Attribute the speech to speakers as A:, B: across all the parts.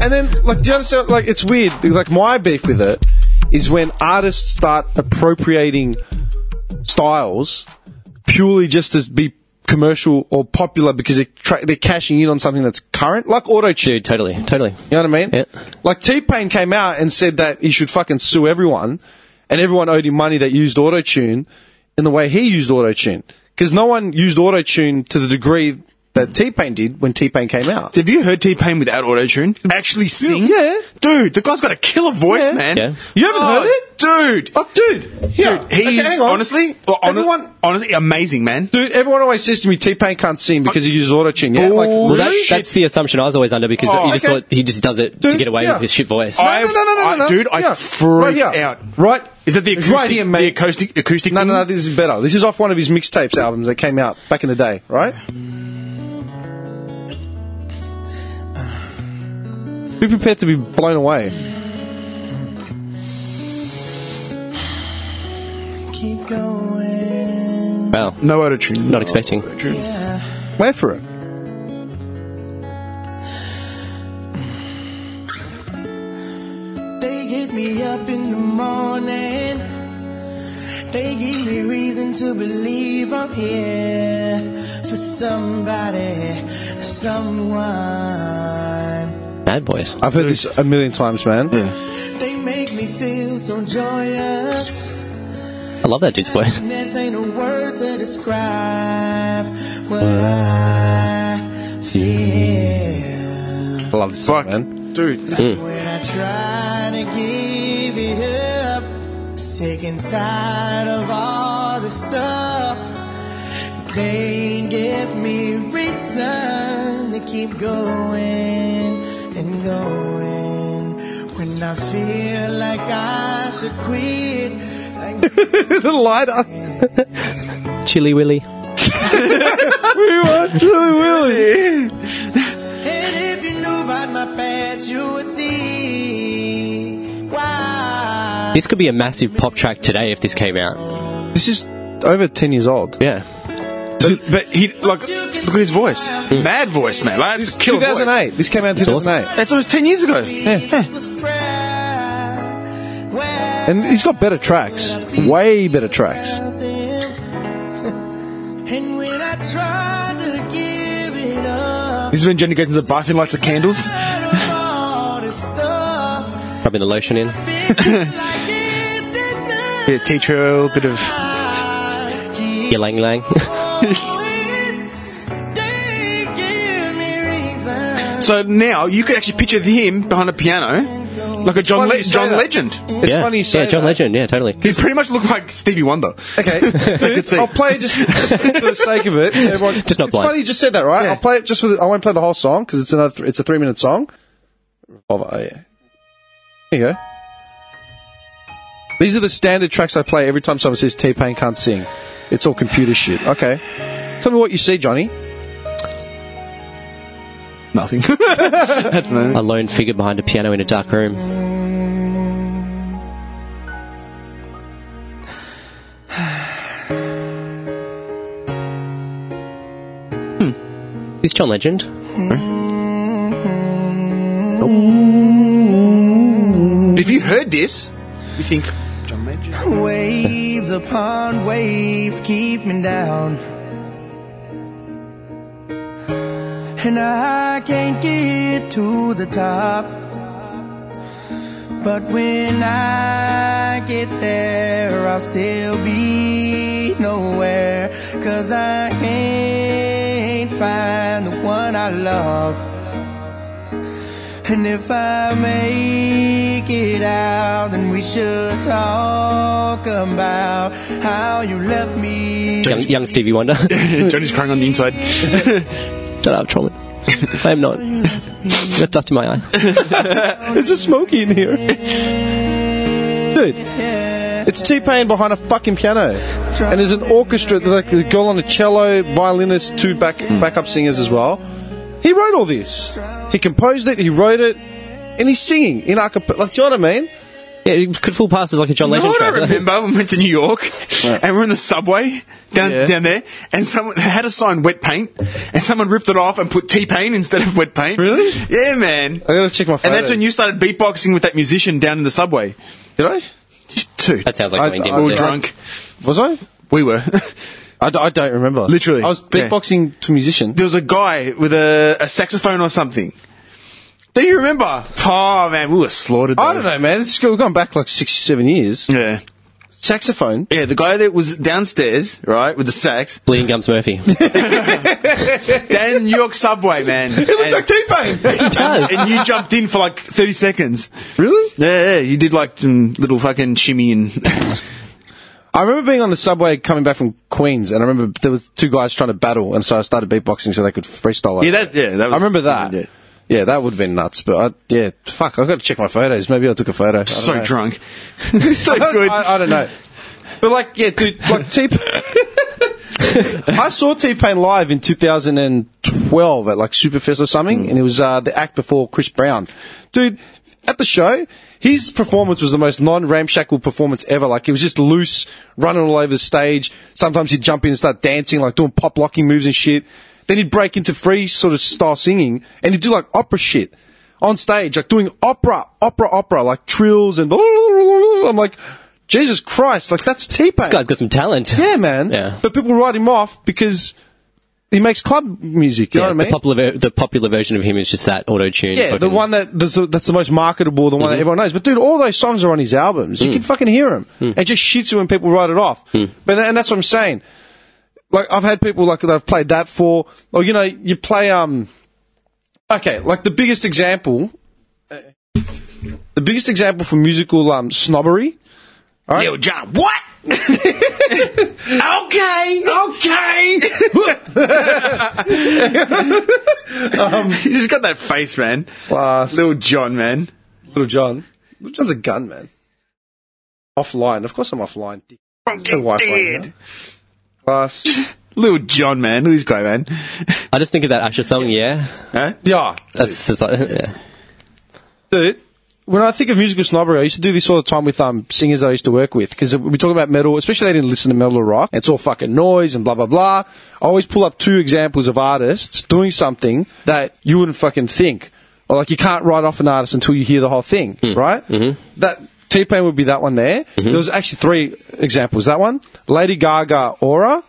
A: like, like, do you understand? Like, it's weird. Like, my beef with it is when artists start appropriating styles purely just to be commercial or popular because they're, tra- they're cashing in on something that's current, like auto tune.
B: Dude, totally, totally.
A: You know what I mean?
B: Yeah.
A: Like T Pain came out and said that he should fucking sue everyone, and everyone owed him money that used auto tune in the way he used auto tune because no one used auto tune to the degree that T Pain did when T Pain came out.
C: Have you heard T Pain without auto tune actually sing?
A: yeah.
C: dude, the guy's got a killer voice,
A: Yeah.
C: man.
B: Yeah.
A: You haven't
C: Oh,
A: heard it?
C: dude?
A: Oh, dude, yeah.
C: Dude, he's
A: Okay, hang on.
C: honestly, well, hon-
A: everyone.
C: honestly, amazing, man.
A: Dude, everyone always says to me, T Pain can't sing because he uses auto tune. Yeah, like,
C: Oh,
A: really?
B: Well, that, that's the assumption I was always under because
A: Oh,
B: he just
A: okay.
B: thought he just does it to
A: Dude,
B: get away
A: yeah.
B: with his shit voice.
C: I- I've- I- dude, I freaked
A: right here.
C: out.
A: Right?
C: Is that the
A: It's
C: acoustic?
A: right here, mate.
C: The acoustic, acoustic.
A: No,
C: thing?
A: no, no, this is better. This is off one of his mixtapes albums that came out back in the day, right? Be prepared to be blown away.
D: Keep going.
B: wow,
C: no auto tune.
B: not expecting.
A: Wait for it.
D: They get me up in the morning. They give me reason to believe I'm here for somebody, someone.
B: Bad boys.
A: I've heard this a million times, man.
D: They make me feel so joyous.
B: I love that dude's voice.
D: This ain't a word to describe what I feel.
A: I love this song, man.
C: Dude,
D: When I try to give it up, sick and tired of all the stuff. They give me reason to keep going and going. When I feel like I should quit, like
A: the lighter.
B: Chilly Willy.
A: we watch Willy Willy.
D: And if you knew about my past, you would see why.
B: This could be a massive pop track today if this came out.
A: This is over 10 years old.
B: Yeah.
C: Dude, but he like look at his voice, mad voice, man. Like it's a killer voice.
A: 2008. This came out in 2008.
C: That's almost ten years ago.
A: Eh,
D: It was pride. Well,
A: And he's got better tracks. Way better tracks.
D: And when I tried to give it up,
C: This is when Jenny goes into the bathroom, lights the candles.
D: out of all this stuff,
B: Rubbing the lotion in.
D: feel like it did not
C: Yeah, teach her a bit of
D: keep
B: Yeah, Lang Lang.
D: going. They give me reason.
C: So now you could actually picture him behind a piano, like a John
A: funny
C: Le-
A: you say
C: John
A: that.
C: Legend.
A: It's
B: yeah.
A: funny you say
B: yeah, John
A: that.
B: Legend. Yeah, totally.
C: He pretty much looked like Stevie Wonder.
A: Okay,
C: could see.
A: I'll play it just, just for the sake of it. Everyone,
B: Just not
A: it's
B: blind.
A: funny you just said that, right?
C: Yeah.
A: I'll play it just for. The, I won't play the whole song because it's another. Th- it's a three-minute song. Revolver, oh, yeah. Here you go. These are the standard tracks I play every time someone says T Pain can't sing. It's all computer shit. Okay, tell me what you see, Johnny.
C: Nothing.
B: A lone figure behind a piano in a dark room. Hmm. Is John Legend?
C: if you heard this, you think John Legend.
D: Waves upon waves keep me down. And I can't get to the top. But when I get there, I'll still be nowhere. Cause I can't find the one I love. And if I make it out, then we should talk about how you left me.
B: Young, young Stevie Wonder.
C: Johnny's crying on the inside.
B: Shut up, Trollman. I am not. Got dust in my eye.
A: There's a smoky in here, dude. It's T Pain behind a fucking piano, and there's an orchestra. Like the girl on the cello, violinist, two back backup singers as well. He wrote all this. He composed it. He wrote it, and he's singing in acapella. Like, do you know what I mean?
B: Yeah, it could full past as like a John
C: You know
B: Legend
C: what I
B: track.
C: remember when we went to New York and we're in the subway down
A: Yeah.
C: down there and someone they had a sign wet paint and someone ripped it off and put T pain instead of wet paint.
A: Really?
C: Yeah, man.
A: I gotta check my phone.
C: And that's when you started beatboxing with that musician down in the subway.
A: Did I?
C: Too.
B: That sounds like
A: I-
B: something
A: I
B: Dim
C: we
B: would
C: were
B: do.
C: drunk.
A: Was I?
C: We were.
A: I, d- I don't remember.
C: Literally.
A: I was
C: Yeah.
A: beatboxing to a musician.
C: there was a guy with a, a saxophone or something. Do you remember? Oh man, we were slaughtered.
A: I
C: though.
A: don't know, man. It's go- gone back like six, seven years.
C: Yeah.
A: Saxophone.
C: Yeah, the guy that was downstairs, right, with the sax,
B: Bleeding Gums Murphy.
C: down in the New York subway, man.
A: It looks like T-Pain.
B: It does.
C: and you jumped in for like 30 seconds.
A: really?
C: Yeah, yeah, you did like some little fucking shimmy and.
A: I remember being on the subway coming back from Queens, and I remember there was two guys trying to battle, and so I started beatboxing so they could freestyle. like
C: Yeah, that, yeah, that was.
A: I remember that. Yeah.
C: Yeah.
A: that would have been nuts. But I, yeah, fuck, I've got to check my photos. Maybe I took a photo. I don't
C: So
A: know.
C: drunk. so good.
A: I, I don't know. But like, yeah, dude, like T. I saw T Pain live in 2012 at like Superfest or something, and it was uh, the act before Chris Brown. Dude, at the show, his performance was the most non-ramshackle performance ever. Like it was just loose, running all over the stage. Sometimes he'd jump in and start dancing, like doing pop locking moves and shit. Then he'd break into free sort of style singing, and he'd do like opera shit on stage, like doing opera, opera, opera, like trills and. I'm like, Jesus Christ! Like that's T Pain.
B: This guy's got some talent.
A: Yeah, man.
B: Yeah.
A: But people write him off because he makes club music. You
B: Yeah,
A: know
B: the
A: what I mean?
B: popular ver- the popular version of him is just that auto tune.
A: yeah, the one that that's the, that's the most marketable, the one
B: Mm-hmm.
A: that everyone knows. But dude, all those songs are on his albums.
B: Mm.
A: You can fucking hear them. It just shits you when people write it off. But and that's what I'm saying. Like I've had people like that I've played that for, or you know, you play um, okay, like the biggest example, uh, the biggest example for musical um snobbery.
C: Yo, John, what? okay, okay. you just got that face, man.
A: Plus,
C: Little John, man.
A: Little John. Little John's a gun, man. Offline. Of course I'm offline. dick. No Wi-Fi
C: dead.
A: now. Plus.
C: Little John, man. Look at this guy, man.
B: I just think of that Usher song. Yeah,
C: Huh?
A: Yeah.
B: that's just like, yeah.
A: Dude, when I think of musical snobbery, I used to do this all the time with um, singers that I used to work with. Because we talk about metal, especially they didn't listen to metal or rock. It's all fucking noise and blah, blah, blah. I always pull up two examples of artists doing something that you wouldn't fucking think. Or like you can't write off an artist until you hear the whole thing, right? Mm-hmm. That T-Pain would be that one there. There was actually three examples. That one, Lady Gaga, Aura,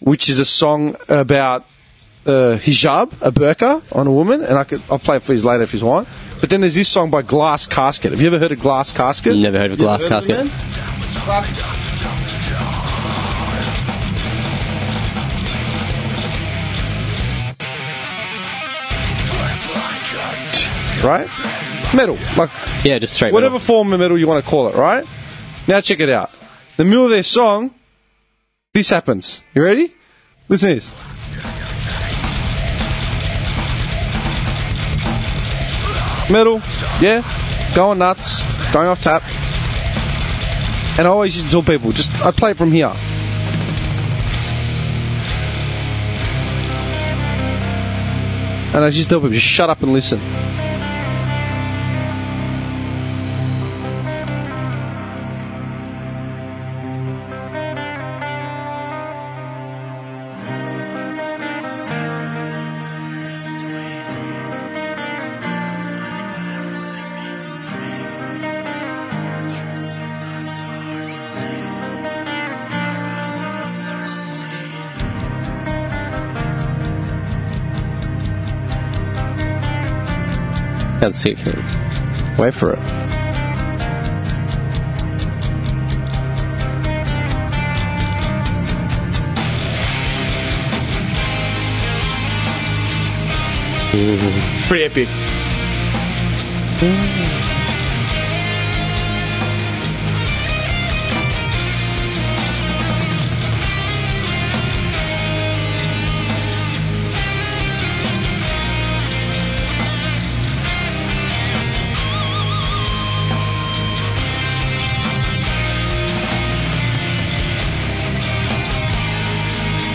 A: which is a song about uh, hijab, a burqa on a woman, and I could I'll play it for you later if you want. But then there's this song by Glass Casket. Have you ever heard of Glass Casket?
B: Never heard of
A: You
B: Glass
A: ever
B: Casket.
A: them, man? Right? Metal. Like
B: yeah, just straight.
A: whatever
B: metal.
A: form of metal you want to call it, right? Now check it out. The middle of their song, this happens. You ready? Listen to this. Metal, yeah, going nuts, going off tap. And I always used to tell people, just I play it from here. And I just tell people, just shut up and listen.
B: That's sick.
A: Wait for it.
C: Pretty epic.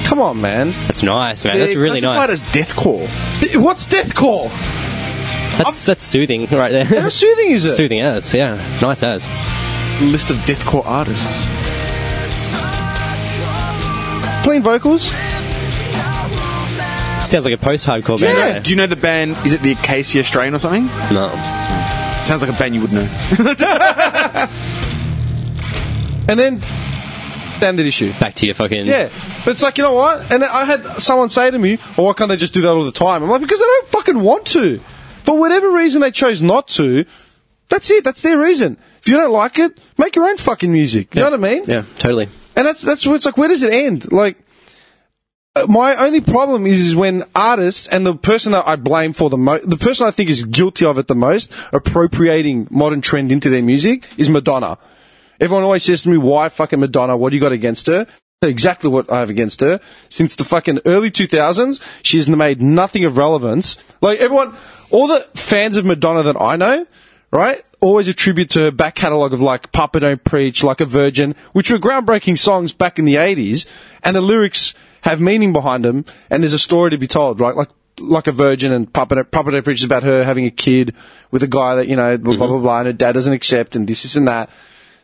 A: Come on, man.
B: That's nice, man. That's
C: They're
B: really
C: classified
B: nice.
C: as deathcore.
A: What's deathcore?
B: That's that's soothing right
A: How
B: there.
A: soothing is it?
B: soothing as, yeah, nice as.
C: List of deathcore artists.
A: Clean vocals.
B: Sounds like a post-hardcore
C: Do you, know,
B: band.
C: do you know the band? Is it the Acacia Strain or something?
B: right? No,
C: Sounds like a band you would know.
A: And then standard issue.
B: back to your fucking
A: Yeah, but it's like you know what? And I had someone say to me, "Well, why can't they just do that all the time?" I'm like, because they don't fucking want to. For whatever reason, they chose not to. That's it. That's their reason. If you don't like it, make your own fucking music. You know what I mean?
B: Yeah, totally.
A: And that's that's where it's like, where does it end? Like, uh, my only problem is is when artists and the person that I blame for the most, the person I think is guilty of it the most, appropriating modern trend into their music is Madonna. Everyone always says to me, "Why fucking Madonna? What do you got against her?" Exactly what I have against her. Since the fucking early 2000s, she's made nothing of relevance. Like everyone, all the fans of Madonna that I know, right? Always attribute to her back catalogue of like Papa Don't Preach, Like a Virgin, which were groundbreaking songs back in the 80s, and the lyrics have meaning behind them, and there's a story to be told, right? Like, like a virgin and Papa Don't, Papa Don't Preach is about her having a kid with a guy that, you know, blah, blah, blah, blah, and her dad doesn't accept, and this, this, and that.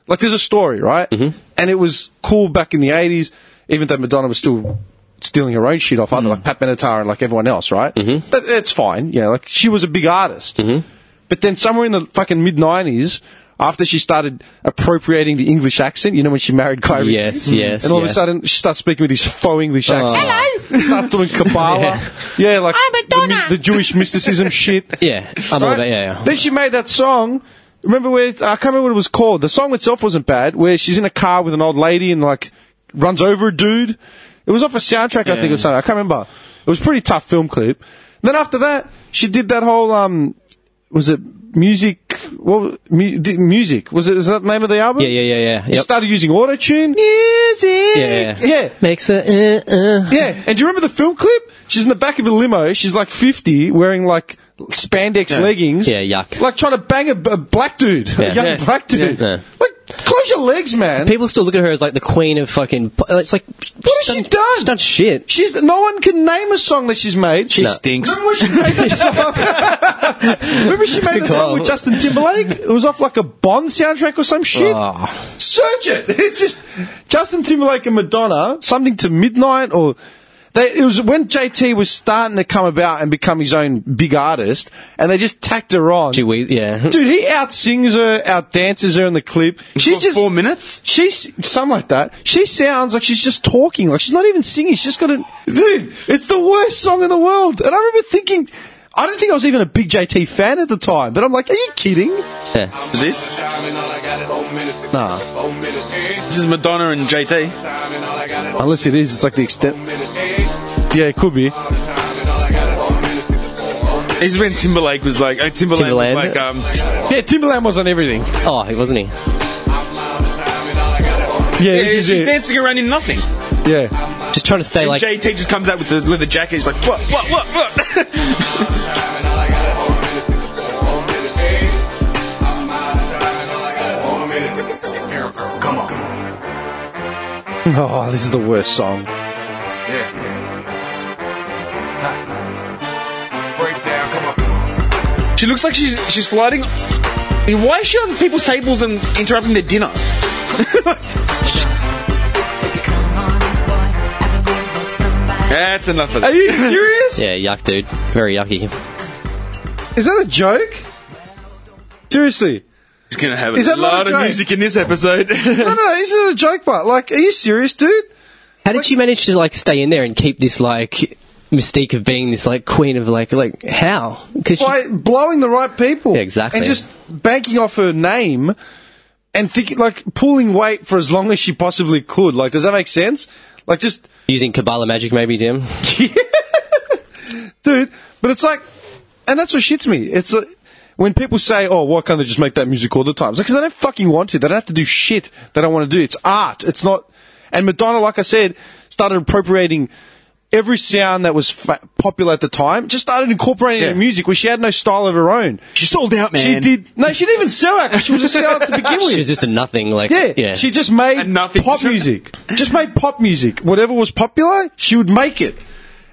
A: Like, there's a story, right? And it was cool back in the 80s, even though Madonna was still stealing her own shit off other, like Pat Benatar and like everyone else, right? Mm-hmm. That, that's fine. Yeah, like, she was a big artist. But then somewhere in the fucking mid nineties, after she started appropriating the English accent, you know when she married Kyrie.
B: Yes,
A: Jenner?
B: yes,
A: And all of
B: yeah. Oh.
A: a sudden she starts speaking with this faux English accent.
B: Hello.
A: Starts doing Kabbalah. yeah. like
E: I'm Madonna.
A: The, the Jewish mysticism shit.
B: Yeah, I'm all
A: Right?
B: about yeah, yeah.
A: Then she made that song. Remember where I can't remember what it was called. The song itself wasn't bad. Where she's in a car with an old lady and like runs over a dude. It was off a soundtrack, I think, or something. I can't remember. It was a pretty tough film clip. Then after that, she did that whole um, was it music? What mu- di- music? Was it? Is that the name of the album?
B: Yeah, yeah, yeah, yeah.
A: She
B: Yep.
A: started using auto tune. Music.
B: Yeah.
A: Yeah.
B: Makes a uh, uh.
A: Yeah, and do you remember the film clip? She's in the back of a limo. She's like 50, wearing like spandex leggings.
B: Yeah, yuck.
A: Like trying to bang a, a black dude, a
B: Yeah.
A: young
B: Yeah.
A: black dude.
B: Yeah. Yeah.
A: Like, close your legs, man.
B: People still look at her as like the queen of fucking. uh, It's like
A: what has she done?
B: She's done shit.
A: She's no one can name a song that she's made. She
B: No.
C: stinks.
A: Remember when she made that song? Remember she made a song
B: Cool.
A: with Justin Timberlake? It was off like a Bond soundtrack or some shit.
B: Oh.
A: Search it. It's just Justin Timberlake and Madonna, something to midnight or. They, it was when JT was starting to come about and become his own big artist, and they just tacked her on.
B: She wheeze, yeah.
A: Dude, he out sings her, out dances her in the clip. She
C: For
A: just
C: four minutes.
A: She's something like that. She sounds like she's just talking, like she's not even singing. She's just got a dude. It's the worst song in the world. And I remember thinking, I don't think I was even a big JT fan at the time, but I'm like, are you kidding?
B: yeah.
C: This this is Madonna and JT.
A: Unless it is, it's like the extent. Yeah, it could be.
C: This is when Timberlake was like oh, Timberlake
B: Timberland.
C: was like um,
A: Yeah, Timberland was on everything.
B: Oh, he wasn't he?
A: Yeah,
C: yeah,
A: this
C: she's
A: is it.
C: dancing around in nothing.
A: Yeah,
B: Just trying to stay like.
C: JT just comes out with the leather jacket. He's like what what what what.
A: oh, this is the worst song.
C: she looks like she's she's sliding. I mean, Why is she on people's tables and interrupting their dinner? That's enough of
A: Are
C: that.
A: you serious?
B: Yeah, yuck, dude. Very yucky.
A: Is that a joke? Seriously.
C: It's gonna have
A: Is
C: a
A: that not
C: lot
A: a
C: of
A: joke?
C: music in this episode.
A: No, no, this isn't a joke, but like, are you serious, dude?
B: How did she manage to like stay in there and keep this like mystique of being this like queen of like like how? Because
A: by blowing the right people.
B: Yeah, exactly.
A: And just banking off her name and thinking, like, pulling weight for as long as she possibly could. Like, does that make sense? Like, just,
B: using Kabbalah magic, maybe, Jim.
A: dude, but it's like, and that's what shits me. It's like, when people say, oh, why can't they just make that music all the time? It's because they don't fucking want to. They don't have to do shit they don't want to do. It's art. It's not. And Madonna, like I said, started appropriating every sound that was fa- popular at the time, just started incorporating it in music where she had no style of her own.
C: she sold out,
A: She did. No, she didn't even sell out. 'cause She was a sellout to begin with.
B: She was just a nothing. Like
A: yeah,
B: yeah,
A: she just made
C: And nothing.
A: pop music. Just made pop music. Whatever was popular, she would make it.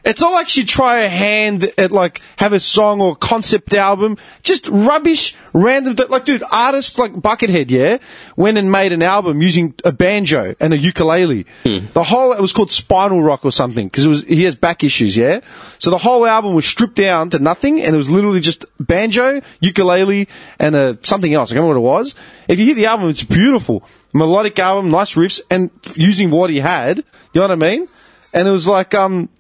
A: It's not like she try her hand at like have a song or concept album. Just rubbish, random. Like, dude, artists like Buckethead, yeah, went and made an album using a banjo and a ukulele.
C: Hmm.
A: The whole it was called Spinal Rock or something because it was he has back issues, yeah. So the whole album was stripped down to nothing and it was literally just banjo, ukulele, and uh, something else. I can't remember what it was. If you hear the album, it's beautiful, melodic album, nice riffs, and using what he had. You know what I mean? And it was like, um,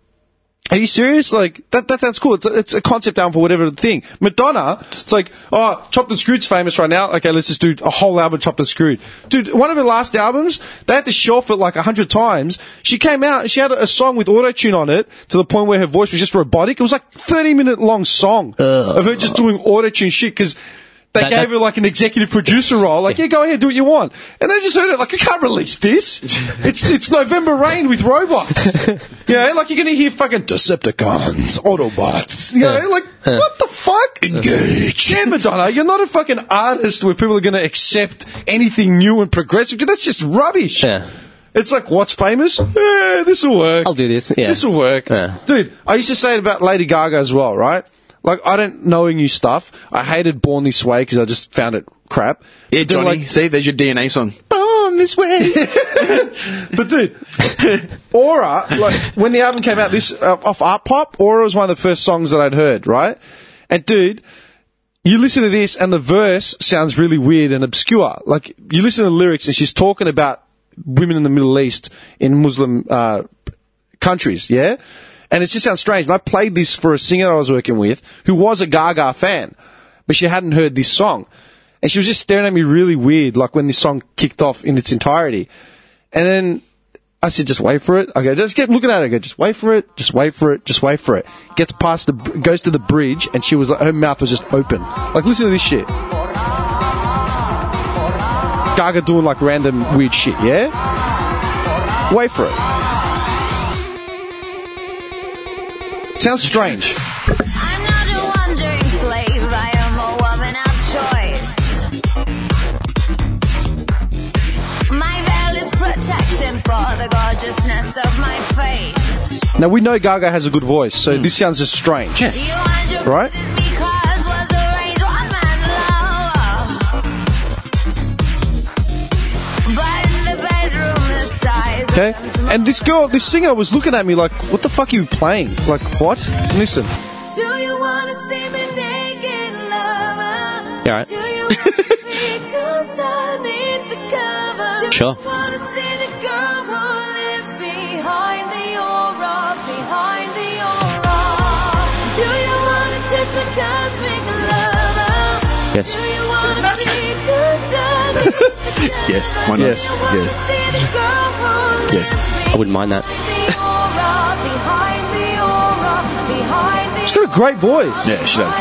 A: are you serious? Like that? That sounds cool. It's a, it's a concept album for whatever thing. Madonna. It's like oh, Chopped and Screwed's famous right now. Okay, let's just do a whole album of Chopped and Screwed. Dude, one of her last albums, they had to shelf it like a hundred times. She came out and she had a a song with auto tune on it to the point where her voice was just robotic. It was like thirty minute long song of her just doing auto tune shit because. They
B: That-
A: gave
B: that-
A: her like an executive producer role, like yeah, go ahead, do what you want, and they just heard it like I can't release this. It's it's November Rain with robots, you know, like you're gonna hear fucking Decepticons, Autobots, you know, like what the fuck? Engage, yeah, Madonna, you're not a fucking artist where people are gonna accept anything new and progressive. That's just rubbish.
B: Yeah.
A: It's like what's famous? Yeah, this will work.
B: I'll do this. Yeah.
A: This will work.
B: Yeah.
A: Dude, I used to say it about Lady Gaga as well, right? Like, I don't know new stuff. I hated Born This Way because I just found it crap.
C: Yeah,
A: But then,
C: Johnny.
A: like-
C: see, there's your DNA song. Born this way.
A: but dude, Aura, like when the album came out, this uh, off Art Pop, Aura was one of the first songs that I'd heard, right? And dude, you listen to this and the verse sounds really weird and obscure. Like you listen to the lyrics and she's talking about women in the Middle East in Muslim uh, countries, yeah. And it just sounds strange. And I played this for a singer I was working with who was a Gaga fan, but she hadn't heard this song. And she was just staring at me really weird, like when this song kicked off in its entirety. And then I said, just wait for it. I go, just get looking at it. I go, just wait for it. Just wait for it. Just wait for it. Gets past the, goes to the bridge and she was like, her mouth was just open. Like, listen to this shit. Gaga doing like random weird shit, yeah? Wait for it. Sounds strange.
E: I'm not a wandering slave, I am a woman of choice. My veil is protection for the gorgeousness of my face.
A: Now we know Gaga has a good voice, so
C: Hmm.
A: this sounds just strange.
E: You wanted to
A: Right.
E: visit me 'cause was arranged one man love. But in the bedroom, the size.
A: Okay? And this girl, this singer was looking at me like, what the fuck are you playing? Like, what? Listen.
E: Do you wanna see me naked, lover?
B: Yeah, right.
E: Do you wanna be cooked underneath the cover? Do
B: Sure.
E: you wanna see the girl who lives behind the aura, behind the aura? Do you wanna touch my cosmic lover?
B: Yes.
E: Do you wanna be cooked underneath the cover?
C: Yes, why not?
A: Yes,
E: Do you wanna
C: yes.
E: see the girl who
C: Yes.
E: lives
B: I wouldn't mind that.
E: behind the aura, behind the aura, behind the
A: She's got a great voice.
C: Yeah, she does.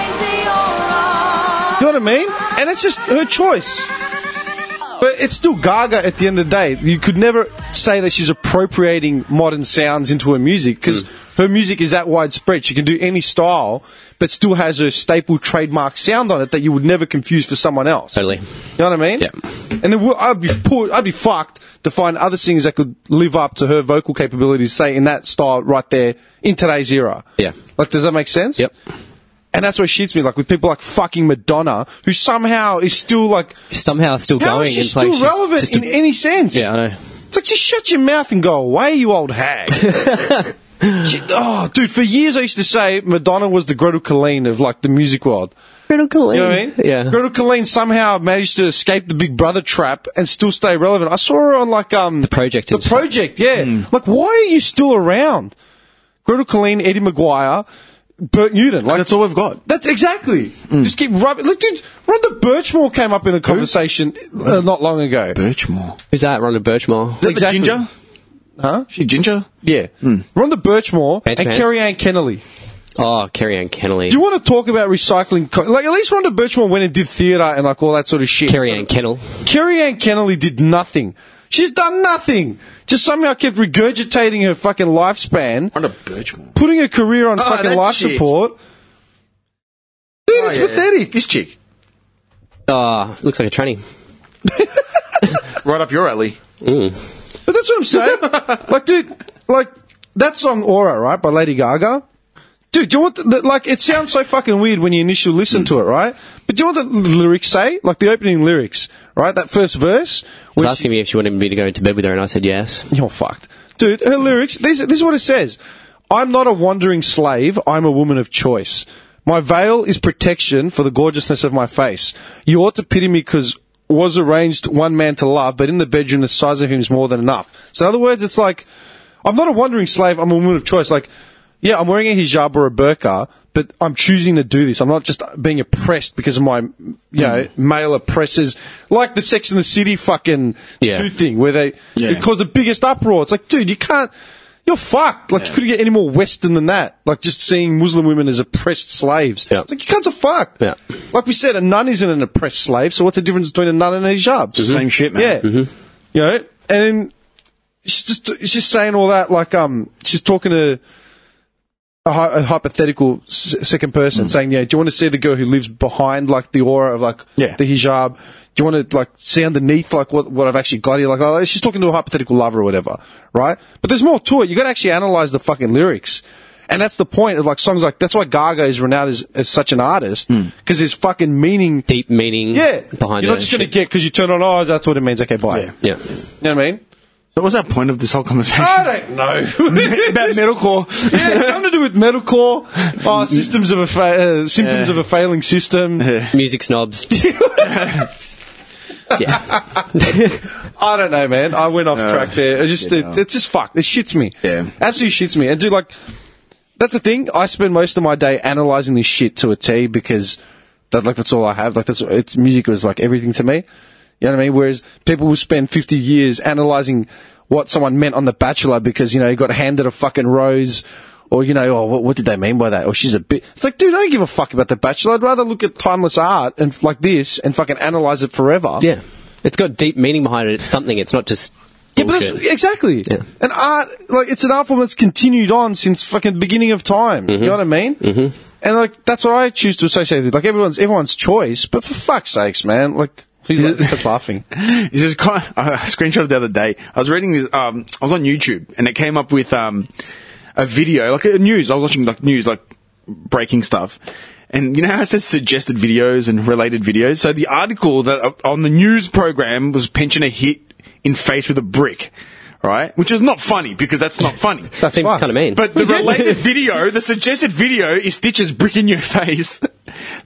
A: You know what I mean? And it's just her choice. But it's still Gaga at the end of the day. You could never say that she's appropriating modern sounds into her music because
B: Mm.
A: her music is that widespread. She can do any style, but still has her staple trademark sound on it that you would never confuse for someone else.
B: Totally.
A: You know what I mean?
B: Yeah.
A: And then we'll- I'd be poor, I'd be fucked to find other singers that could live up to her vocal capabilities, say in that style right there in today's era.
B: Yeah.
A: Like, does that make sense?
B: Yep.
A: And that's what shits me, like with people like fucking Madonna, who somehow is still like
B: Somehow still
A: how
B: going.
A: is she
B: It's
A: still
B: like she's
A: relevant
B: just a-
A: in any sense?
B: yeah, I know.
A: It's like just shut your mouth and go away, you old hag. She- oh, dude, for years I used to say Madonna was the Gretel Colleen of like the music world. You know what I mean?
B: Yeah.
A: Gretel Colleen somehow managed to escape the Big Brother trap and still stay relevant. I saw her on like um the
B: Project Hmm.
A: The
B: and stuff.
A: project, yeah. Like, why are you still around? Gretel Colleen, Eddie Maguire, Bert Newton. Like,
C: That's all we've got.
A: that's exactly.
B: Hmm.
A: Just keep rubbing. Look, dude, Rhonda Birchmore came up in a conversation uh, not long ago.
C: Birchmore.
B: Who's that? Rhonda Birchmore.
C: Is that
A: Exactly.
C: the ginger?
A: Huh?
C: She ginger?
A: Yeah.
B: Hmm.
A: Rhonda Birchmore
B: Pants,
A: and
B: pants.
A: Kerry Ann Kennelly.
B: Oh, Carrie Ann Kennelly.
A: Do you want to talk about recycling? Co- like, at least Rhonda Birchmore went and did theatre and like all that sort of shit.
B: Carrie Ann Kennel.
A: Kerry Ann Kennelly did nothing. She's done nothing. Just somehow kept regurgitating her fucking lifespan,
C: Rhonda Birchmore.
A: putting her career on
B: Ah,
C: Oh,
A: fucking
C: that
A: life
C: chick.
A: support. Dude, it's pathetic.
C: Oh, This chick.
B: Oh, looks like a tranny.
C: Right up your alley.
A: But that's what I'm saying. like, dude, like, that song Aura, right, by Lady Gaga. Dude, do you want the, the, like it sounds so fucking weird when you initially listen to it, right? But do you know what the l- lyrics say? Like the opening lyrics, right? That first verse.
B: She was
A: which-
B: asking me if she wanted me to go into bed with her, and I said yes.
A: you're fucked. Dude, her lyrics, this, this is what it says. I'm not a wandering slave, I'm a woman of choice. My veil is protection for the gorgeousness of my face. You ought to pity me because was arranged one man to love, but in the bedroom the size of him is more than enough. So in other words, it's like, I'm not a wandering slave, I'm a woman of choice. Like, yeah, I'm wearing a hijab or a burqa, but I'm choosing to do this. I'm not just being oppressed because of my, you know, male oppressors. Like the Sex in the City fucking
B: Yeah.
A: two thing where they,
C: Yeah.
A: it caused the biggest uproar. It's like, dude, you can't. You're fucked. Like, you
C: Yeah.
A: couldn't get any more Western than that. Like, just seeing Muslim women as oppressed slaves.
B: Yeah.
A: It's like, you cunts are fucked.
B: Yeah.
A: Like we said, a nun isn't an oppressed slave, so what's the difference between a nun and a hijab? Mm-hmm.
C: Same shit, man. Mm-hmm.
A: Yeah. You know? And then she's just, she's just saying all that, like, um, she's talking to a, hy- a hypothetical s- second
B: Hmm.
A: person saying, yeah, do you want to see the girl who lives behind, like, the aura of, like,
C: Yeah.
A: the hijab? Do you want to, like, see underneath, like, what, what I've actually got here? Like, oh, she's talking to a hypothetical lover or whatever, right? But there's more to it. you got to actually analyze the fucking lyrics. And that's the point of, like, songs like, that's why Gaga is renowned as, as such an artist, because there's fucking meaning
B: Deep meaning.
A: yeah.
B: Hmm. Behind
A: You're
B: her
A: not just
B: and
A: going to
B: shit.
A: get because you turn on, oh, that's what it means. Okay, bye.
C: Yeah.
A: You
B: Yeah.
A: know what I mean?
C: So what's that point of this whole conversation?
A: I don't know.
C: About metalcore.
A: yeah, something to do with metalcore. Oh, systems of a fa- uh, symptoms
C: Yeah.
A: of a failing system.
B: Music snobs. yeah.
A: I don't know, man. I went off
C: Uh,
A: track there. It just,
C: you
A: it,
C: know.
A: it's just fucked. It shits me.
C: Yeah.
A: Absolutely shits me. And dude, like, that's the thing. I spend most of my day analyzing this shit to a T because that, like, that's all I have. Like, that's, it's music was like everything to me. You know what I mean? Whereas people will spend 50 years analyzing what someone meant on The Bachelor because, you know, he got handed a fucking rose or, you know, oh, what, what did they mean by that? Or she's a bit. It's like, dude, I don't give a fuck about The Bachelor. I'd rather look at timeless art and f- like this and fucking analyze it forever.
B: Yeah. It's got deep meaning behind it. It's something. It's not just.
A: Yeah, but
B: bullshit.
A: that's exactly.
B: Yeah.
A: And art, like, it's an art form that's continued on since fucking beginning of time. You know what I mean? Mm-hmm. And like, that's what I choose to associate with. Like, everyone's everyone's choice. But for fuck's sakes, man, like, who's that's laughing?
C: This is kind of, I screenshot the other day. I was reading this. Um, I was on YouTube and it came up with um, a video, like a news. I was watching like news, like breaking stuff. And you know how it says suggested videos and related videos. So the article that uh, on the news program was pensioner hit in face with a brick, right? Which is not funny because that's not funny.
B: That seems
A: fine.
B: kind of mean.
C: But the related video, the suggested video is Stitches brick in your face.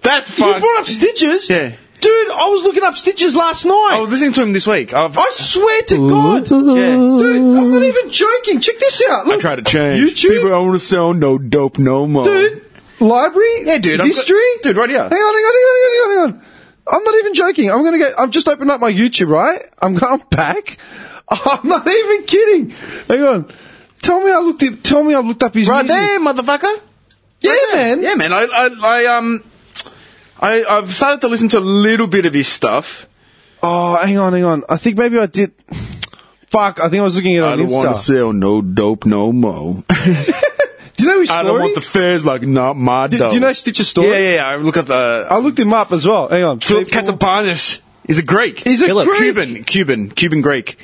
C: That's
A: You
C: fun.
A: brought up stitches?
C: Yeah.
A: Dude, I was looking up stitches last night.
C: I was listening to him this week. I've,
A: I swear to God.
C: Yeah.
A: Dude, I'm not even joking. Check this out. Look,
C: I try to change.
A: YouTube.
C: People don't want to sell no dope no more.
A: dude. Library? Yeah,
C: Oh. dude, I've got-
A: History?
C: dude, right here.
A: Hang on, hang on, hang on, hang on, hang on. I'm not even joking. I'm gonna get. I've just opened up my YouTube, right? I'm going back. I'm not even kidding. Hang on. Tell me I looked. Up, tell me I looked up his
C: Right
A: music.
C: there, motherfucker.
A: Yeah, man.
C: Yeah, man. I, I, I um, I, I've started to listen to a little bit of his stuff.
A: Oh, hang on, hang on. I think maybe I did. Fuck. I think I was looking at it on
C: wanna
A: Insta.
C: sell no dope no more.
A: Do you know his
C: I
A: story?
C: don't want the fares like not my
A: do,
C: dope.
A: do you know Stitcher's story? Oh,
C: Yeah, yeah, yeah. I look at the.
A: I looked him up as well. Hang on.
C: Philip Katsapanis is a Greek.
A: He's a
B: Philip.
A: Greek.
C: Cuban, Cuban, Cuban Greek.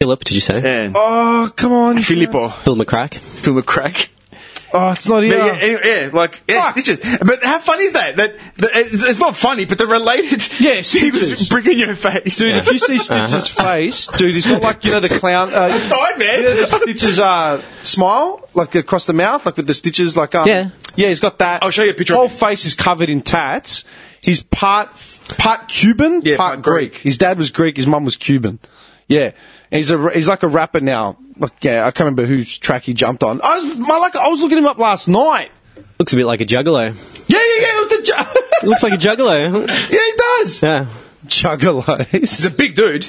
B: Philip, did you say?
C: Yeah.
A: Oh, come on.
C: Filippo,
B: Phil McCrack.
C: Phil McCrack.
A: Oh, it's not here.
C: But yeah, anyway, yeah, like yeah,
A: Fuck.
C: stitches. But how funny is that? That, that it's, it's not funny, but they're related.
A: Yeah,
C: he
A: stitches.
C: was bricking your face.
A: Dude, if you see
B: Uh-huh.
A: Stitch's face, dude, he's got like you know the clown. Uh,
C: died, man.
A: You know the Stitch's uh, smile, like across the mouth, like with the stitches, like um,
B: Yeah.
A: yeah, he's got that.
C: I'll show you a picture of
A: Whole
C: him.
A: face is covered in tats. He's part part Cuban,
C: Yeah,
A: part,
C: part
A: Greek.
C: Greek.
A: His dad was Greek, his mum was Cuban. Yeah, and he's a he's like a rapper now. Like, yeah, I can't remember whose track he jumped on. I was my like I was looking him up last night.
B: Looks a bit like a juggalo.
A: Yeah, yeah, yeah. It was the ju-
B: Looks like a juggalo.
A: yeah, he does.
B: Yeah.
A: Juggalos.
C: he's a big dude,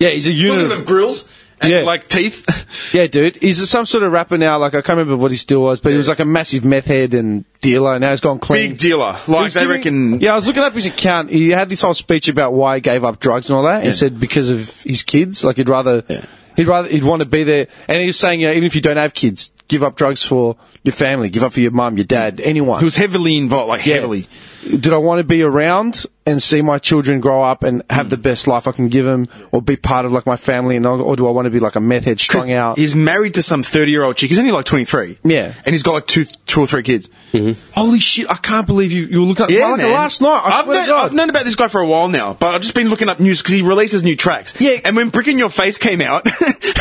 A: Yeah, he's a
C: full
A: unit.
C: of grills and
A: Yeah.
C: like teeth.
A: Yeah, dude. He's some sort of rapper now. Like, I can't remember what he still was, but he was like a massive meth head and dealer, and now he's gone clean.
C: Big dealer.
A: He
C: Like
A: was
C: they
A: giving-
C: reckon.
A: Yeah, I was looking up his account. He had this whole speech about why he gave up drugs and all that. He
C: Yeah.
A: said because of his kids. Like, he'd rather,
C: Yeah.
A: he'd rather, he'd want to be there. And he was saying, you know, even if you don't have kids, give up drugs for your family, give up for your mum, your dad, anyone.
C: He was heavily involved, like heavily.
A: Did I want to be around and see my children grow up and
C: Mm.
A: have the best life I can give them, or be part of like my family, and or do I want to be like a meth head strung out?
C: He's married to some 30 year old chick. He's only like 23.
A: Yeah.
C: And he's got like two, two or three kids.
A: Holy shit! I can't believe you. You look like,
C: Yeah,
A: like
C: man.
A: last night. I
C: have
A: swear
C: known,
A: to God.
C: I've known about this guy for a while now, but I've just been looking up news because he releases new tracks.
A: Yeah.
C: And when Brick in Your Face came out,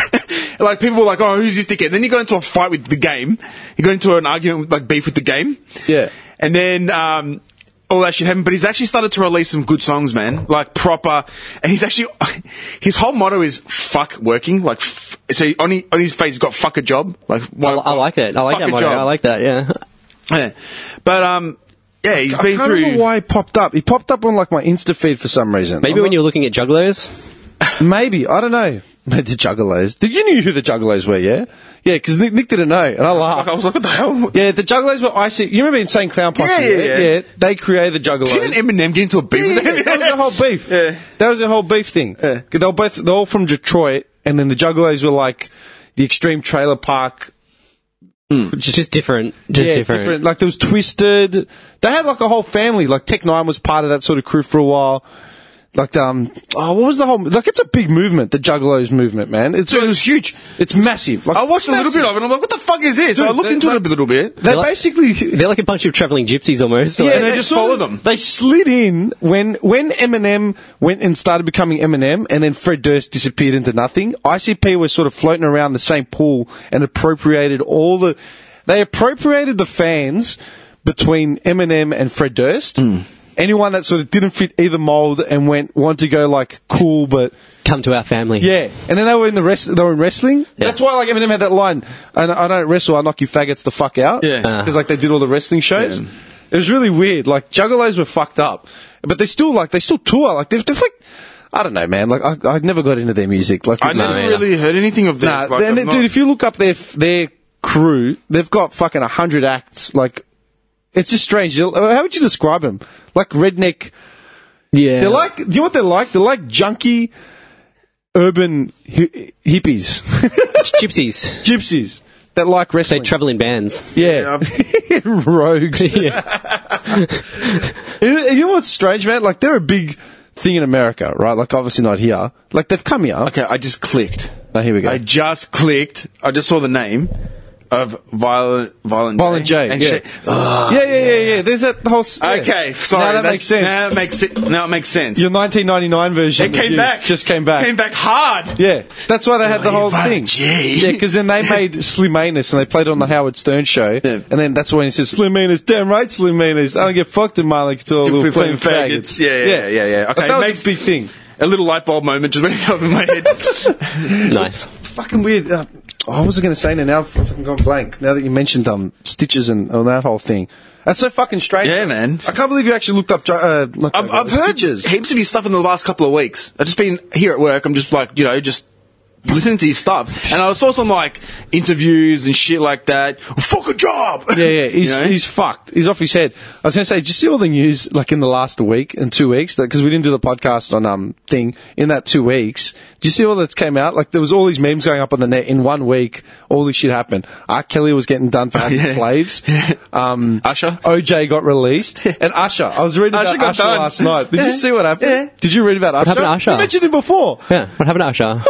C: like people were like, "Oh, who's this dickhead?" And then he got into a fight with the game. He got into an argument, with, like beef with the game.
A: Yeah.
C: And then um, all that shit happened. But he's actually started to release some good songs, man. Like proper. And he's actually his whole motto is "fuck working." Like, f- so on his, on his face, he's got "fuck a job." Like,
B: I, I like that. I like
C: Fuck
B: that.
C: a
B: Motto.
C: job.
B: I like that. Yeah.
C: Yeah. But um, yeah, he's
A: I
C: been
A: can't
C: through.
A: remember why he popped up. He popped up on like my Insta feed for some reason.
B: Maybe
A: I'm
B: when
A: not-
B: you're looking at jugglers,
A: maybe I don't know. the Juggalos. Did you knew who the Juggalos were? Yeah, yeah. Because Nick, Nick didn't know, and I
C: Fuck,
A: laughed.
C: I was like, what the hell?
A: Yeah, the Juggalos were icy. You remember Insane Clown Posse?
C: Yeah, yeah, yeah.
A: they created the Juggalos.
C: Didn't Eminem get into a beef
A: Yeah,
C: with
A: yeah, yeah.
C: him?
A: that was their whole beef.
C: Yeah.
A: That was their whole beef thing.
C: Yeah.
A: 'Cause They were both they're all from Detroit, and then the Juggalos were like the extreme trailer park.
B: just, just different. Just
A: yeah,
B: different.
A: Like there was Twisted. They had like a whole family. Like Tech Nine was part of that sort of crew for a while. Like um, oh, what was the whole? Like it's a big movement, the Juggalos movement, man. It's
C: Dude, it was huge.
A: it's massive. Like,
C: I watched a little
A: massive.
C: bit of it and I'm like, what the fuck is this? so I
A: Dude,
C: looked
A: they-
C: into it
A: like-
C: a little bit.
A: They
B: They're like-
A: basically
B: They're like a bunch of traveling gypsies almost.
A: Yeah,
B: like-
C: they just
A: sort
C: follow
A: of-
C: them.
A: They slid in when when Eminem went and started becoming Eminem, and then Fred Durst disappeared into nothing. ICP was sort of floating around the same pool and appropriated all the. They appropriated the fans between Eminem and Fred Durst.
C: Hmm.
A: Anyone that sort of didn't fit either mold and went want to go like cool, but
B: come to our family.
A: yeah, and then they were in the rest. They were in wrestling. That's why like Eminem had that line. I, I don't wrestle. I knock you faggots the fuck out.
C: Yeah.
B: Ah.
A: because like they did all the wrestling shows. It was really weird. Like Juggalos were fucked up, but they still like they still tour. Like they've, they've like I don't know, man. Like I, I never got into their music. Like
C: I
A: with-
C: never
B: yeah.
C: really heard anything of this.
A: Nah,
C: like,
A: and
C: I'm
A: they-
C: not-
A: dude, if you look up their their crew, they've got fucking hundred acts. Like it's just strange. They'll- How would you describe them? Like redneck.
B: yeah.
A: They're like, do you know what they're like? They're like junky, urban hi- hippies.
B: gypsies.
A: gypsies that like
B: They
A: wrestling.
B: travel in bands.
A: yeah, rogues. you, know, you know what's strange, man? Like they're a big thing in America, right? Like obviously not here. Like they've come here.
C: okay, I just clicked.
A: Oh, here we go.
C: I just clicked. I just saw the name of Violent Violent
A: Violent J.
C: And
A: yeah.
C: she-
A: yeah, yeah, yeah, yeah. There's that whole. s- yeah.
C: Okay, sorry.
A: Now that
C: that's-
A: makes sense.
C: Now that makes sense. Now it makes sense.
A: Your 1999 version.
C: it
A: of
C: came
A: you
C: back.
A: Just came back.
C: Came back hard.
A: Yeah, that's why they had the whole
C: Violent
A: thing.
C: J.
A: Yeah, because then they made Slimanus and they played it on the Howard Stern show.
C: Yeah.
A: And then that's when he said, Slimanus, damn right, Slimanus. I don't get fucked in my like till
C: Till
A: little
C: flippin'
A: flame faggots.
C: faggots. Yeah, yeah, yeah, yeah.
A: But
C: Okay,
A: that was
C: makes-
A: a big thing.
C: A little light bulb moment just went over my head.
B: Nice.
A: Fucking weird. Uh, I was going to say now, now I've fucking gone blank. Now that you mentioned um stitches and, and that whole thing, that's so fucking strange.
C: Yeah, man.
A: I can't believe you actually looked up. Dra- Uh, not
C: I've,
A: Drago,
C: I've heard
A: stitches.
C: heaps of his stuff in the last couple of weeks. I've just been here at work. I'm just like, you know, just listening to his stuff. And I saw some like interviews and shit like that. Fuck a job.
A: Yeah, yeah, he's,
C: You know?
A: he's fucked. He's off his head. I was going to say, did you see all the news like in the last week and two weeks? Because we didn't do the podcast on um thing in that two weeks. Did you see all that came out? Like there was all these memes going up on the net in one week. All this shit happened. R. Kelly was getting done for having
C: yeah.
A: slaves. Um,
C: Usher.
A: OJ got released, and Usher. I was reading
C: Usher
A: about
C: got
A: Usher
C: done.
A: last night. Did
C: Yeah.
A: you see what happened?
C: Yeah.
A: Did you read about Usher?
B: happened to Usher?
A: You mentioned him before.
B: Yeah. What happened to Usher?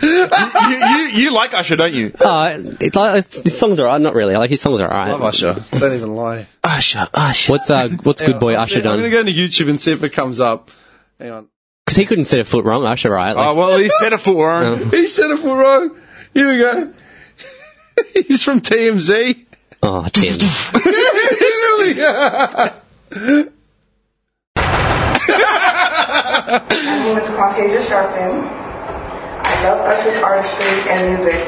C: you, you, you like Usher, don't you?
B: uh, it's like, it's, his songs are alright. Not really. I like his songs are alright.
A: Love Usher. Don't even lie.
C: Usher, Usher.
B: What's uh, what's good boy
A: Hang on,
B: Usher
A: I'm
B: done?
A: going to go into YouTube and see if it comes up. Hang on.
B: Because he couldn't set a foot wrong. Usher, right? Like,
C: Oh, well, he said it for Warren.
A: He said it for wrong. Here we go. He's from TMZ.
B: oh, damn.
A: really?
F: name is Caucasia Sharpton. I love Usher's artistry and music.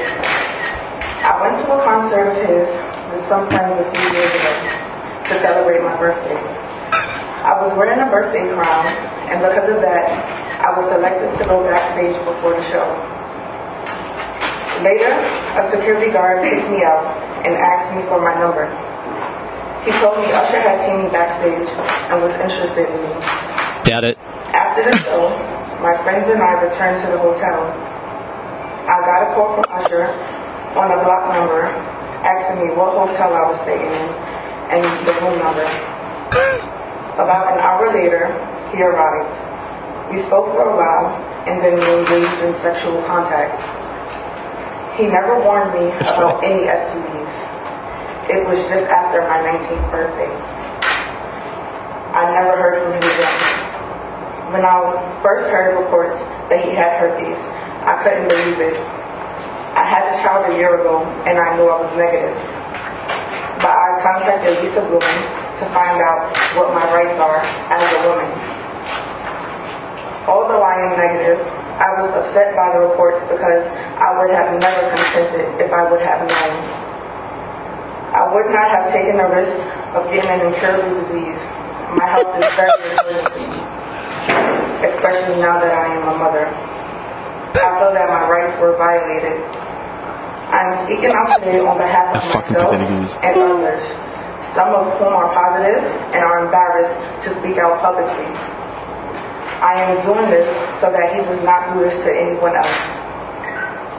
F: I went to a concert of his with some friends a few years ago to celebrate my birthday. I was wearing a birthday crown, and because of that, I was selected to go backstage before the show. Later, a security guard picked me up and asked me for my number. He told me Usher had seen me backstage and was interested in me.
B: Doubt it.
F: After the show, my friends and I returned to the hotel. I got a call from Usher on a block number asking me what hotel I was staying in and the room number. About an hour later, he arrived. We spoke for a while and then we engaged in sexual contact. He never warned me about any STDs. It was just after my 19th birthday. I never heard from him again. When I first heard reports that he had herpes, I couldn't believe it. I had the child a year ago and I knew I was negative. But I contacted Lisa Bloom to find out what my rights are as a woman. Although I am negative, I was upset by the reports because I would have never consented if I would have known. I would not have taken the risk of getting an incurable disease. My health is very resilient to me especially now that I am a mother. I feel that my rights were violated. I'm speaking out today on behalf of
C: How fucking
F: myself
C: pathetic it is.
F: and others, some of whom are positive and are embarrassed to speak out publicly. I am doing this so that he does not do this to anyone else.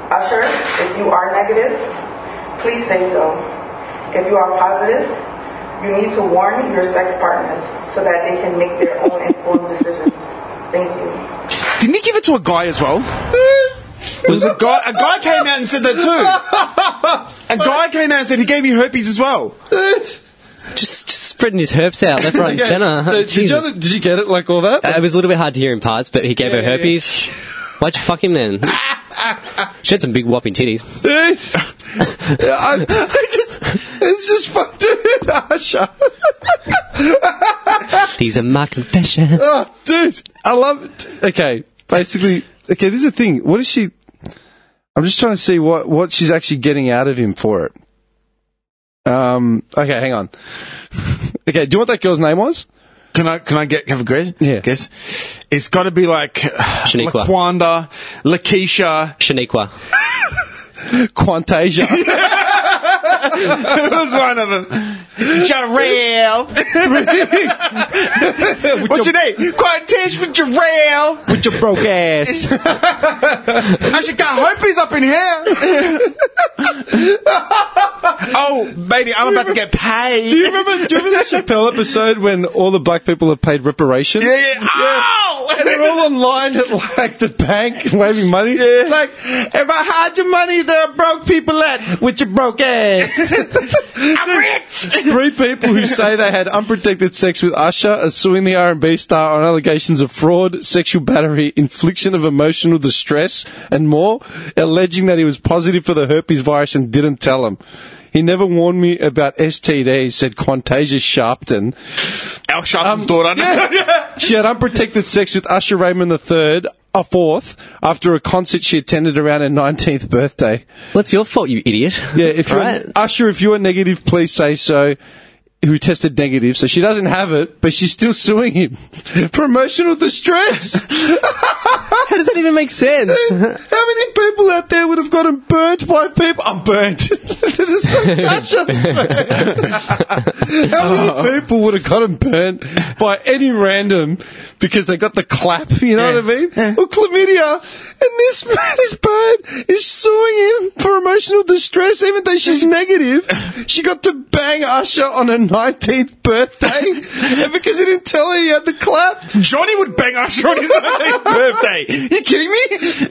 F: Usher, if you are negative, please say so. If you are positive, you need to warn your sex partners so that they can make their own informed decisions. Thank you.
C: Didn't he give it to a guy as well? It was a guy. A guy came out and said that too. A guy came out and said he gave me herpes as well.
B: Just, just spreading his herpes out left, right, and
A: Yeah.
B: centre.
A: So did, you,
B: Jesus.
A: other- did you get it like all that?
B: Uh, it was a little bit hard to hear in parts, but he gave her herpes. Why'd you fuck him then? she had some big whopping titties.
A: Dude, I, I just, it's just fuck, dude, Usher.
B: These are my confessions.
A: Oh, dude, I love it. Okay, basically, okay, this is the thing. What is she? I'm just trying to see what, what she's actually getting out of him for it. Um, okay, hang on. okay, do you know what that girl's name was?
C: Can I can I get have a guess?
A: Yeah.
C: Guess it's got to be like
B: Shaniqua.
C: Laquanda, Lakeisha.
B: Shaniqua.
A: Quantasia.
C: It was one of them. Jarrell. What's your name? Quantish with Jarrell.
A: With your broke ass.
C: I should got herpes up in here. oh, baby, I'm about to get paid.
A: Do you remember, do you remember that Chappelle episode when all the black people have paid reparation?
C: Yeah, yeah. Ah, Ow!
A: And they're all online at like the bank waving money. It's like, if I hide your money, there are broke people at with your broke ass.
C: I'm rich.
A: Three people who say they had unprotected sex with Usher are suing the R&B star on allegations of fraud, sexual battery, infliction of emotional distress, and more, alleging that he was positive for the herpes virus and didn't tell him. He never warned me about STDs, said Quantasia Sharpton.
C: Al Sharpton's daughter.
A: She had unprotected sex with Usher Raymond III, a fourth, after a concert she attended around her 19th birthday.
B: What's your fault, you idiot?
A: Yeah, if you're
B: right.
A: Usher, if you're negative, please say so. Who tested negative, so she doesn't have it, but she's still suing him for emotional distress.
B: How does that even make sense?
A: How many people out there would have gotten burnt by people? I'm burnt. This is Usher.
C: Oh.
A: How many people would have gotten burnt by any random because they got the clap? You know what I mean? Or chlamydia, and this this bird is suing him for emotional distress, even though she's negative. She got to bang Usher on her 19th birthday, and because he didn't tell her he had the clap,
C: Johnny would bang Usher on his 19th birthday.
A: you kidding me? Did he?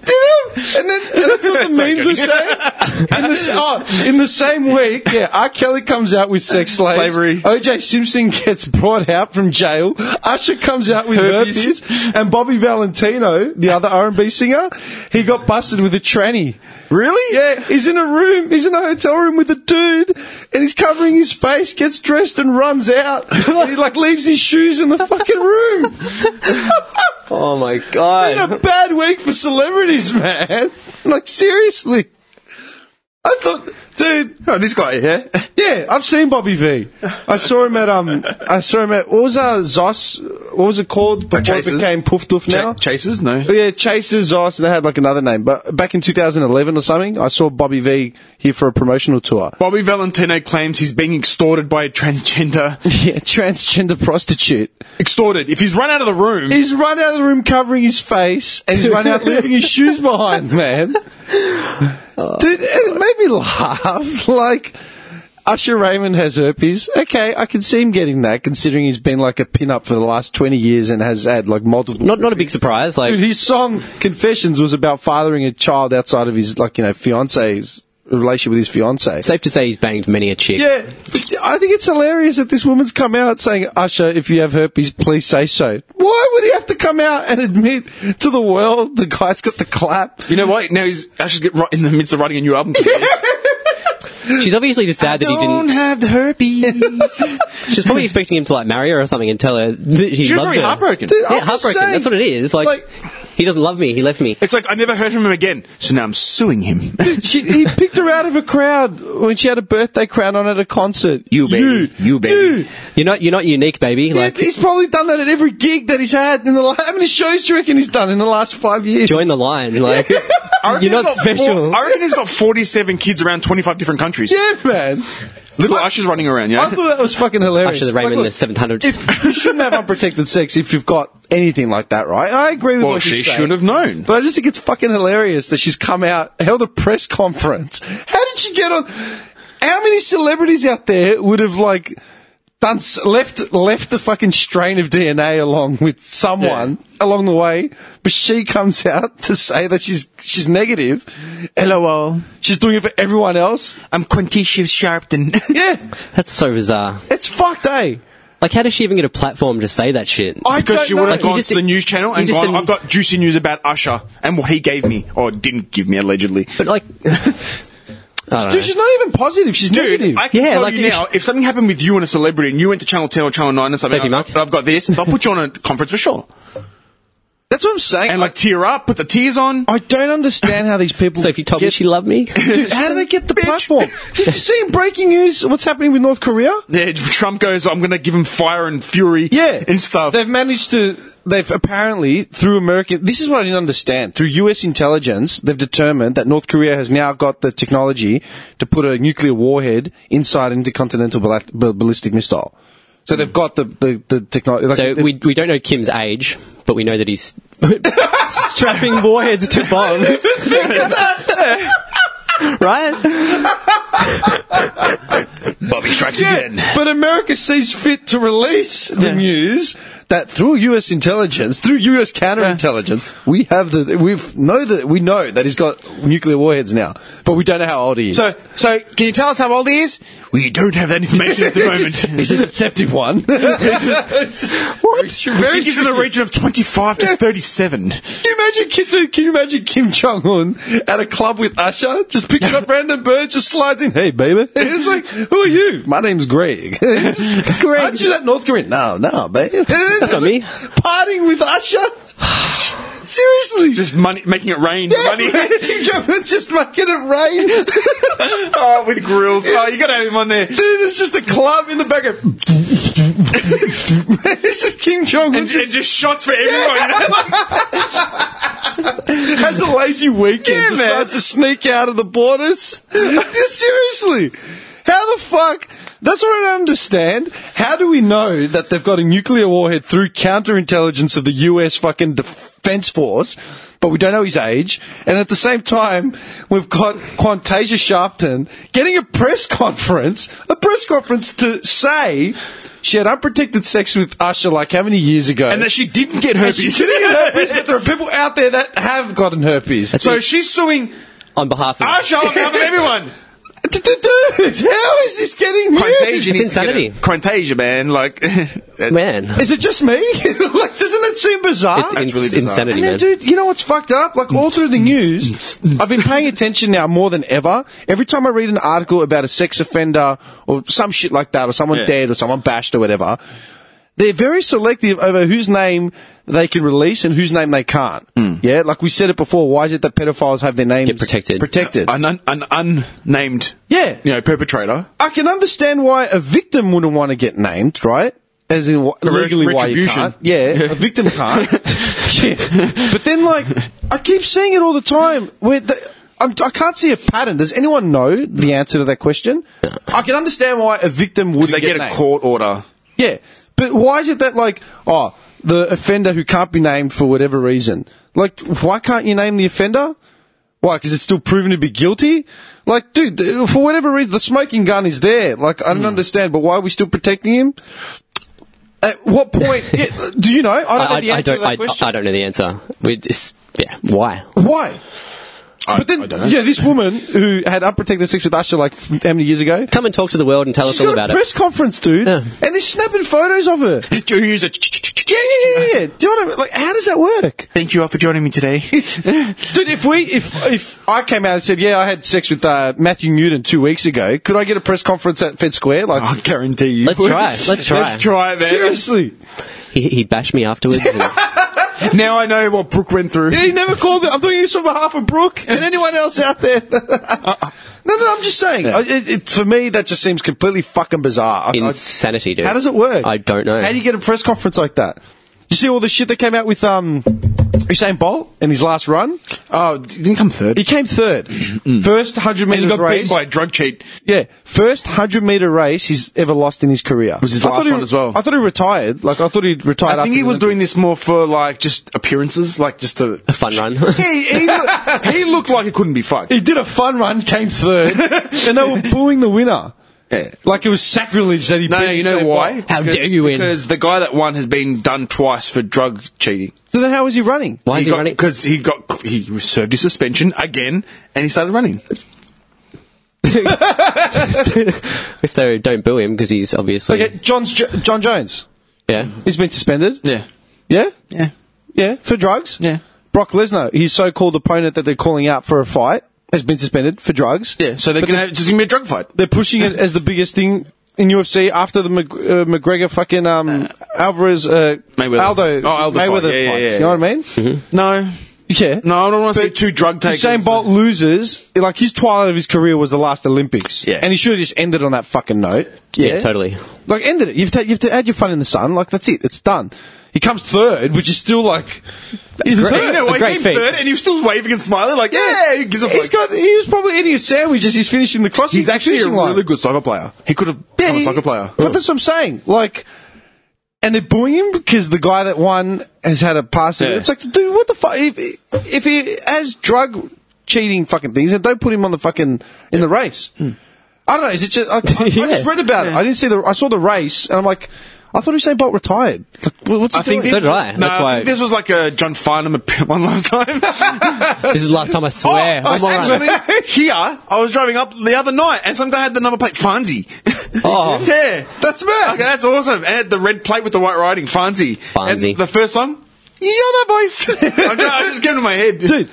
A: And then and that's what the memes were saying. And this, oh, in the same week, yeah, R. Kelly comes out with sex slaves.
C: Slavery.
A: OJ Simpson gets brought out from jail. Usher comes out with herpes.
C: Herpes.
A: And Bobby Valentino, the other R&B singer, he got busted with a tranny.
C: Really?
A: Yeah, he's in a room, he's in a hotel room with a dude, and he's covering his face, gets dressed and runs out. and he like leaves his shoes in the fucking room.
B: Oh my
A: It's
B: god.
A: been a bad week for celebrities, man. Like seriously. I thought, dude,
C: Oh, this guy here.
A: yeah, I've seen Bobby V. I saw him at um, I saw him at what was uh Zos? What was it called before it
C: Chasers.
A: became Poof Doof now?
C: Chasers? No.
A: Oh, yeah, Chasers, Zos, and they had like another name. But back in 2011 or something, I saw Bobby V here for a promotional tour.
C: Bobby Valentino claims he's being extorted by a transgender.
A: Yeah, transgender prostitute.
C: extorted. If he's run out of the room,
A: He's run out of the room covering his face, and he's run out leaving his shoes behind, man. Dude, it made me laugh. Like, Usher Raymond has herpes. Okay, I can see him getting that, considering he's been like a pin-up for the last 20 years and has had like multiple.
B: Not not a big surprise. Like
A: Dude, his song Confessions was about fathering a child outside of his, like, you know, fiance's relationship with his fiancee.
B: safe to say, he's banged many a chick.
A: Yeah, I think it's hilarious that this woman's come out saying, Usher, if you have herpes, please say so. Why would he have to come out and admit to the world the guy's got the clap?
C: You know what? Now he's Ashes get right in the midst of writing a new album.
B: She's obviously just sad that he didn't.
C: have the herpes.
B: She's probably expecting him to like marry her or something and tell her that he
C: She was
B: loves
C: very
B: her.
C: heartbroken.
A: Dude,
B: yeah,
A: I'm just
B: heartbroken.
A: saying,
B: That's what it is. Like,
A: like-
B: he doesn't love me. He left me.
C: it's like I never heard from him again, so now I'm suing him.
A: She, he picked her out of a crowd when she had a birthday crown on at a concert.
C: You, baby. You, baby.
B: You're not. You're not unique, baby. Like,
A: he's probably done that at every gig that he's had in the last, how many shows do you reckon he's done in the last five years?
B: join the line. Like,
C: I reckon
B: you're
C: he's
B: not
C: got four-
B: special.
C: I reckon he's got 47 kids around 25 different countries.
A: yeah, man.
C: Little Usher's running around,
A: I
C: yeah?
A: thought that was fucking hilarious.
B: Usher the
A: Like,
B: Raymond
A: look,
B: the 700.
A: if you shouldn't have unprotected sex if you've got anything like that, right? I agree with
C: Well,
A: what
C: she
A: you're saying.
C: should have known.
A: But I just think it's fucking hilarious that she's come out, held a press conference. How did she get on? How many celebrities out there would have like done s- left left the fucking strain of DNA along with someone along the way? But she comes out to say that she's she's negative.
C: LOL.
A: She's doing it for everyone else.
C: I'm Quintisha Sharpton.
A: Yeah,
B: That's so bizarre.
A: it's fucked, eh?
B: Like, how does she even get a platform to say that shit?
A: I
C: because
A: don't
C: she would
A: know.
C: have
B: Like, you
C: gone
B: just
C: to the
B: didn't-
C: news channel
B: you
C: and
B: just
C: gone,
B: didn't-
C: I've got juicy news about Usher and what he gave me, or didn't give me, allegedly.
B: But like, I don't
A: Dude,
B: know.
A: she's not even positive. She's
C: Dude,
A: negative.
C: I can
B: Yeah,
C: tell
B: like
C: you
B: if-
C: now, if something happened with you and a celebrity and you went to Channel 10 or Channel 9 or something,
B: Thank you,
C: and I've,
B: Mark.
C: I've got this, they'll put you on a conference for sure.
A: That's what I'm saying.
C: And like tear up, put the tears on.
A: I don't understand how these people.
B: So if you told me
A: get,
B: she loved me,
A: Dude, how do they get the platform? Did you see in breaking news what's happening with North Korea?
C: Yeah, Trump goes, I'm going to give him fire and fury
A: Yeah,
C: and stuff.
A: They've managed to. They've apparently through American. This is what I didn't understand. Through U.S. intelligence, they've determined that North Korea has now got the technology to put a nuclear warhead inside an intercontinental bal- bal- ballistic missile. So they've got the the, the technology. Like,
B: so
A: they've-
B: we we don't know Kim's age, but we know that he's strapping warheads to bombs. right?
C: Bobby strikes
A: Yeah,
C: again.
A: But America sees fit to release the news that through U.S. intelligence, through U.S. counterintelligence, we have the we've know that we know that he's got nuclear warheads now, but we don't know how old he is.
C: So, so can you tell us how old he is? We don't have that information at the moment.
A: he's a deceptive one. what?
C: I think he's in the region of 25 to 37.
A: Can you imagine Kim, can you imagine Kim Jong Un at a club with Usher, just picking up random birds, just slides in, hey baby. It's like, who are you? My name's Greg. Greg, aren't you that North Korean? No, no, babe. That's
B: not me.
A: Partying with Usher. Seriously.
C: Just money, making it rain.
A: Yeah,
C: Money.
A: Kim Jong Un's just making it rain.
C: oh, with grills. Oh, you got to have him on there.
A: Dude, it's just a club in the back of. it's just Kim Jong Un
C: And, and just shots for everyone. you know?
A: has a lazy weekend,
C: Yeah, man.
A: decides to sneak out of the borders. Seriously, how the fuck? That's what I don't understand. How do we know that they've got a nuclear warhead through counterintelligence of the US fucking defense force, but we don't know his age? And at the same time, we've got Quantasia Sharpton getting a press conference, a press conference to say she had unprotected sex with Usher like how many years ago?
C: and that she didn't get
A: And she's
C: herpes.
A: getting herpes, but there are people out there that have gotten herpes.
C: so she's suing
B: On behalf of
C: Usher on behalf of everyone.
A: dude, how is this getting
C: Quantasia
A: news?
C: needs to get
B: insanity.
C: a- Quantasia, man. Like,
B: man.
A: Is it just me? like, doesn't that seem bizarre?
B: It's ins-
C: really bizarre.
B: insanity,
A: And then,
B: man.
A: dude, you know what's fucked up? Like, all through the news, I've been paying attention now more than ever. Every time I read an article about a sex offender or some shit like that, or someone
C: Yeah.
A: dead or someone bashed or whatever, they're very selective over whose name they can release and whose name they can't. Yeah, like we said it before. Why is it that pedophiles have their names
B: Hmm. Get protected.
A: Protected.
C: an, un- an unnamed,
A: yeah,
C: you know, perpetrator.
A: I can understand why a victim wouldn't want to get named, right? As in wh- legally why you
C: retribution.
A: can't. Yeah, a victim can't. Yeah. But then, like, I keep seeing it all the time. Where the, I'm, I can't see a pattern. Does anyone know the answer to that question? I can understand why a victim would
C: They
A: get,
C: get a
A: named.
C: court order.
A: Yeah, but why is it that like oh the offender who can't be named for whatever reason? Like why can't you name the offender? Why? Because it's still proven to be guilty? Like, dude, th- for whatever reason, the smoking gun is there. Like,
B: Hmm.
A: I don't understand, but why are we still protecting him? At what point? yeah, do you know? I don't know
B: I,
A: the
B: I, I
A: answer
B: don't.
A: to that
B: I,
A: question.
B: I don't know the answer. We just yeah. Why?
A: why? but then, yeah, this woman who had unprotected sex with Usher like f- how many years ago?
B: Come and talk to the world and tell
A: She's
B: us all
A: got
B: about
A: a
B: it.
A: press conference, dude,
B: Yeah.
A: and they're snapping photos of her.
C: Do you use a?
A: Yeah, yeah, yeah, yeah. Do you know what I mean? Like, how does that work?
C: Thank you all for joining me today.
A: Dude, if we, if, if I came out and said, yeah, I had sex with, uh, Matthew Newton two weeks ago, could I get a press conference at Fed Square? Like,
C: I guarantee you.
B: Let's try. it. Let's try.
C: Let's try it, man.
A: seriously.
B: He, he bashed me afterwards. and-
C: Now I know what Brooke went through.
A: Yeah, he never called me. I'm doing this on behalf of Brooke and anyone else out there. no, no, I'm just saying. I- It, it, for me, that just seems completely fucking bizarre. I- I-
B: insanity, dude.
A: how does it work?
B: I don't know.
A: How do you get a press conference like that? You see all the shit that came out with, um, Usain Bolt in his last run?
C: Oh, didn't come third.
A: He came third. First 100
C: Mm. and
A: meter
C: he got
A: race.
C: beaten by a drug cheat.
A: Yeah, first hundred meter race he's ever lost in his career.
C: Was his
A: I
C: last
A: thought he-
C: one as well.
A: I thought he retired. Like I thought he retired.
C: I
A: after
C: think he
A: the
C: was doing
A: Olympics.
C: this more for like just appearances, like just to.
B: A fun run.
C: He, he, look- he looked like it couldn't be fucked.
A: He did a fun run, came third, and they were booing the winner.
C: Yeah.
A: Like it was sacrilege that he.
C: No,
A: beat
C: no, you know
A: Usain
C: why?
A: Bolt.
B: How
C: Because-
B: dare you win.
C: Because the guy that won has been done twice for drug cheating.
A: So then, how was he running?
B: Why is he running?
C: Because he got he served his suspension again, and he started running.
B: so don't boo him because he's obviously
A: Okay, John's jo- John Jones.
B: yeah.
A: He's been suspended.
C: Yeah,
A: Yeah,
C: yeah,
A: yeah, for drugs.
C: yeah.
A: Brock Lesnar, his so-called opponent that they're calling out for a fight, has been suspended for drugs.
C: Yeah, so they're
A: But
C: gonna have, just gonna be a drug fight.
A: they're pushing it as the biggest thing in UFC after the Mc, uh, McGregor fucking um, Alvarez uh,
C: Mayweather.
A: Aldo
C: Oh, Aldo fight.
A: Mayweather
C: Yeah, yeah,
A: fights.
C: yeah,
A: You know what I mean?
C: No,
A: Yeah.
C: no, I don't want to see
A: But
C: two drug takers.
A: Usain Bolt loses. Like his twilight of his career was the last Olympics.
C: Yeah.
A: And he should have just ended on that fucking note.
B: yeah, totally.
A: Like ended it. You've ta- you've to add your fun in the sun. Like that's it. It's done. He comes third, which is still like he's
B: Great-
A: third.
C: You know
B: A
C: what?
B: great
C: He came
B: feat.
C: third, and he was still waving and smiling like, yeah, he gives a
A: He's
C: fuck.
A: got. He was probably eating a sandwich as he's finishing the cross.
C: He's actually a
A: finishing
C: really
A: line.
C: good soccer player. He could have
A: Yeah,
C: become a
A: he-
C: soccer player.
A: But that's what I'm saying. Like, and they're booing him because the guy that won has had a pass.
C: Yeah.
A: It's like, dude, what the fuck? If, if he has drug cheating fucking things, then don't put him on the fucking in the race.
C: Hmm.
A: I don't know. Is it just? I, I, I just
B: Yeah.
A: read about it. I didn't see the. I saw the race, and I'm like, I thought Usain Bolt retired. Like, wh- what's he
C: I think
A: doing?
B: So did I.
C: No,
B: That's
C: I
B: why-
C: think this was like a John Farnham appeal one last time.
B: This is the last time I
A: Oh,
B: swear. I'm all right.
C: actually, here I was driving up the other night, and some guy had the number plate Fonzie.
B: Oh.
C: yeah, that's mad. Okay, that's awesome. And it had the red plate with the white writing, Fonzie.
B: Fonzie.
C: And the first song, yeah, that voice. I'm just, I'm just giving it my head,
A: dude.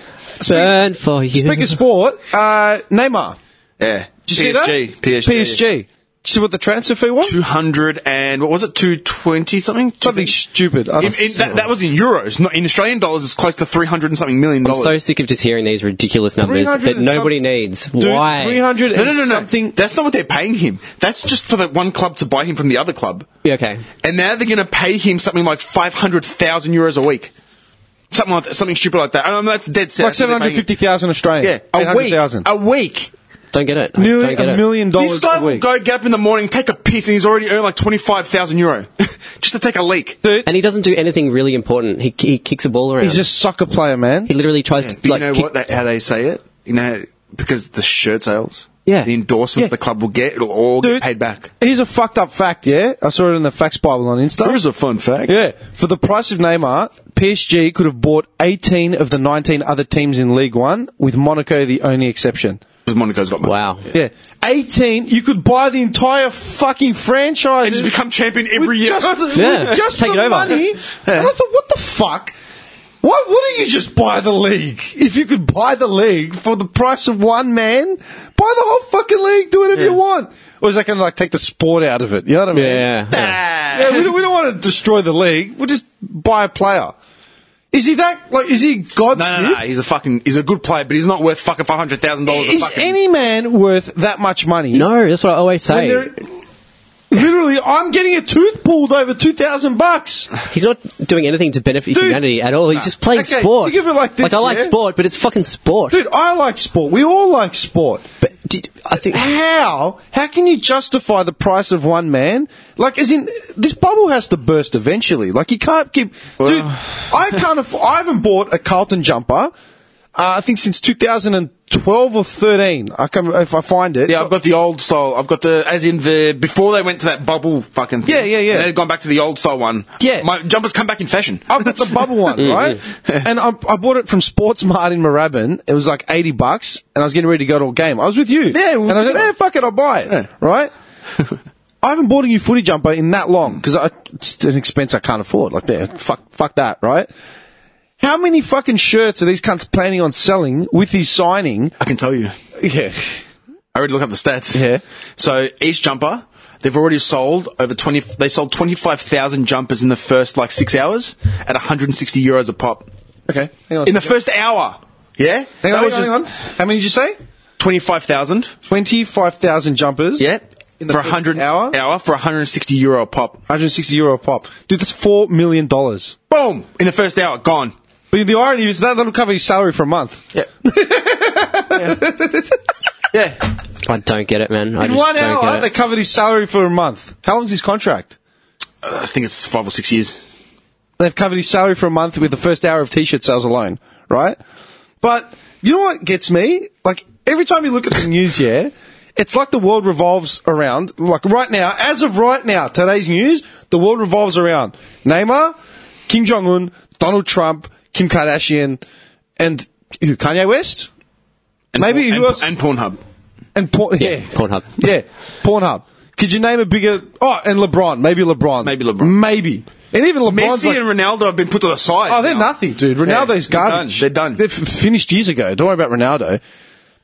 B: Burn for you.
A: Speaking of sport, uh, Neymar.
C: Yeah,
A: Did you
C: PSG,
A: see that?
C: PSG,
A: PSG. Did you see what the transfer fee was?
C: Two hundred and what was it? Two twenty something.
A: Something stupid. I
C: In,
A: don't
C: in, that, that was in euros, not in Australian dollars. It's close to three hundred and something million
B: I'm
C: dollars.
B: so sick of just hearing these ridiculous numbers
A: 300
B: that
A: and
B: nobody
A: some-
B: needs.
A: Dude,
B: Why?
A: 300
C: no, no, no, no.
A: something.
C: That's not what they're paying him. That's just for that one club to buy him from the other club.
B: Yeah, okay.
C: And now they're going to pay him something like five hundred thousand euros a week, something like that, something stupid like that. I don't know that's dead set.
A: Like
C: That's what they're paying him.
A: 750,000 Australian.
C: Yeah, a week.
A: 800,000.
C: A week.
B: Don't get it. I
A: Nearly
B: don't get
A: a
B: it.
A: million dollars
C: This guy
A: a
C: will
A: week.
C: go get up in the morning, take a piss, and he's already earned like twenty five thousand euro just to take a leak.
B: And he doesn't do anything really important. He, he kicks a ball around.
A: He's a soccer player, man.
B: he literally tries
C: Yeah, but
B: to like.
C: you know
B: kick-
C: what? They, how they say it? You know because the shirt sales,
B: Yeah.
C: the endorsements
A: Yeah.
C: the club will get, it'll all get paid back.
A: Here's a fucked up fact, yeah? I saw it in the Facts Bible on Insta.
C: a fun fact.
A: yeah. For the price of Neymar, PSG could have bought 18 of the 19 other teams in League One, with Monaco the only exception.
C: Because Monaco's got money.
B: Wow.
A: Yeah. 18, you could buy the entire fucking franchise.
C: And just become champion
A: with
C: every year.
A: Just the, with
B: Yeah,
A: just
B: take
A: the
B: it over.
A: money. And I thought, what the fuck? Why wouldn't you just buy the league? If you could buy the league for the price of one man, buy the whole fucking league, do whatever you want. Or is that going to like take the sport out of it? You know what I mean?
B: Yeah.
A: Yeah, we don't, we don't want to destroy the league. We'll just buy a player. Is he that, like, is he God's
C: No, no, no.
A: gift?
C: He's a fucking. He's a good player, but he's not worth fucking five hundred thousand dollars.
A: Is
C: fucking,
A: any man worth that much money?
B: No, that's what I always
A: When
B: say.
A: they're- Literally, I'm getting a tooth pulled over 2,000 bucks.
B: He's not doing anything to benefit
A: Dude.
B: humanity at all. He's just playing
A: Okay,
B: sport.
A: you give it like this,
B: I like
A: yeah?
B: sport, but it's fucking sport.
A: Dude, I like sport. We all like sport.
B: But did, I think
A: How? How can you justify the price of one man? Like, as in, this bubble has to burst eventually. Like, you can't keep. dude, I can't. Aff- I haven't bought a Carlton jumper. Uh, I think since 2012 or 13. I can if I find it.
C: Yeah, I've got the old style. I've got the as in the before they went to that bubble fucking thing.
A: Yeah, yeah, yeah.
C: And they've gone back to the old style one.
A: Yeah.
C: my jumpers come back in fashion.
A: I've got the bubble one, right? and I, I bought it from Sports Mart in Moorabbin. It was like 80 bucks, and I was getting ready to go to a game. I was with you.
C: Yeah, we were
A: and I said,
C: together.
A: yeah, fuck it, I'll buy it, right? I haven't bought a new footy jumper in that long because it's an expense I can't afford. Like, yeah, fuck, fuck that, right? How many fucking shirts are these cunts planning on selling with his signing?
C: I can tell you.
A: Yeah.
C: I already look up the stats.
A: Yeah.
C: So each jumper, they've already sold over twenty. They sold twenty five thousand jumpers in the first like six hours at one hundred and sixty euros a pop.
A: Okay. Hang on.
C: In the first hour. Yeah.
A: hang
C: That
A: on,
C: was
A: hang on,
C: just
A: hang on. How many did you say?
C: twenty five thousand.
A: 25,000 jumpers.
C: Yeah.
A: In the
C: for
A: first
C: 100
A: hour?
C: hour for 160 euro a pop.
A: 160 euro a pop. Dude, that's $4 million. But
C: Boom! In the first hour, gone.
A: the irony is that that'll cover his salary for a month.
C: Yeah. yeah.
B: I don't get it, man. I
A: In
B: just
A: one
B: don't get
A: hour,
B: it.
A: they covered his salary for a month. How long's his contract?
C: I think it's five or six years.
A: They've covered his salary for a month with the first hour of t-shirt sales alone, right? But you know what gets me? Like every time you look at the news, yeah, it's like the world revolves around. Like right now, as of right now, today's news, the world revolves around Neymar, Kim Jong Un, Donald Trump, Kim Kardashian, and who? Kanye West.
C: And
A: Maybe
C: porn,
A: who else-
C: And Pornhub.
A: And porn, yeah,
B: Yeah, Pornhub.
A: yeah, Pornhub. Could you name a bigger? Oh, and LeBron. Maybe LeBron.
C: Maybe LeBron.
A: Maybe. And even LeBron's
C: Messi
A: like,
C: and Ronaldo have been put to the side.
A: oh, they're
C: now.
A: nothing, dude. Ronaldo's
C: they're done.
A: garbage.
C: They're done.
A: They're f- finished years ago. Don't worry about Ronaldo.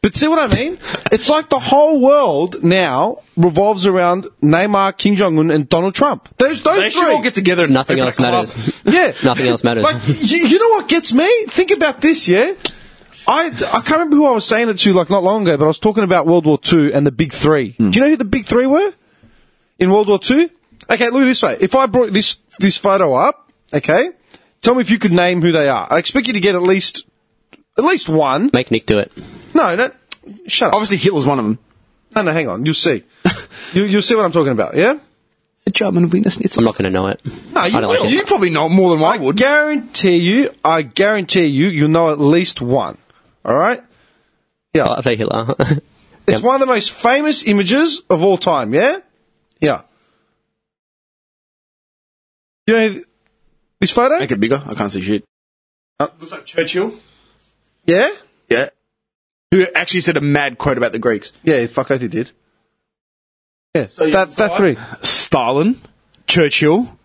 A: But see what I mean? it's like the whole world now revolves around Neymar, Kim Jong Un, and Donald Trump. Those those
C: They should
A: three
C: all get together. And
B: Nothing
C: open a
B: else
C: club.
B: matters.
A: yeah.
B: Nothing else matters.
A: Like, you, you know what gets me? Think about this, yeah? I, I can't remember who I was saying it to like not long ago, but I was talking about World War II and the big three.
B: Hmm.
A: Do you know who the big three were in World War II? Okay, look at it this way. If I brought this, this photo up, okay, tell me if you could name who they are. I expect you to get at least, at least one.
B: Make Nick do it.
A: No, no, shut up.
C: Obviously, Hitler's one of them.
A: No, no, hang on. You'll see. you, you'll see what I'm talking about, yeah?
C: The German Wiener Schnitzel.
B: I'm not going to know it.
A: No, you
B: I don't
A: will.
B: like it.
C: Ah, You probably know more than I
A: I
C: would.
A: guarantee you, I guarantee you, you'll know at least one. All right? Yeah.
B: I'll say Hitler.
A: it's one of the most famous images of all time, yeah? Yeah. You know th- this photo?
C: Make it bigger. I can't see shit.
A: Uh,
C: looks like Churchill.
A: Yeah?
C: Yeah. Who actually said a mad quote about the Greeks?
A: Yeah, fuck oath he did. Oh, Yeah,
C: you
A: that, that
C: decide-
A: three.
C: Stalin, Churchill,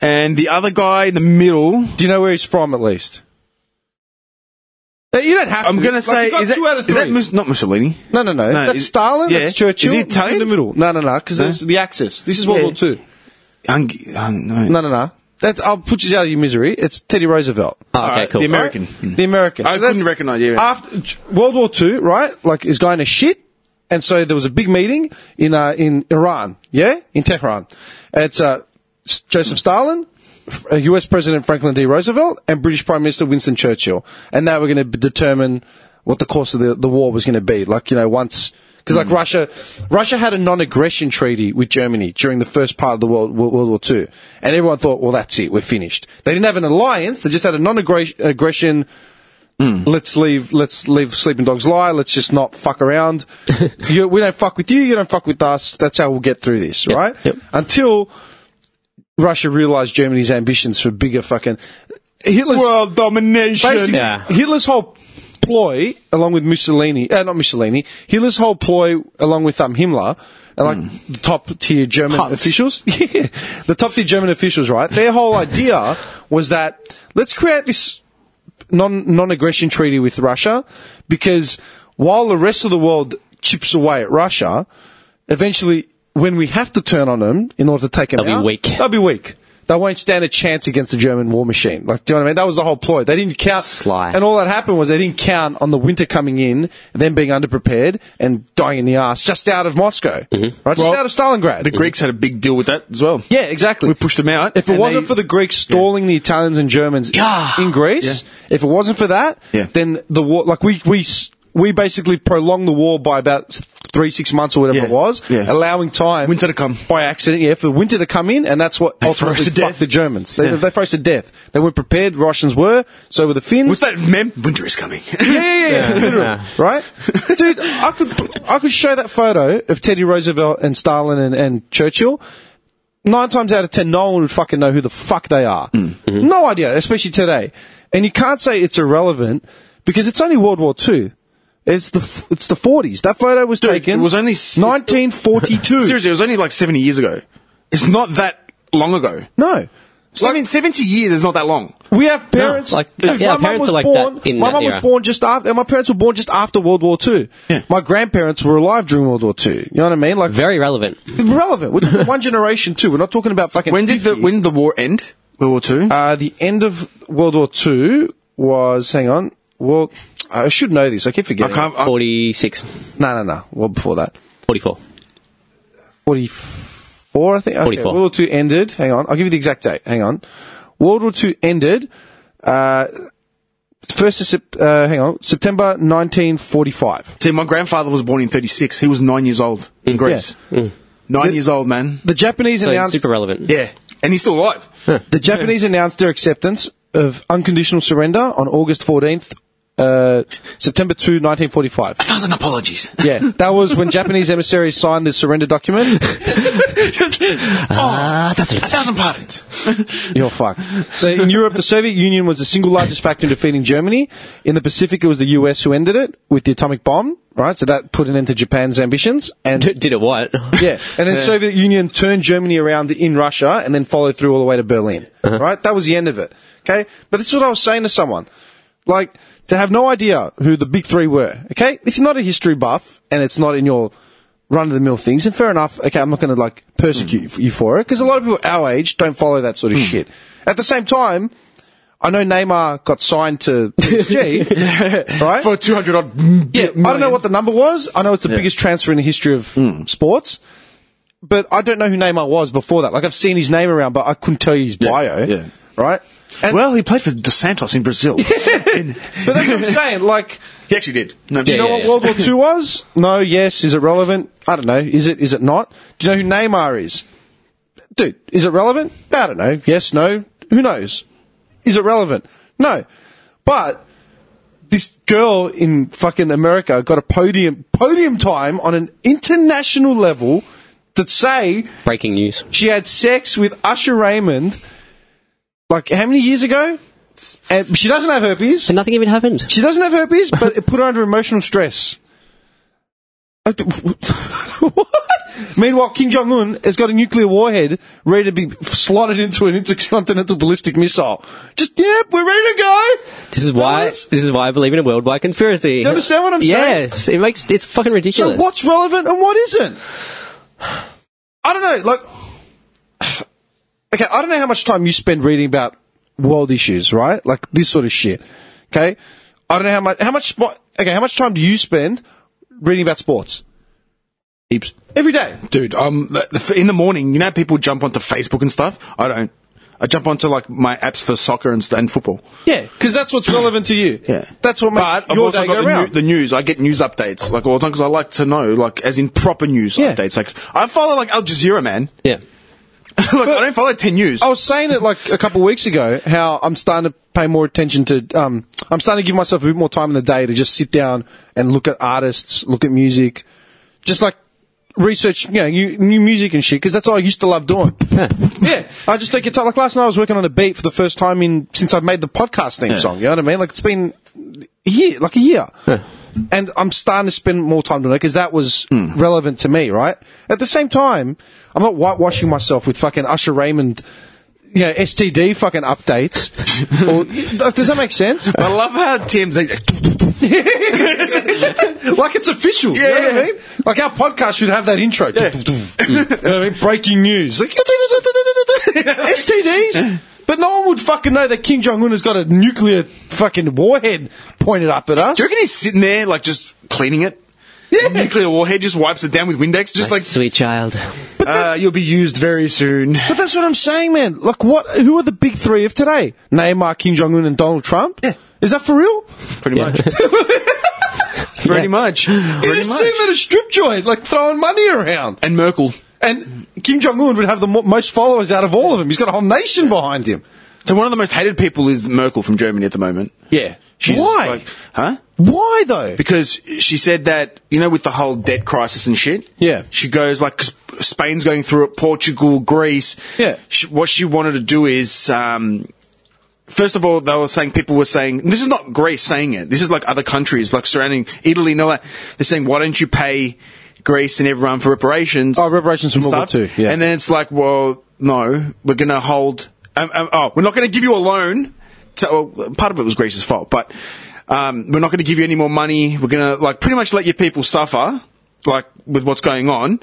C: and the other guy in the middle.
A: Do you know where he's from, at least? Uh, You don't have
C: I'm
A: to.
C: gonna
A: Like,
C: say,
A: you got
C: is that,
A: two out of
C: is that
A: three.
C: Mus- not Mussolini?
A: No, no, no.
C: No,
A: that's
C: is-
A: Stalin,
C: yeah.
A: that's Churchill.
C: Is he
A: he's In the
C: Italian?
A: middle. No, no, no, because
C: No?
A: there's the axis. This is World
C: Yeah.
A: War Two.
C: Hung- hung- no.
A: No, no, no. That, I'll put you out of your misery. It's Teddy Roosevelt.
B: Oh, okay,
C: Alright,
B: cool.
C: Ah, The American.
A: Right? The American.
C: I
A: So that's-
C: couldn't recognise you.
A: After World War Two, right? Like, is going to shit. And so there was a big meeting in, uh, in Iran, yeah? In Tehran. It's, uh, S- Joseph Stalin, F- uh, US President Franklin D. Roosevelt, and British Prime Minister Winston Churchill. And they were going to determine what the course of the, the war was going to be. Like, you know, once, because like Russia, Russia had a non-aggression treaty with Germany during the first part of the world, Wo- World War Two, and everyone thought, well, that's it, we're finished. They didn't have an alliance; they just had a non-aggression. Let's leave. Let's leave sleeping dogs lie. Let's just not fuck around. you, we don't fuck with you. You don't fuck with us. That's how we'll get through this, right?
B: yep.
A: Until Russia realized Germany's ambitions for bigger fucking Hitler's
C: World domination.
A: basically,
B: Yeah.
A: Hitler's whole ploy, along with Mussolini, uh, not Mussolini, Hitler's whole ploy, along with um, Himmler, and like
B: Hmm.
A: the top tier German
C: Cunts.
A: officials, yeah, the top tier German officials, right? Their whole idea was that let's create this non non aggression treaty with Russia, because while the rest of the world chips away at Russia, eventually when we have to turn on them in order to take them
B: They'll be
A: out,
B: weak.
A: they'll be weak. They won't stand a chance against the German war machine. Like, do you know what I mean? That was the whole ploy. They didn't count.
B: Sly.
A: And all that happened was they didn't count on the winter coming in, and then being underprepared and dying in the ass just out of Moscow,
B: Mm-hmm.
A: right? Just
C: Well,
A: out of Stalingrad.
C: The Greeks had a big deal with that as well.
A: yeah, exactly.
C: We pushed them out.
A: If it
C: and
A: wasn't
C: they-
A: for the Greeks stalling the Italians and Germans in Greece, if it wasn't for that,
C: Yeah.
A: then the war, like we we s- we basically prolonged the war by about three, six months or whatever
C: Yeah.
A: it was,
C: Yeah.
A: allowing time
C: Winter to come.
A: by accident, yeah, for winter to come in, and that's what
C: They
A: ultimately
C: froze to
A: fucked
C: death.
A: the Germans. They,
C: Yeah.
A: they froze to death. They weren't prepared. Russians were. So were the Finns.
C: What's that mem? Winter is coming.
A: Yeah, yeah, yeah, literally,
G: Yeah.
A: right, dude. I could I could show that photo of Teddy Roosevelt and Stalin and, and Churchill. Nine times out of ten, no one would fucking know who the fuck they are.
B: Mm. Mm-hmm.
A: No idea, especially today. And you can't say it's irrelevant because it's only World War Two. It's the f- it's the forties. That photo was
C: Dude,
A: taken.
C: it was only s-
A: nineteen forty two.
C: Seriously, it was only like 70 years ago. It's not that long ago.
A: No,
C: So, I mean, 70 years is not that long.
A: We have parents.
B: like-
A: if
B: yeah,
A: my mum
B: parents
A: was
B: are like
A: born,
B: that in
A: my
B: that
A: mum was
B: era.
A: born just after. My parents were born just after World War Two. My grandparents were alive during World War Two. You know what I mean? Like
B: Very relevant.
A: relevant. We're talking one generation too. We're not talking about fucking.
C: When did the
A: 50.
C: when did the war end? World War Two.
A: Uh, the end of World War Two was. Hang on. Well, I should know this. I keep
C: I
A: forgetting.
C: can't. I,
B: 46,
A: No, no, no. Well, before that,
B: 44.
A: forty-four. I think. Okay.
B: 44.
A: World War Two ended. Hang on. I'll give you the exact date. Hang on. World War Two ended. Uh, First of Sep- uh, hang on, September nineteen forty-five.
C: see, my grandfather was born in thirty six. He was nine years old in Greece. Nine years old, man.
A: The Japanese
B: So it's
A: announced
B: super relevant.
C: Yeah, and he's still alive.
A: the Japanese announced their acceptance of unconditional surrender on August 14th, uh, September 2, 1945.
C: Thousand apologies.
A: Yeah, that was when Japanese emissaries signed the surrender document.
C: A thousand pardons.
A: You're fucked. So in Europe, the Soviet Union was the single largest factor in defeating Germany. In the Pacific, it was the US who ended it with the atomic bomb. Right, so that put an end to Japan's ambitions, and
B: D- did it what?
A: yeah, and then Soviet Union turned Germany around in Russia, and then followed through all the way to Berlin. Right, that was the end of it. Okay, but this is what I was saying to someone, like to have no idea who the big three were. Okay, if you're not a history buff and it's not in your run of the mill things, and fair enough. Okay, I'm not going to like persecute you for it because a lot of people our age don't follow that sort of shit. At the same time. I know Neymar got signed to PSG, right?
C: For two hundred odd. m-
A: Yeah, I don't know
C: million.
A: what the number was. I know it's the biggest transfer in the history of
C: Hmm.
A: sports, but I don't know who Neymar was before that. Like I've seen his name around, but I couldn't tell you his bio.
C: yeah.
A: Right. And,
C: Well, he played for Dos Santos in Brazil. And-
A: but that's what I'm saying. Like,
C: he actually did. No,
A: do you know
B: yeah,
A: what
B: yeah.
A: World War Two was? No. Yes. Is it relevant? I don't know. Is it? Is it not? Do you know who Neymar is? Dude, is it relevant? I don't know. Yes. No. Who knows? Is it relevant? No. But this girl in fucking America got a podium podium time on an international level that say
B: Breaking news.
A: she had sex with Usher Raymond like how many years ago? And she doesn't have herpes.
B: And nothing even happened.
A: She doesn't have herpes, but it put her under emotional stress. I d- what? Meanwhile, Kim Jong Un has got a nuclear warhead ready to be slotted into an intercontinental ballistic missile. Just yep, we're ready to go.
B: This is why.
A: Fellas?
B: This is why I believe in a worldwide conspiracy. Do
A: you understand what I'm saying?
B: Yes, it makes it's fucking
A: So
B: ridiculous.
A: what's relevant and what isn't? I don't know. Like, okay, I don't know how much time you spend reading about world issues, right? Like this sort of shit. Okay, I don't know how much. How much? spo- Okay, how much time do you spend reading about sports?
C: Heaps.
A: Every day.
C: dude. Um, the- the- in the morning, you know, how people jump onto Facebook and stuff. I don't. I jump onto like my apps for soccer and, st- and football.
A: Yeah, because that's what's relevant to you.
C: Yeah,
A: that's what makes
C: But I've
A: your
C: also
A: day go
C: got the,
A: round.
C: new, the news. I get news updates like all the time because I like to know, like, as in proper news
A: Yeah.
C: updates. Like, I follow like Al Jazeera, man.
B: yeah,
C: like, I don't follow Ten News.
A: I was saying it like a couple of weeks ago how I'm starting to pay more attention to. Um, I'm starting to give myself a bit more time in the day to just sit down and look at artists, look at music, just like research, you know, new, new music and shit. Because that's all I used to love doing. yeah, I just take your time. Like last night, I was working on a beat for the first time in since I've made the podcast theme song. You know what I mean? Like it's been a year, like a year. And I'm starting to spend more time doing it because that was relevant to me, right? At the same time, I'm not whitewashing myself with fucking Usher Raymond, you know, STD fucking updates. or, does that make sense?
C: I love how TMZ.
A: like it's official. You know what I mean? Like our podcast should have that intro. You know what I mean? Breaking news. Like, STDs. But no one would fucking know that Kim Jong Un has got a nuclear fucking warhead pointed up at us.
C: Do you reckon he's sitting there like just cleaning it?
A: Yeah.
C: Nuclear warhead just wipes it down with Windex, just like
B: sweet child.
C: uh, you'll be used very soon.
A: But that's what I'm saying, man. Like, what? Who are the big three of today? Neymar, Kim Jong Un, and Donald Trump. Yeah. Is that for real?
C: Pretty much. Pretty much.
A: It
C: Pretty
A: is seen at a strip joint, like throwing money around.
C: And Merkel.
A: And Kim Jong Un would have the mo- most followers out of all of them. He's got a whole nation behind him.
C: So one of the most hated people is Merkel from Germany at the moment.
A: Yeah.
C: She's
A: Why?
C: like- huh?
A: Why though?
C: Because she said that you know with the whole debt crisis and shit.
A: Yeah.
C: She goes like 'cause Spain's going through it, Portugal, Greece.
A: Yeah.
C: She, what she wanted to do is. Um, First of all, they were saying people were saying this is not Greece saying it. This is like other countries, like surrounding Italy and all that. They're saying, "Why don't you pay Greece and everyone for reparations?"
A: Oh, reparations from
C: and
A: World
C: stuff.
A: War Two, yeah.
C: And then it's like, well, no, we're going to hold. Um, um, oh, we're not going to give you a loan. So, well, part of it was Greece's fault, but um, we're not going to give you any more money. We're going to like pretty much let your people suffer, like with what's going on.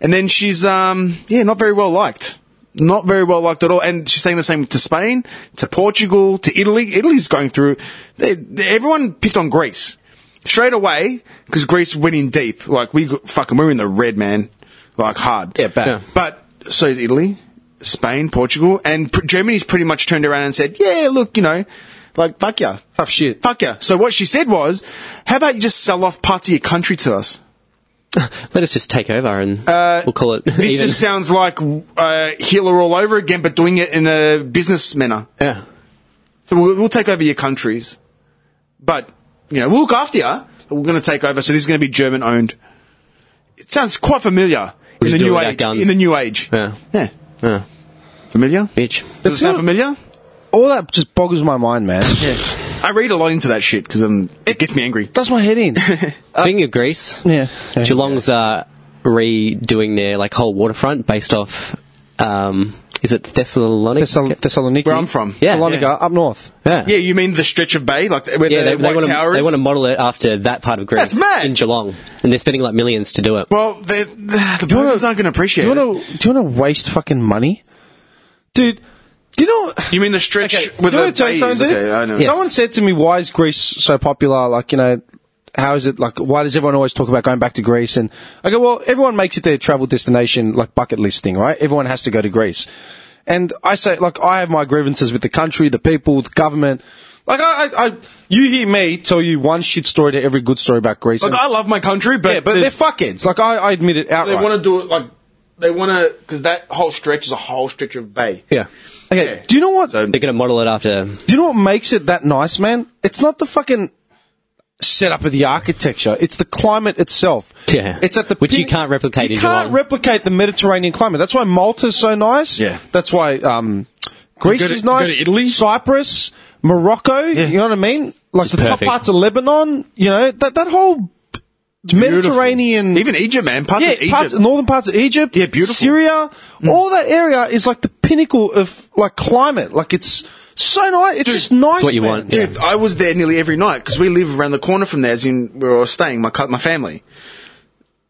C: And then she's, um, yeah, not very well liked. Not very well liked at all. And she's saying the same to Spain, to Portugal, to Italy. Italy's going through. They, they- everyone picked on Greece straight away because Greece went in deep. Like we got- fucking we we're in the red, man. Like hard.
A: Yeah, bad. Yeah.
C: But so is Italy, Spain, Portugal, and pr- Germany's pretty much turned around and said, "Yeah, look, you know, like fuck yeah,
A: Tough shit.
C: fuck yeah." So what she said was, "How about you just sell off parts of your country to us?"
B: Let us just take over and
A: Uh,
B: we'll call it.
C: This
B: even.
C: just sounds like uh, Hitler all over again, but doing it in a business manner.
B: yeah.
C: So we'll, we'll take over your countries, but you know we'll look after you. But we're going to take over. So this is going to be German owned. It sounds quite familiar
B: We'll just
C: in the
B: do it
C: new
B: with our
C: age.
B: guns.
C: In the new age,
B: Yeah.
C: yeah,
B: Yeah.
C: familiar.
B: Bitch.
C: Does it sound
A: all-
C: familiar?
A: All that just boggles my mind, man.
C: I read a lot into that shit because um, it gets me angry.
A: Does my head in. uh,
B: Speaking of Greece,
A: yeah.
B: Geelong's uh, redoing their like whole waterfront based off. Um, is it Thessaloniki?
A: Thessal- Thessaloniki.
C: Where I'm from.
B: Yeah.
A: Thessalonica,
C: Yeah.
A: up north.
B: yeah.
C: Yeah, you mean the stretch of bay, like where
B: Yeah,
C: the
B: they,
C: white
B: want to
C: tower
B: they
C: is?
B: want to model it after that part of Greece.
C: That's mad.
B: in Geelong, and they're spending like millions to do it.
C: well, the, the, the Burmans aren't going to appreciate
A: Do you
C: it.
A: want to? Do you want to waste fucking money, dude? Do you know?
C: You mean the stretch
A: Okay,
C: with
A: do you
C: the
A: want to tell
C: bay?
A: you
C: is?
A: something, dude?
C: Okay, I know.
A: Someone said to me, "Why is Greece so popular? Like, you know, how is it? Like, why does everyone always talk about going back to Greece?" And I go, "Well, everyone makes it their travel destination, like bucket list thing, right? Everyone has to go to Greece." And I say, like, I have my grievances with the country, the people, the government. Like, I, I, I you hear me tell you one shit story to every good story about Greece.
C: Look,
A: And-
C: I love my country, but
A: yeah, but
C: there's-
A: they're fuckheads. Like, I, I admit it outright.
C: They want to do it like they want to because that whole stretch is a whole stretch of bay.
B: Yeah,
A: okay,
C: yeah.
A: do you know what?
C: So
B: they're going to model it after.
A: Do you know what makes it that nice, man? It's not the fucking setup of the architecture. It's the climate itself.
B: Yeah.
A: It's at the
B: Which you
A: pin-
B: can't replicate
A: You
B: in
A: can't
B: Geelong.
A: replicate the Mediterranean climate. That's why Malta's so nice.
C: Yeah.
A: That's why um, Greece
C: You go to-
A: is nice.
C: you go to Italy?
A: Cyprus, Morocco. You know what I mean? Like the top
B: perfect.
A: parts of Lebanon. You know that that whole Mediterranean.
C: even Egypt, man, parts
A: yeah,
C: of Egypt.
A: parts, northern parts of Egypt,
C: Yeah, beautiful. Hmm.
A: Syria, all that area is like the pinnacle of like climate. Like it's so nice. It's just nice.
B: what you
A: man.
B: want,
C: Dude, I was there nearly every night because we live around the corner from there, as in where I was staying, my cu- my family.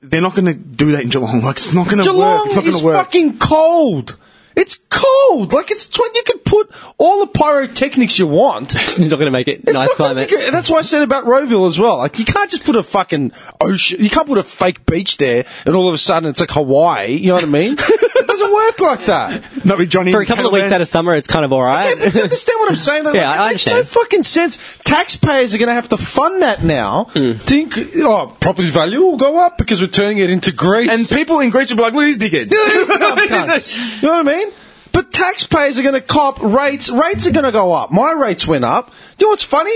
C: They're not going to do that in Geelong. Like it's not going to work.
A: Geelong
C: It's not going
A: is
C: to work.
A: fucking cold. It's cold. Like it's tw- you can put all the pyrotechnics you want. It's
B: They're not going to make it nice
A: not gonna
B: climate.
A: be good. That's why I said about Roeville as well. Like you can't just put a fucking ocean. You can't put a fake beach there, and all of a sudden it's like Hawaii. You know what I mean? it doesn't work like that.
C: Not with Johnny.
B: For a couple of weeks out of summer, it's kind of all right.
A: Yeah, but you understand what I'm saying? Though?
B: Yeah,
A: Like,
B: I
A: it makes
B: understand.
A: no fucking sense. Taxpayers are going to have to fund that now.
B: Hmm.
A: Think, oh, property value will go up because we're turning it into Greece.
C: and people in Greece will be like, "Look at these dickheads."
A: you know what I mean? But taxpayers are going to cop rates. Rates are going to go up. My rates went up. Do you know what's funny?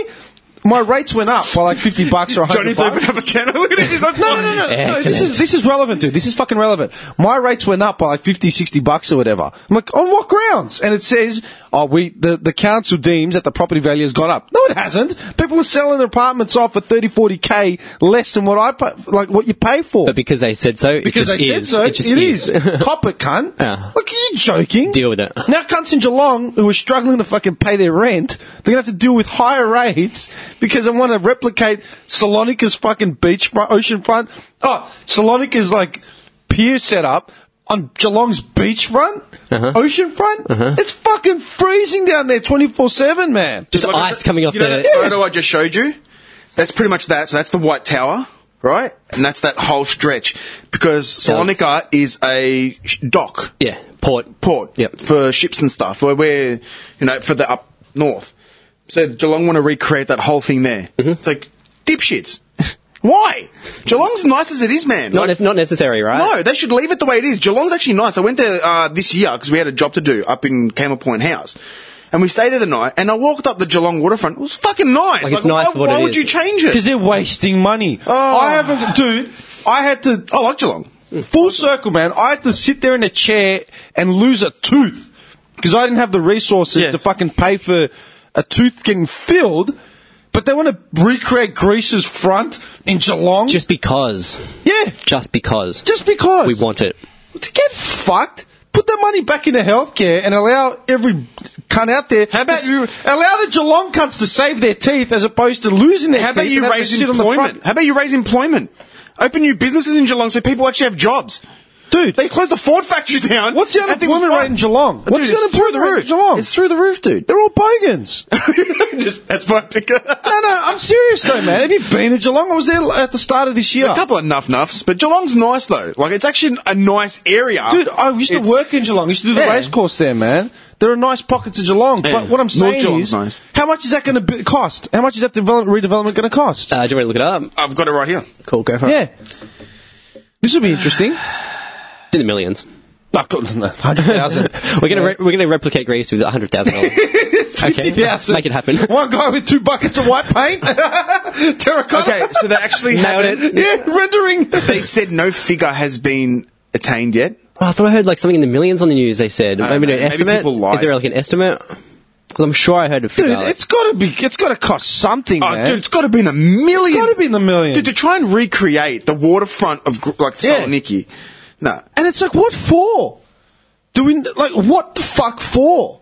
A: My rates went up by like fifty bucks or hundred
C: Johnny's
A: bucks.
C: opened up a can. Look at this.
A: No, no, no, no, no. This
B: Excellent.
A: is this is relevant, dude. This is fucking relevant. My rates went up by like 50, 60 bucks or whatever. I'm like, on what grounds? And it says, oh, we the, the council deems that the property value has gone up. No, it hasn't. People were selling their apartments off for 30, 40 k less than what I pay, like what you pay for.
B: But because they said so,
A: because
B: it
A: they
B: just
A: said
B: is.
A: so,
B: it just
A: it
B: is.
A: is. Cop it, cunt.
B: Yeah.
A: Like, are you joking?
B: Deal with it.
A: Now, cunts in Geelong who are struggling to fucking pay their rent, they're going to have to deal with higher rates because they want to replicate Salonika's fucking beachfront, oceanfront. Oh, Salonika's like pier setup on Geelong's beachfront,
B: Uh-huh.
A: oceanfront. It's fucking freezing down there 24 7, man.
B: Just ice coming off
C: you know
B: the.
C: that photo I just showed you? That's pretty much that. So that's the White Tower, right? And that's that whole stretch because Salonika is a sh- dock
B: Yeah, port.
C: port
B: Yep.
C: for ships and stuff. Where we're, you know, for the up
B: Mm-hmm.
C: north. So Geelong want to recreate that whole thing there. It's like dipshits. Why? Geelong's nice as it is, man.
B: Not,
C: Like-
B: nec- not necessary, right?
C: no, they should leave it the way it is. Geelong's actually nice. I went there uh, this year because we had a job to do up in Camel Point House. And we stayed there the night, and I walked up the Geelong waterfront. It was fucking nice.
B: Like, it's nice
C: why,
B: for what
C: why
B: it
C: would
B: is.
C: you change it?
A: Because they're wasting money.
C: Oh.
A: I haven't, dude. I had to
C: I like Geelong.
A: full circle, man. I had to sit there in a chair and lose a tooth because I didn't have the resources
C: Yeah.
A: to fucking pay for a tooth getting filled. But they want to recreate Greece's front in Geelong.
B: Just because.
A: yeah,
B: Just because.
A: just because
B: we want it.
A: to get fucked. Put that money back into healthcare and allow every cunt out there. How
C: about you-
A: allow the Geelong cunts to save their teeth as opposed to losing their
C: How
A: teeth?
C: about you
A: and having to
C: raise
A: sit on the front?
C: employment? How about you raise employment? Open new businesses in Geelong so people actually have jobs.
A: dude?
C: They closed the Ford factory down.
A: What's the
C: That thing was
A: unemployment
C: fine.
A: rate in Geelong?
C: Dude,
A: What's the
C: it's through
A: unemployment
C: the
A: rate in
C: roof?
A: Geelong?
C: It's through the roof, dude.
A: They're all bogans.
C: Just- that's my pick. a
A: No, no, I'm serious though, man. Have you been to Geelong? I was there at the start of this year.
C: couple of nuff nuffs, but Geelong's nice though. Like it's actually a nice area.
A: Dude, I used to
C: It's-
A: work in Geelong. I used to do the
C: Yeah.
A: race course there, man. There are nice pockets of Geelong,
C: Yeah.
A: but what I'm
C: North
A: saying
C: Geelong's
A: is,
C: nice.
A: how much is that going to cost? How much is that develop- redevelopment going to cost?
B: Uh, do you want me to look it up?
C: I've got it right here.
B: Cool, go for
A: yeah, this will be interesting.
B: it. It's in the millions.
A: no, hundred thousand.
B: We're gonna re- we're gonna replicate Greece with hundred thousand dollars. Okay, make it happen.
A: One guy with two buckets of white paint, terracotta.
C: Okay, so they actually
B: Nailed
C: haven't-
A: yeah, rendering.
C: They said no figure has been attained yet.
B: Oh, I thought I heard like something in the millions on the news. They said maybe
C: know.
B: an
C: Maybe
B: estimate.
C: people lie.
B: Is there like an estimate? 'Cause I'm sure I heard a figure.
A: Dude,
B: like-
A: it's got to be. It's got to cost something,
C: Oh,
A: man.
C: dude, it's got to be in the millions.
A: It's gotta be in the millions.
C: Dude, to try and recreate the waterfront of Gr- like
A: Yeah.
C: Saloniki. No.
A: And it's like, what for? Do we like what the fuck for?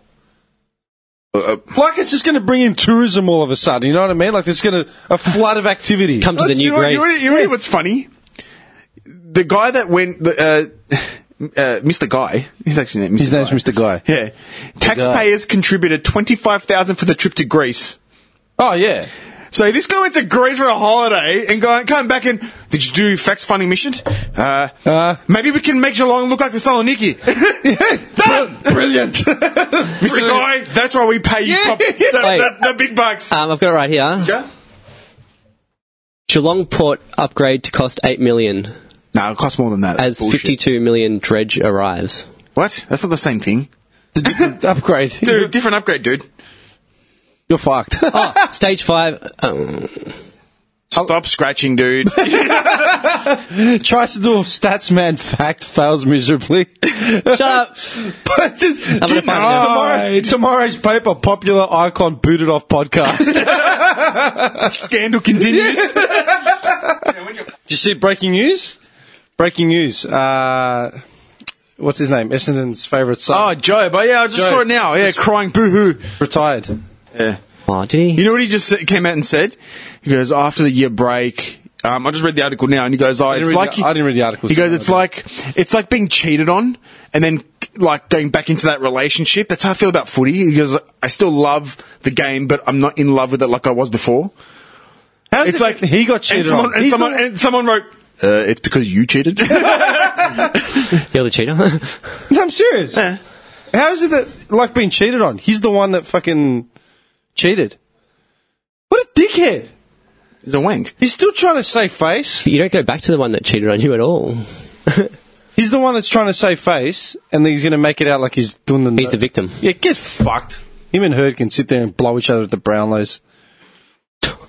A: like it's just going to bring in tourism all of a sudden. You know what I mean? Like there's going to a flood of activity.
B: Come to the
C: Let's-
B: new
C: you know,
B: Greece.
C: You, know- you know what's funny? The guy that went, the, uh, uh, Mr. Guy, he's actually named Mr.
A: His name's
C: Guy.
A: Mr. Guy.
C: Yeah. Taxpayers contributed 25000 for the trip to Greece.
A: Oh yeah.
C: So this guy went to Greece for a holiday and going, coming back and, did you do fax finding mission? Uh,
A: Uh.
C: maybe we can make Geelong look like the Saloniki. Done!
A: Brilliant.
C: Mr. Guy, that's why we pay you top, the, the- the big bucks.
B: um, I've got it right here.
C: Yeah.
B: Geelong port upgrade to cost eight million
C: No, it costs more than that.
B: as
C: That's bullshit.
B: fifty-two million dredge arrives.
C: What? That's not the same thing.
A: Upgrade.
C: Dude, different upgrade, dude.
A: You're fucked.
B: Oh, stage five. Um,
C: Stop scratching, dude.
A: Tries to do a stats man fact, fails miserably.
B: shut up.
A: but just,
B: gonna
A: Dude,
B: find out.
A: tomorrow's, tomorrow's paper, popular icon booted off podcast. Did
C: Scandal continues.
A: you see breaking news? Breaking news. Uh, what's his name? Essendon's favourite son.
C: Oh, Job. Oh, yeah, I just
A: Job.
C: saw it now. Yeah, crying boo-hoo.
A: retired.
C: Yeah.
B: Oh, did he?
C: You know what he just sa- came out and said? He goes, after the year break, um, I just read the article now, and he goes, oh,
A: didn't
C: it's
A: read
C: like...
A: the- I didn't read the article,
C: He
A: so
C: goes,
A: I
C: it's
A: don't
C: like, it's like being cheated on, and then, like, going back into that relationship. That's how I feel about footy. He goes, I still love the game, but I'm not in love with it like I was before.
A: How's
C: It's
A: it
C: like
A: that he got cheated
C: and someone,
A: on.
C: And
A: He's
C: someone,
A: not-
C: and someone wrote, uh, "It's because you cheated."
B: You're the cheater.
A: No, I'm serious. How is it that like being cheated on? He's the one that fucking cheated. What a dickhead!
C: it's a wank.
A: He's still trying to save face.
B: But you don't go back to the one that cheated on you at all.
A: He's the one that's trying to save face, and then he's going to make it out like he's doing the.
B: He's the victim.
A: Yeah, get fucked. Him and Hurd can sit there and blow each other at the Brownlows.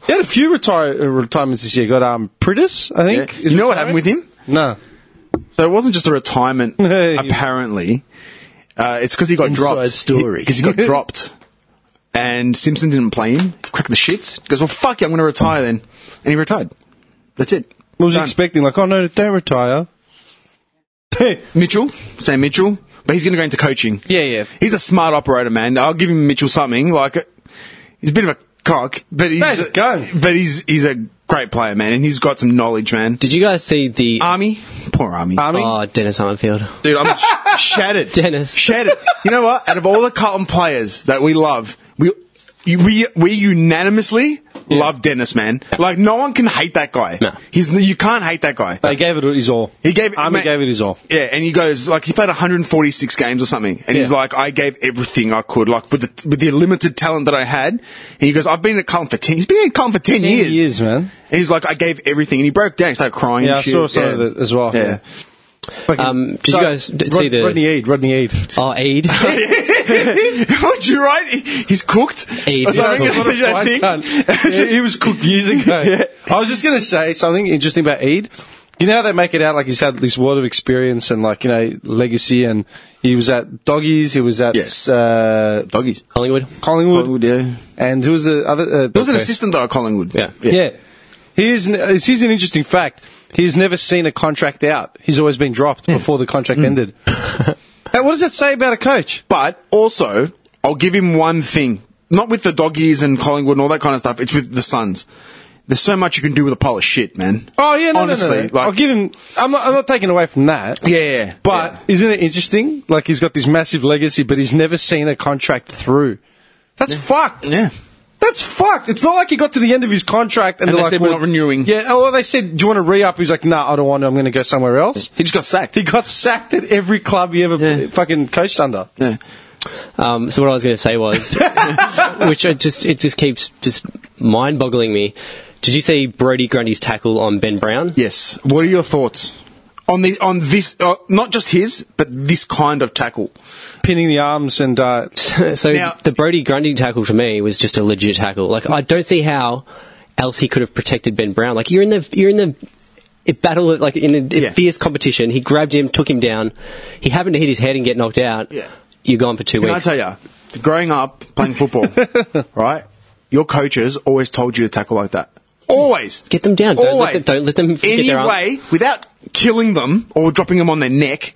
A: He had a few retire- uh, retirements this year. Got um Pritis, I think.
C: You know what happened with him?
A: No.
C: So it wasn't just a retirement.
A: Hey.
C: apparently, uh, it's because he got
A: Inside
C: dropped.
A: story.
C: Because he, got dropped, and Simpson didn't play him. Crack the shits. He goes, "Well, fuck you, I'm going to retire then," and he retired. That's it.
A: I was
C: Done.
A: expecting like, oh no, don't retire.
C: Mitchell, Sam Mitchell, but he's going to go into coaching.
A: Yeah, yeah.
C: He's a smart operator, man. I'll give him Mitchell something. Like he's a bit of a cock, but he's,
A: he's a gun.
C: But he's he's a great player, man, and he's got some knowledge, man.
B: Did you guys see the?
C: Army, poor Army,
A: Army.
B: oh, Dennis Summerfield.
C: dude. I'm sh- shattered.
B: Dennis.
C: shattered. You know what? Out of all the Carlton players that we love, we you, we we unanimously love Dennis, man. Like no one can hate that guy.
A: No.
C: He's you can't hate that guy.
A: They gave it his all.
C: He gave it-
A: Army
C: mate-
A: gave it his all.
C: Yeah, and he goes like he played 146 games or something, and he's
A: Yeah.
C: like, I gave everything I could, like with the with the limited talent that I had. And he goes, I've been at Cullen for ten. He's been at Cullen for ten, years.
A: years, man.
C: And he's like, I gave everything, and he broke down. He started crying.
A: Yeah,
C: and
A: I
C: shit.
A: saw some
C: Yeah.
A: of it as well.
C: Yeah.
B: Um, did you guys d-
A: Rod-
B: see the
A: Rodney Eade? Rodney Eade.
B: Oh, aid?
C: Would you right? He- He's cooked.
B: Hey,
C: Or something.
B: he's
C: Did you
A: I
C: think?
A: can't. Yeah, he was cooked years ago. I was just going to say something interesting about Eid. You know how they make it out like he's had this world of experience and like you know legacy, and he was at Doggies, he was at
C: Yes.
A: uh,
C: Doggies.
B: Collingwood.
A: Collingwood,
C: Collingwood, yeah.
A: and who was the other? Uh,
C: There was an assistant though at Collingwood.
B: Yeah.
A: Yeah. Here's an, uh, here's an interesting fact. He's never seen a contract out. He's always been dropped before the contract ended. Now, what does that say about a coach?
C: But also, I'll give him one thing. Not with the doggies and Collingwood and all that kind of stuff. It's with the Suns. There's so much you can do with a pile of shit, man.
A: Oh yeah, no,
C: Honestly,
A: no, no, no.
C: Like,
A: I'll give him. I'm not. I'm not taking away from that.
C: Yeah, yeah,
A: But
C: yeah.
A: isn't it interesting? Like he's got this massive legacy, but he's never seen a contract through. That's fucked.
C: Yeah.
A: That's fucked. It's not like he got to the end of his contract and,
C: And
A: they're
C: they
A: like,
C: said, "We're not renewing."
A: Yeah. Or they said, "Do you want to re up?" He's like, "No, nah, I don't want to. I'm going to go somewhere else."
C: He just got sacked.
A: He got sacked at every club he ever
C: Yeah.
A: fucking coached under.
C: Yeah.
B: Um, so what I was going to say was, which I just it just keeps just mind-boggling me. Did you see Brody Grundy's tackle on Ben Brown?
C: Yes. What are your thoughts on the on this? Uh, not just his, but this kind of tackle.
A: pinning the arms and uh,
B: so
C: Now-
B: the Brody Grundy tackle to me was just a legit tackle. Like I don't see how else he could have protected Ben Brown. Like you're in the you're in the it battle like in a, a
C: Yeah.
B: fierce competition. He grabbed him, took him down. He happened to hit his head and get knocked out.
C: Yeah.
B: You're gone for two
C: Can I
B: weeks.
C: tell you? Growing up playing football, right? Your coaches always told you to tackle like that. Always.
B: Get them down. Don't let
C: Always.
B: them, don't let them get
C: Any
B: their arm-
C: way, without killing them or dropping them on their neck,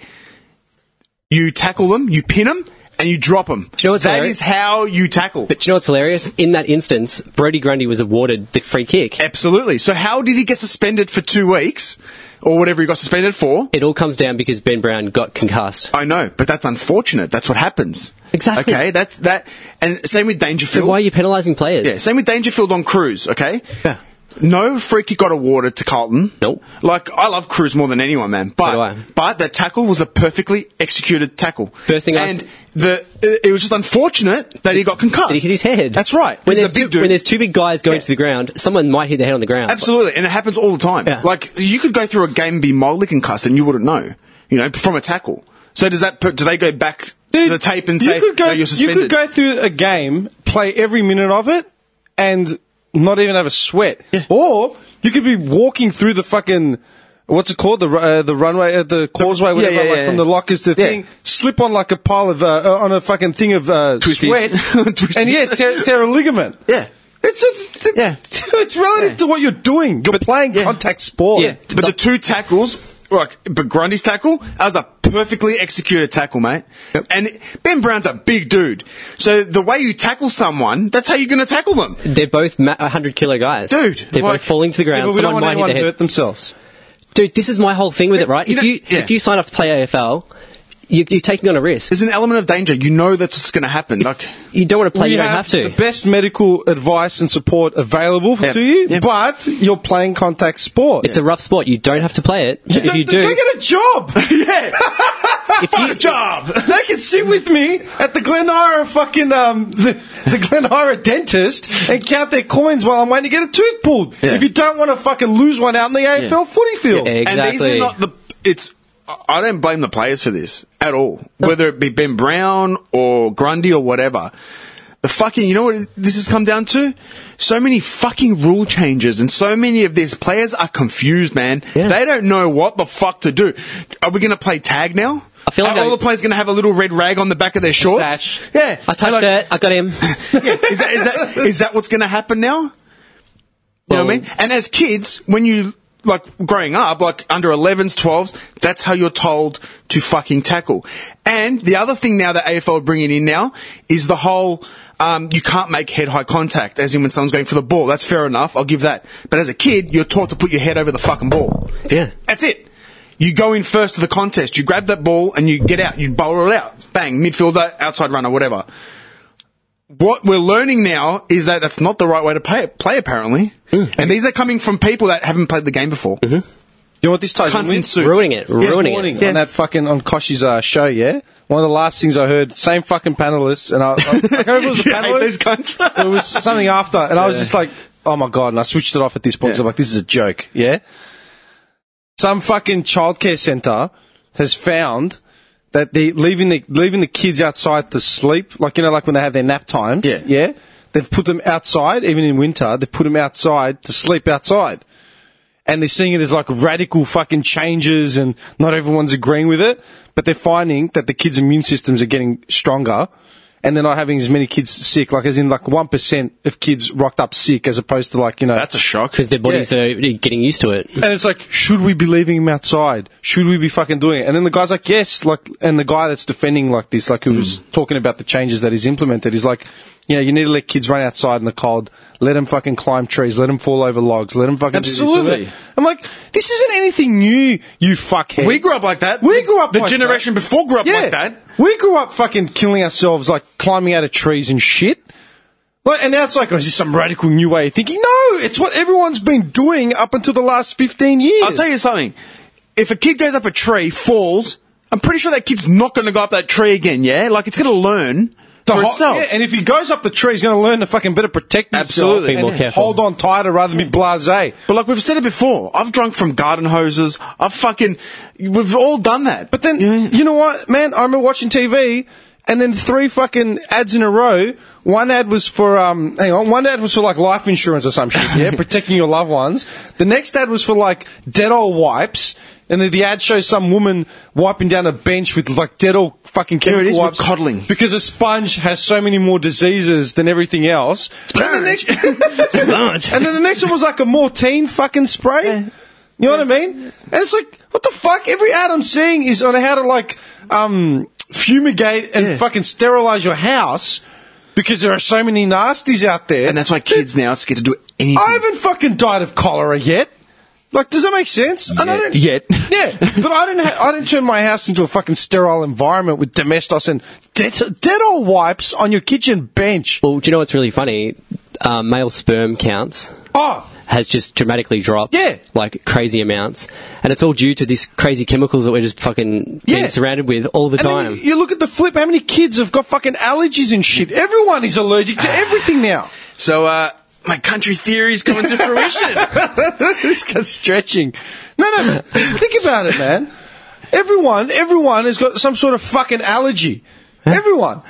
C: you tackle them, you pin them, and you drop them.
B: you know what's
C: that
B: hilarious?
C: is how you tackle.
B: But do you know what's hilarious? In that instance, Brody Grundy was awarded the free kick.
C: Absolutely. So how did he get suspended for two weeks or whatever he got suspended for?
B: It all comes down because Ben Brown got concussed.
C: I know, but that's unfortunate. That's what happens.
B: Exactly.
C: Okay, that's that. And same with Dangerfield.
B: So why are you penalising players?
C: Yeah, same with Dangerfield on Cruz, okay?
B: Yeah.
C: No freaky got awarded to Carlton.
B: Nope.
C: Like, I love Cruz more than anyone, man.
B: do
C: But
B: I.
C: but that tackle was a perfectly executed tackle.
B: First thing I
C: And
B: s-
C: the it it was just unfortunate that he got concussed.
B: Did he hit his head?
C: That's right.
B: When
C: He's a
B: there's,
C: big
B: two,
C: dude.
B: when there's two big guys going
C: Yeah.
B: to the ground, someone might hit their head on the ground.
C: Absolutely, and it happens all the time.
B: Yeah.
C: Like you could go through a game and be mildly concussed, and you wouldn't know, you know, from a tackle. So does that? put- Do they go back to the tape and say,
A: you could go,
C: "No, you're
A: you could
C: suspended"?
A: go through a game, play every minute of it, and not even have a sweat. Or you could be walking through the fucking. What's it called? The ru- uh, the runway, uh, the causeway, whatever.
C: yeah,
A: like,
C: yeah,
A: From the
C: yeah.
A: lockers to the
C: Yeah.
A: thing, slip on like a pile of uh, uh, on a fucking thing of uh,
C: Twisties.
A: sweat,
C: Twisties.
A: and yeah, tear, tear a ligament.
C: Yeah.
A: it's a, it-
C: Yeah.
A: it's relative
C: Yeah.
A: to what you're doing. You're playing
C: yeah.
A: contact sport.
C: Yeah, but the two tackles, like, but Grundy's tackle, that was a perfectly executed tackle, mate. And Ben Brown's a big dude, so the way you tackle someone, that's how you're going to tackle them.
B: They're both ma- 100 kilo guys.
C: Dude,
B: They're
C: like-
B: both falling to the
A: Yeah,
B: ground.
A: but we don't
B: someone
A: want
B: might hit
A: anyone
B: their
A: to
B: head.
A: hurt themselves.
B: Dude, this is my whole thing with it, right?
C: You
B: if
C: know-
B: you
C: yeah.
B: if you sign up to play AFL, you, you're taking on a risk.
C: There's an element of danger. You know that's what's going to happen. Like,
B: You don't want to play,
A: We
B: you don't have to.
A: The best medical advice and support available
C: Yeah.
A: to you,
C: Yeah.
A: but you're playing contact sport.
B: It's a rough sport. You don't have to play it. But if
A: Don't-
B: you do,
A: go get a job.
C: yeah,
B: if you,
C: job.
A: they can sit with me at the Glenara fucking um the, the Glenara dentist and count their coins while I'm waiting to get a tooth pulled.
C: Yeah.
A: If you don't want to fucking lose one out in the AFL footy field,
B: Yeah, exactly.
C: And these are not the. It's. I don't blame the players for this at all. Whether it be Ben Brown or Grundy or whatever. The fucking, you know what this has come down to? So many fucking rule changes and so many of these players are confused, man.
B: Yeah.
C: They don't know what the fuck to do. Are we going to play tag now?
B: I feel like
C: are all
B: I-
C: the players going to have a little red rag on the back of their shorts?
A: sash.
C: Yeah.
B: I touched
C: Like,
B: it. I got him.
C: yeah, is that is that is that what's going to happen now? You know what I mean? And as kids, when you like growing up, like under 11s, 12s, that's how you're told to fucking tackle. And the other thing now that AFL are bringing in now is the whole um, you can't make head high contact, as in when someone's going for the ball. That's fair enough. I'll give that. But as a kid, you're taught to put your head over the fucking ball.
B: Yeah.
C: That's it. You go in first to the contest. You grab that ball and you get out. You bowl it out. Bang, midfielder, outside runner, whatever what we're learning now is that that's not the right way to play, play apparently.
A: Mm.
C: And these are coming from people that haven't played the game before.
A: Mm-hmm. You know what this ties in
C: Cunts in
A: with?
C: suits.
B: Ruining it,
A: This
B: ruining
A: morning
B: it.
C: Yeah.
A: on that fucking on Koshi's uh, show, yeah. One of the last things I heard, same fucking panelists, and I, I, I can't remember if it was a
C: You hate these
A: panelist.
C: cunts.
A: it was something after, and I was just like, "Oh my god!" And I switched it off at this point. 'cause I'm like, "This is a joke." Yeah. Some fucking childcare center has found that they leaving the leaving the kids outside to sleep, like you know, like when they have their nap times.
C: Yeah.
A: Yeah. They've put them outside, even in winter. They've put them outside to sleep outside and they're seeing it as like radical fucking changes and not everyone's agreeing with it, but they're finding that the kids' immune systems are getting stronger and they're not having as many kids sick, like as in like 1% of kids rocked up sick as opposed to like, you know.
C: That's a shock.
B: Because their bodies are getting used to it.
A: and it's like, should we be leaving him outside? Should we be fucking doing it? And then the guy's like, yes, like, and the guy that's defending like this, like who was
C: Hmm.
A: talking about the changes that he's implemented, is like, you know, you need to let kids run outside in the cold, let them fucking climb trees, let them fall over logs, let them fucking do this, do that.
C: Absolutely.
A: I'm like, this isn't anything new, you fuckhead.
C: We grew up like that.
A: We grew up
C: The
A: like
C: generation
A: that.
C: before grew up
A: yeah,
C: like that.
A: We grew up fucking killing ourselves, like climbing out of trees and shit. Like, and now it's like, oh, is this some radical new way of thinking? No, it's what everyone's been doing up until the last 15 years.
C: I'll tell you something. If a kid goes up a tree, falls, I'm pretty sure that kid's not going to go up that tree again, yeah? Like, it's going to learn
A: The
C: for
A: ho-
C: itself.
A: yeah, and if he goes up the tree, he's going to learn to fucking better protect himself.
C: Absolutely.
A: and
B: Be more careful.
A: Hold on tighter rather than be blasé.
C: But like we've said it before, I've drunk from garden hoses. I've fucking, we've all done that.
A: But then,
C: Yeah.
A: you know what, man? I remember watching TV, and then three fucking ads in a row. One ad was for, um, hang on, one ad was for like life insurance or some shit, yeah, protecting your loved ones. The next ad was for like Dettol wipes, and then the ad shows some woman wiping down a bench with like Dettol fucking
C: Here
A: chemical
C: it is with
A: wipes.
C: coddling.
A: Because a sponge has so many more diseases than everything else. And the next- and then the next one was like a Mortine fucking spray. You know what I mean? And it's like, what the fuck? Every ad I'm seeing is on how to like um, fumigate and fucking sterilize your house because there are so many nasties out there.
C: and that's why kids now are scared to do anything.
A: I haven't fucking died of cholera yet. Like, does that make sense? Yet. And I don't,
C: Yet.
A: yeah, but I didn't. Ha- I didn't turn my house into a fucking sterile environment with domestos and det- Dettol wipes on your kitchen bench.
B: Well, do you know what's really funny? Uh, male sperm counts
A: Oh,
B: has just dramatically dropped.
A: Yeah.
B: Like crazy amounts. And it's all due to these crazy chemicals that we're just fucking
A: Yeah.
B: being surrounded with all the
A: And then
B: time.
A: you- you look at the flip. How many kids have got fucking allergies and shit? Everyone is allergic to everything now.
C: So, uh, my country theory's coming to fruition.
A: this guy's stretching. No, no. think about it, man. Everyone, everyone has got some sort of fucking allergy. Everyone.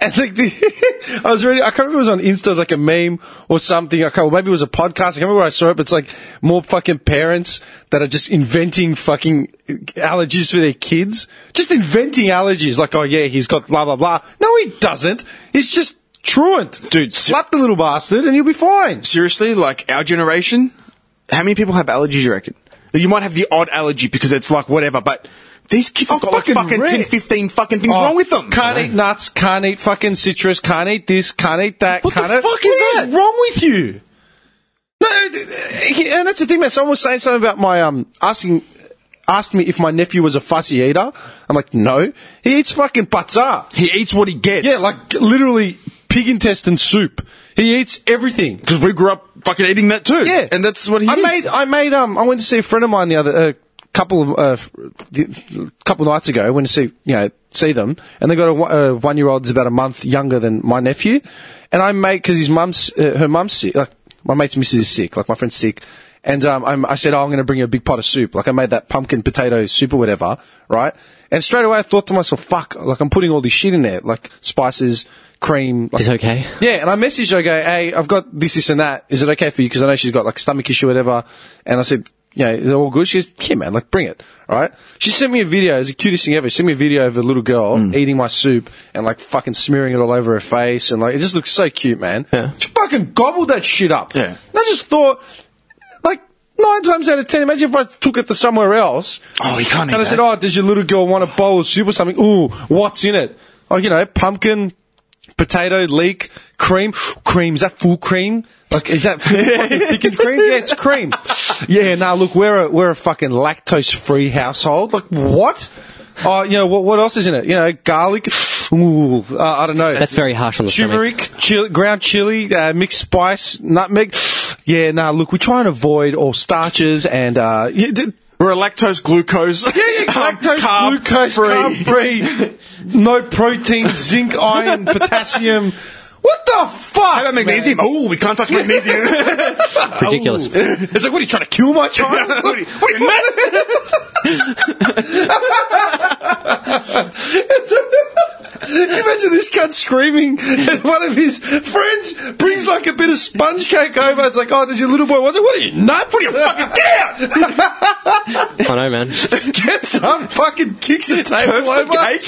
A: And like the, I was reading, I can't remember if it was on Insta, it was like a meme or something. I can't, or maybe it was a podcast. I can't remember where I saw it, but it's like more fucking parents that are just inventing fucking allergies for their kids. Just inventing allergies. Like, oh yeah, he's got blah, blah, blah. No, he doesn't. He's just truant.
C: Dude, so-
A: slap the little bastard and he'll be fine.
C: Seriously, like our generation, how many people have allergies? You reckon? You might have the odd allergy because it's like whatever, but these kids have
A: Oh,
C: got
A: fucking
C: like fucking
A: rare.
C: 10, 15 fucking things
A: Oh,
C: wrong with them.
A: Can't eat nuts, can't eat fucking citrus, can't eat this, can't eat that.
C: What the
A: can't eat-
C: fuck is
A: What
C: that?
A: wrong with you? No, uh, and that's the thing, man. Someone was saying something about my um asking asked me if my nephew was a fussy eater. I'm like, no, he eats fucking patza.
C: He eats what he gets.
A: Yeah, like literally pig intestine soup. He eats everything.
C: because we grew up fucking eating that too.
A: Yeah,
C: and that's what he
A: I
C: eats.
A: made. I made. Um, I went to see a friend of mine the other uh, couple of uh, f- the, couple nights ago. I went to see you know see them, and they got a one- uh, one year old that's about a month younger than my nephew, and I made because his mum's uh, her mum's sick. Like my mate's missus is sick. Like my friend's sick. And um, I'm, I said, oh, I'm going to bring you a big pot of soup. Like I made that pumpkin potato soup or whatever, right? And straight away I thought to myself, fuck, like I'm putting all this shit in there, like spices, cream. Like,
B: It's okay.
A: yeah, and I messaged her, I go, hey, I've got this, this, and that. Is it okay for you? Because I know she's got like stomach issue or whatever. And I said, you know, is it all good? She goes, yeah, man, like bring it. All right. She sent me a video. It's the cutest thing ever. She sent me a video of a little girl
C: Mm.
A: eating my soup and like fucking smearing it all over her face. And like, it just looks so cute, man.
B: Yeah.
A: She fucking gobbled that shit up.
C: Yeah.
A: And I just thought, like, nine times out of ten, imagine if I took it to somewhere else.
C: Oh, he can't eat
A: And I
C: that.
A: said, "Oh, does your little girl want a bowl of soup or something? Ooh, what's in it? Oh, you know, pumpkin, potato, leek, cream. Cream is that full cream? Like, is that full fucking thickened cream? Yeah, it's cream. Yeah, now look, we're a we're a fucking lactose free household. Like, what? Oh, you know what? What else is in it? You know, garlic. Ooh, uh, I don't know.
B: That's very harsh on the stomach.
A: turmeric, chili, ground chili, uh, mixed spice, nutmeg. Yeah, nah. Look, we try and avoid all starches and uh, yeah, d-
C: We're a lactose glucose. Yeah,
A: lactose, glucose, carb free, no protein, zinc, iron, potassium. What the fuck?
C: How about magnesium?
A: man?
C: Oh, we can't touch magnesium.
B: Ridiculous.
A: It's like, what are you trying to kill my child?
C: what are you, what are you nuts?
A: Can you imagine this cunt screaming and one of his friends brings like a bit of sponge cake over. It's like, oh, does your little boy want it? What are you, nuts? What are you fucking, get out!
B: I know, man.
A: Gets up, fucking kicks his table over.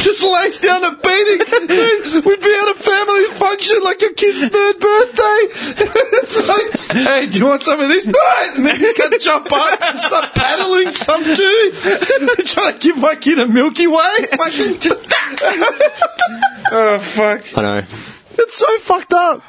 A: Just lays down a beating. Dude, we'd be at a family function like your kid's third birthday. it's like, hey, do you want some of this? No! And then he's going to jump up and start paddling some dude. Trying to give my kid a Milky Way. Fucking just...
C: Oh, fuck.
B: I know.
A: It's so fucked up.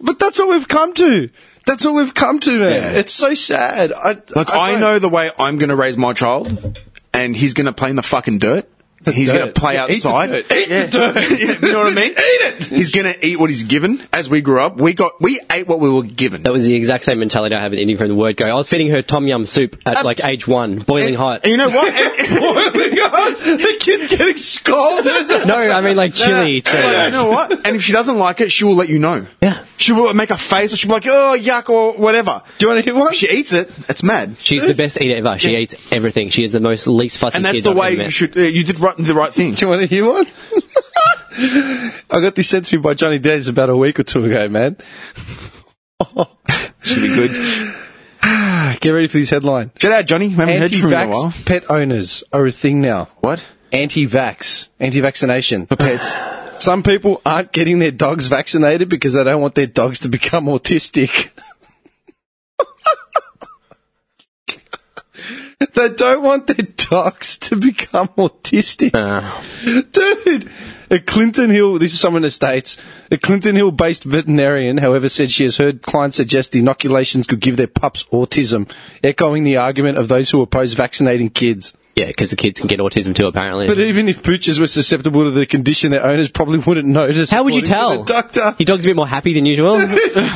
A: But that's what we've come to. That's what we've come to, man.
C: Yeah.
A: It's so sad. I,
C: Like, I,
A: don't-
C: know the way I'm going to raise my child, and he's going to play in the fucking dirt. he's going
A: dirt.
C: to play
A: Yeah, eat the
C: outside.
A: dirt. Eat the dirt.
C: you know what I mean?
A: Eat it.
C: He's going to eat what he's given. As we grew up, we got we ate what we were given.
B: That was the exact same mentality I have in India from the word go. I was feeding her tom yum soup at like age one, boiling hot.
C: And you know what? And-
A: boiling up. The kid's getting scalded.
B: No, I mean like chili.
C: And, like, you know what? And if she doesn't like it, she will let you know.
B: Yeah.
C: She will make a face, or she'll be like, "Oh, yuck," or whatever.
A: Do you want to hear one?
C: If she eats it, it's mad.
B: She's the best eater ever. She eats everything. She is the most least fussy
C: And that's
B: kid
C: the
B: I've
C: way
B: ever
C: you
B: met.
C: should. Uh, you did right, the right thing.
A: Do you want to hear one? I got this sent to me by Johnny Days about a week or two ago, man.
C: Should be good.
A: Get ready for this headline.
C: Shout out, Johnny. We haven't heard from you in a while.
A: Anti-vax pet owners are a thing now.
C: What?
A: Anti-vax, anti-vaccination.
C: For pets.
A: Some people aren't getting their dogs vaccinated because they don't want their dogs to become autistic. they don't want their dogs to become autistic. Dude, a Clinton Hill, this is someone in the States, a Clinton Hill based veterinarian, however, said she has heard clients suggest the inoculations could give their pups autism, echoing the argument of those who oppose vaccinating kids.
B: Yeah, because the kids can get autism too, apparently.
A: But even if pooches were susceptible to the condition, their owners probably wouldn't notice.
B: How would you
A: according
B: tell?
A: to The doctor.
B: Your dog's a bit more happy than usual.
A: A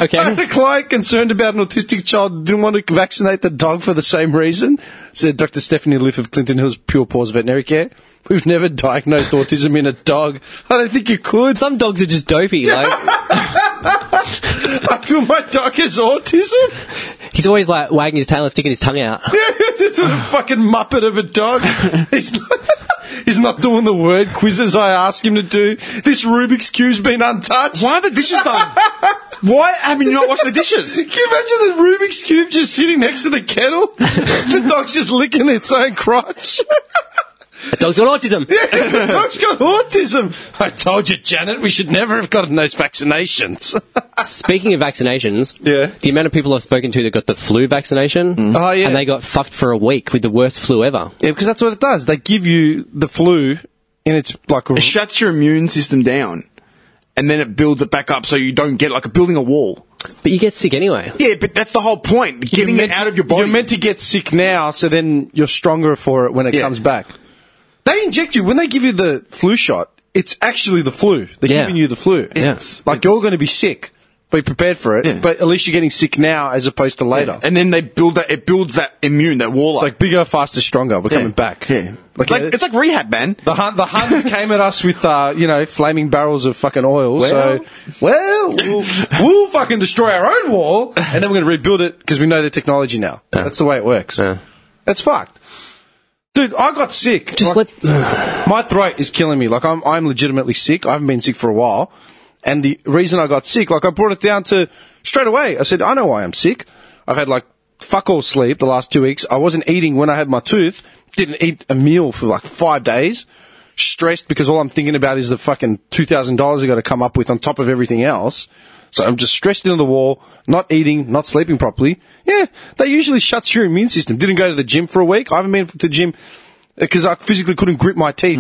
B: okay.
A: client concerned about an autistic child didn't want to vaccinate the dog for the same reason, said Dr. Stephanie Liff of Clinton Hills Pure Paws Veterinary Care. We've never diagnosed autism in a dog. I don't think you could.
B: Some dogs are just dopey. Like
A: I feel my dog has autism.
B: he's always like wagging his tail and sticking his tongue out.
A: this sort of fucking muppet of a dog. He's not, he's not doing the word quizzes I ask him to do. This Rubik's cube's been untouched.
C: Why are the dishes done? Why haven't you not washed the dishes?
A: Can you imagine the Rubik's Cube just sitting next to the kettle? the dog's just licking its own crotch.
B: The dog's got autism.
A: the dog's got autism. I told you, Janet, we should never have gotten those vaccinations.
B: Speaking of vaccinations,
A: Yeah.
B: the amount of people I've spoken to that got the flu vaccination,
C: Mm.
A: Oh, yeah.
B: and they got fucked for a week with the worst flu ever.
A: yeah, because that's what it does. They give you the flu, and it's like a
C: It shuts your immune system down, and then it builds it back up so you don't get like building a wall.
B: But you get sick anyway.
C: Yeah, but that's the whole point. Getting it out of your body.
A: You're meant to get sick now, so then you're stronger for it when it
C: Yeah.
A: comes back. They inject you when they give you the flu shot. It's actually the flu. They're
B: Yeah.
A: giving you the flu.
B: Yeah.
A: like you're going to be sick. Be prepared for it.
C: Yeah.
A: But at least you're getting sick now as opposed to later.
C: and then they build that. It builds that immune, that wall.
A: It's
C: up.
A: like bigger, faster, stronger. We're
C: Yeah.
A: coming back.
C: Yeah,
A: Like,
C: like,
A: uh,
C: it's like rehab, man.
A: The Hun- the Huns came at us with uh, you know flaming barrels of fucking oil. so well, we'll we'll fucking destroy our own wall, and then we're going to rebuild it because we know the technology now. That's the way it works.
B: Yeah.
A: That's fucked. Dude, I got sick.
B: Just
A: Like,
B: let.
A: my throat is killing me. Like I'm I'm legitimately sick. I haven't been sick for a while, and the reason I got sick, like I brought it down to straight away. I said I know why I'm sick. I've had like fuck all sleep the last two weeks. I wasn't eating when I had my tooth. Didn't eat a meal for like five days. Stressed because all I'm thinking about is the fucking two thousand dollars I got to come up with on top of everything else. So I'm just stressed into the wall, not eating, not sleeping properly. Yeah, that usually shuts your immune system. Didn't go to the
C: Hmm.
A: gym for a week. I haven't been to the gym because I physically couldn't grip my teeth,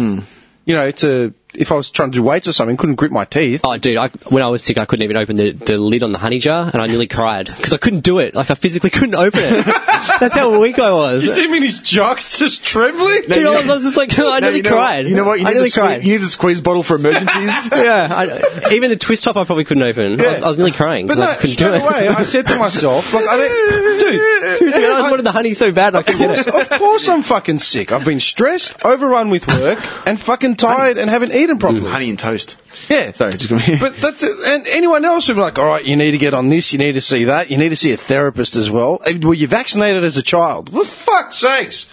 A: you know, to if I was trying to do weights or something, couldn't grip my teeth.
B: Oh, dude, I, when I was sick, I couldn't even open the, the lid on the honey jar, and I nearly cried because I couldn't do it. Like, I physically couldn't open it. That's how weak I was.
A: him in his jocks just trembling?
B: Dude, I was, I was just like, I
C: No,
B: nearly
C: you know,
B: cried.
C: You know what? You
B: I
C: need, the
B: nearly
C: sque-
B: cried.
C: you need the squeeze bottle for emergencies.
B: yeah, I, even the twist top I probably couldn't open. I, was, I was nearly crying
A: But
B: because
A: no,
B: I couldn't do
A: straight
B: it.
A: away, I said to myself, like, I don't, dude,
B: Seriously, I just wanted the honey so bad I could get it.
A: of course I'm fucking sick. I've been stressed, overrun with work, and fucking tired and haven't eaten properly.
C: Honey and toast.
A: Yeah.
C: Hmm. Sorry, just come here.
A: But that's it. and anyone else would be like, all right, you need to get on this, you need to see that, you need to see a therapist as well. Eh, Were you vaccinated as a child? For fuck's sakes!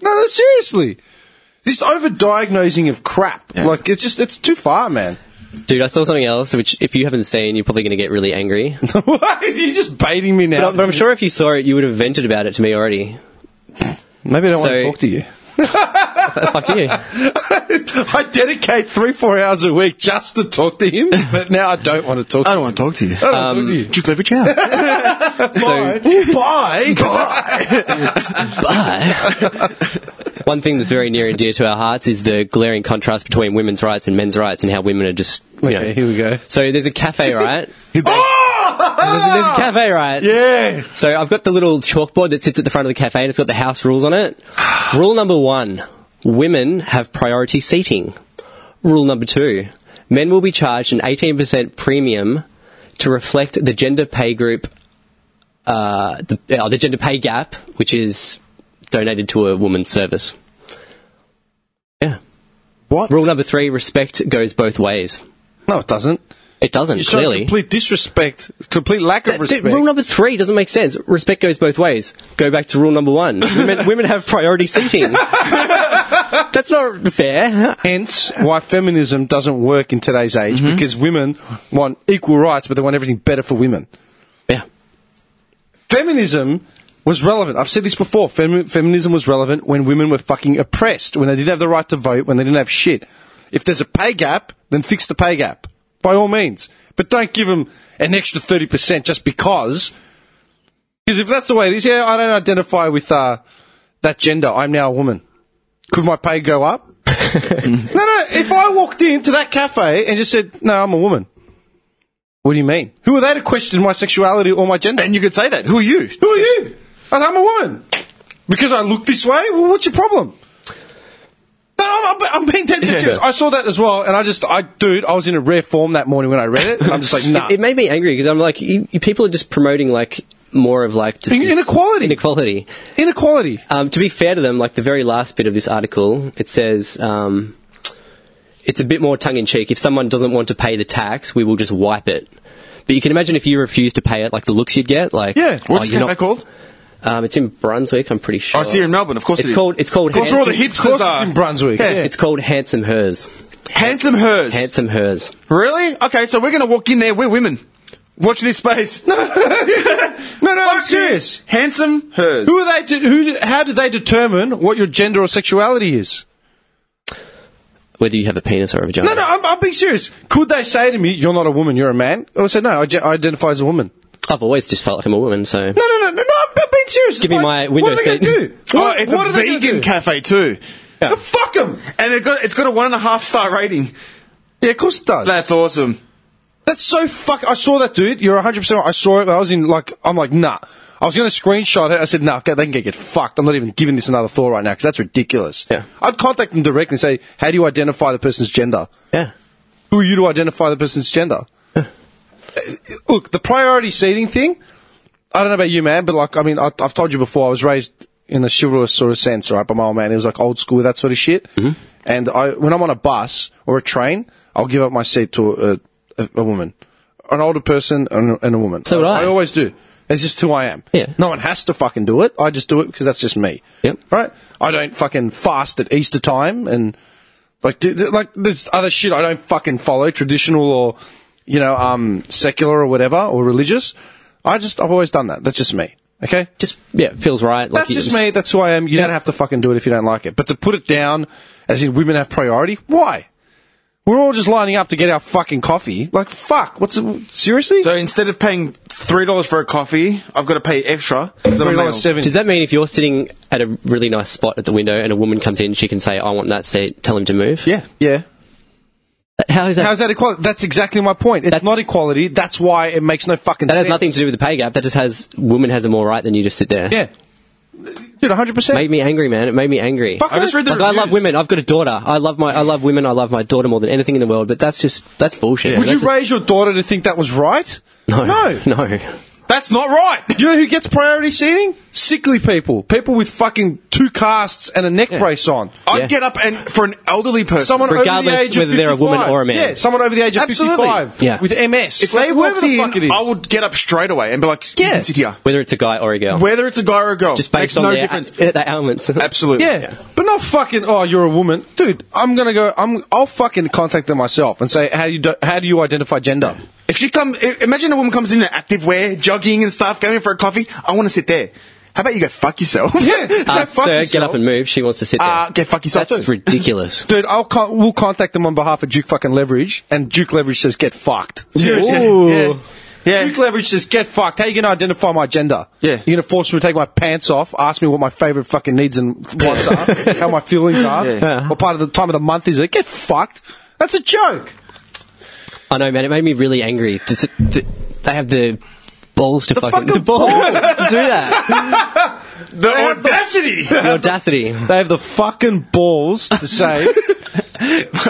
A: No, no seriously. This overdiagnosing of crap, like it's just it's too far, man.
B: Dude, I saw something else, which if you haven't seen, you're probably going to get really angry. But,
A: Why are you just baiting me now?
B: I- but I'm sure if you saw it, you would have vented about it to me already.
A: Maybe I don't want
B: So-
A: to talk to you.
B: Uh, Fuck you.
A: I dedicate three, four hours a week just to talk to him, but now I don't want to talk.
C: I
A: to
C: don't want to talk to you.
A: I don't want to
C: Did you play for chow?
B: So,
A: talk to you. Bye. Bye.
B: But one thing that's very near and dear to our hearts is the glaring contrast between women's rights and men's rights and how women are just, you
A: Okay,
B: know.
A: here we go.
B: So there's a cafe, right? there's, there's a
A: Oh!
B: cafe, right?
A: Yeah.
B: So I've got the little chalkboard that sits at the front of the cafe and it's got the house rules on it. Rule number one, women have priority seating. Rule number two, men will be charged an 18% premium to reflect the gender pay group, uh, the, uh, the gender pay gap, which is donated to a woman's service. Yeah.
A: What?
B: Rule number three, respect goes both ways.
A: No, it doesn't.
B: It doesn't,
A: You show
B: clearly.
A: complete disrespect, complete lack of
B: Dude,
A: respect.
B: rule number three doesn't make sense. Respect goes both ways. Go back to rule number one. Women, women have priority seating. That's not fair.
A: Hence, why feminism doesn't work in today's age because women want equal rights, but they want everything better for women.
B: Yeah.
A: Feminism was relevant. I've said this before. Femi- feminism was relevant when women were fucking oppressed, when they didn't have the right to vote, when they didn't have shit. If there's a pay gap, then fix the pay gap by all means, but don't give them an extra thirty percent just because. Because if that's the way it is, yeah, I don't identify with uh, that gender. I'm now a woman. Could my pay go up? no, no. If I walked into that cafe and just said, "No, I'm a woman," what do you mean? Who are they to question my sexuality or my gender?
C: and you could say that. Who are you?
A: Who are you? And I'm a woman. Because I look this way? Well, what's your problem? No, I'm, I'm, I'm being dead serious. I saw that as well, and I just, I, dude, I was in a rare form that morning when I read it. I'm just like, nah.
B: It made me angry because I'm like, you, you people are just promoting like more of like just
A: In-
B: this
A: inequality.
B: Inequality.
A: Inequality.
B: Um, to be fair to them, like the very last bit of this article, it says. Um, it's a bit more tongue in cheek. If someone doesn't want to pay the tax, we will just wipe it. But you can imagine if you refuse to pay it, like the looks you'd get. Like,
A: Yeah.
B: oh,
C: What's
B: you're
C: the
B: not-
C: cafe called?
B: Um, it's in Brunswick, I'm pretty sure.
C: Oh, it's here in Melbourne. Of course
B: It's
C: it is.
B: called. It's called.
C: course, we're all the
B: Handsome-
A: Of course,
C: Because,
A: it's
C: uh,
A: in Brunswick.
C: yeah.
A: Yeah.
B: It's called Handsome Hers.
C: Handsome Hers.
B: Handsome Hers.
C: Really? Okay, so we're going to walk in there. We're women. Watch this space. No,
A: No, no, I'm serious.
C: Handsome Hers.
A: Who are they? To, who? How do they determine what your gender or sexuality is?
B: Whether you have a penis or a vagina.
A: No, no, I'm, I'm being serious. Could they say to me, "You're not a woman, you're a man"? I would say, "No, I, ge- I identify as a woman."
B: I've always just felt like I'm a woman, so.
A: No, no, no, no, no. I'm being serious.
B: Give me
A: What
B: my
A: are
B: window
A: they going to
B: seat.
A: do?
C: Oh,
A: What-
C: it's
A: what
C: a
A: are they gonna
C: vegan
A: do?
C: cafe too.
A: Oh, Fuck them.
C: And it got, it's got a one and a half star rating.
A: Yeah, of course it does.
C: That's awesome.
A: That's so fuck. I saw that dude. You're 100. percent I saw it. I was in like, I'm like, nah. I was going to screenshot it. I said, nah, okay, they can get, get fucked. I'm not even giving this another thought right now because that's ridiculous.
B: Yeah.
A: I'd contact them directly and say, how do you identify the person's gender?
B: Yeah.
A: Who are you to identify the person's gender? Uh, Look, the priority seating thing. I don't know about you, man, but like, I mean, I, I've told you before, I was raised in the chivalrous sort of sense, right? By my old man, he was like old school, that sort of shit. Mm-hmm. And I, when I'm on a bus or a train, I'll give up my seat to a, a, a woman, an older person, and, and a woman.
B: So would I.
A: I always do. It's just who I am.
B: Yeah.
A: No one has to fucking do it. I just do it because that's just me.
B: Yep.
A: Right. I don't fucking fast at Easter time and like, do, th- like there's other shit I don't fucking follow, traditional or you know, um, secular or whatever or religious. I just I've always done that. That's just me. Okay.
B: Just yeah, it feels right. Like
A: That's
B: you
A: just me. That's who I am. You don't have to fucking do it if you don't like it. But to put it down as in women have priority, why? We're all just lining up to get our fucking coffee. Like fuck. What's seriously?
C: So instead of paying three dollars for a coffee, I've got to pay extra.
A: Three dollars seventy.
B: Does that mean if you're sitting at a really nice spot at the window and a woman comes in, she can say, "I want that seat. Tell him to move."
C: Yeah.
A: Yeah.
B: How is that?
A: How's that equality? That's exactly my point. It's
B: That's-
A: not equality. That's why it makes no fucking
B: that
A: sense.
B: has nothing to do with the pay gap. That just has woman has a more right than you. Just sit there.
A: Yeah. Dude, 100%.
B: Made me angry, man. It made me angry.
A: Fuck
C: I just
A: it.
C: read the
B: Like, I love
C: reviews.
B: women. I've got a daughter. I love my. I love women. I love my daughter more than anything in the world. But that's just that's bullshit.
A: Would you
B: That's
A: raise your daughter to think that was right?
B: just-
A: No.
B: no, no.
C: That's not right.
A: You know who gets priority seating? Sickly people. People with fucking two casts and a neck brace on.
C: I'd
B: Yeah.
C: get up and for an elderly person.
A: Someone
B: Oh, Regardless
A: over the age
B: whether
A: of 55.
B: they're a woman or a man.
A: Yeah, someone over the age of
C: Absolutely.
A: 55.
B: Yeah.
A: With MS.
C: if they
A: whatever
C: walked
A: the
C: in,
A: fuck it is.
C: I would get up straight away and be like, "You
A: Yeah.
C: can sit here."
B: Whether it's a guy or a girl,
C: Whether it's a guy or a girl,
B: just
C: makes
B: based on
C: no
B: their,
C: difference.
B: their elements.
C: Absolutely.
A: Yeah. But not fucking, oh, you're a woman. Dude, I'm gonna go, I'm, I'll fucking contact them myself and say, how do you, do, how do you identify gender?
C: If she come, i- imagine a woman comes in in active wear, jogging and stuff, going for a coffee. I want to sit there. How about you go fuck yourself?
A: Yeah. Go
B: Uh,
A: fuck
B: sir, get
A: yourself.
B: up and move. She wants to sit there.
C: Uh, go fuck yourself
B: that's
C: too.
B: ridiculous.
A: Dude, I'll con- we'll contact them on behalf of Duke fucking Leverage, and Duke Leverage says get fucked.
C: Seriously.
A: Ooh.
C: Yeah. Yeah.
A: Duke Leverage says get fucked. How you gonna identify my gender?
C: Yeah.
A: you're gonna force me to take my pants off, ask me what my favorite fucking needs and wants are, how my feelings are,
C: Yeah.
A: what part of the time of the month is it? Get fucked. That's a joke.
B: I know, man. It made me really angry. Does it, th- they have the balls to fucking,
A: fucking
B: the balls to do that.
C: The audacity.
B: The audacity.
A: They have the fucking balls to say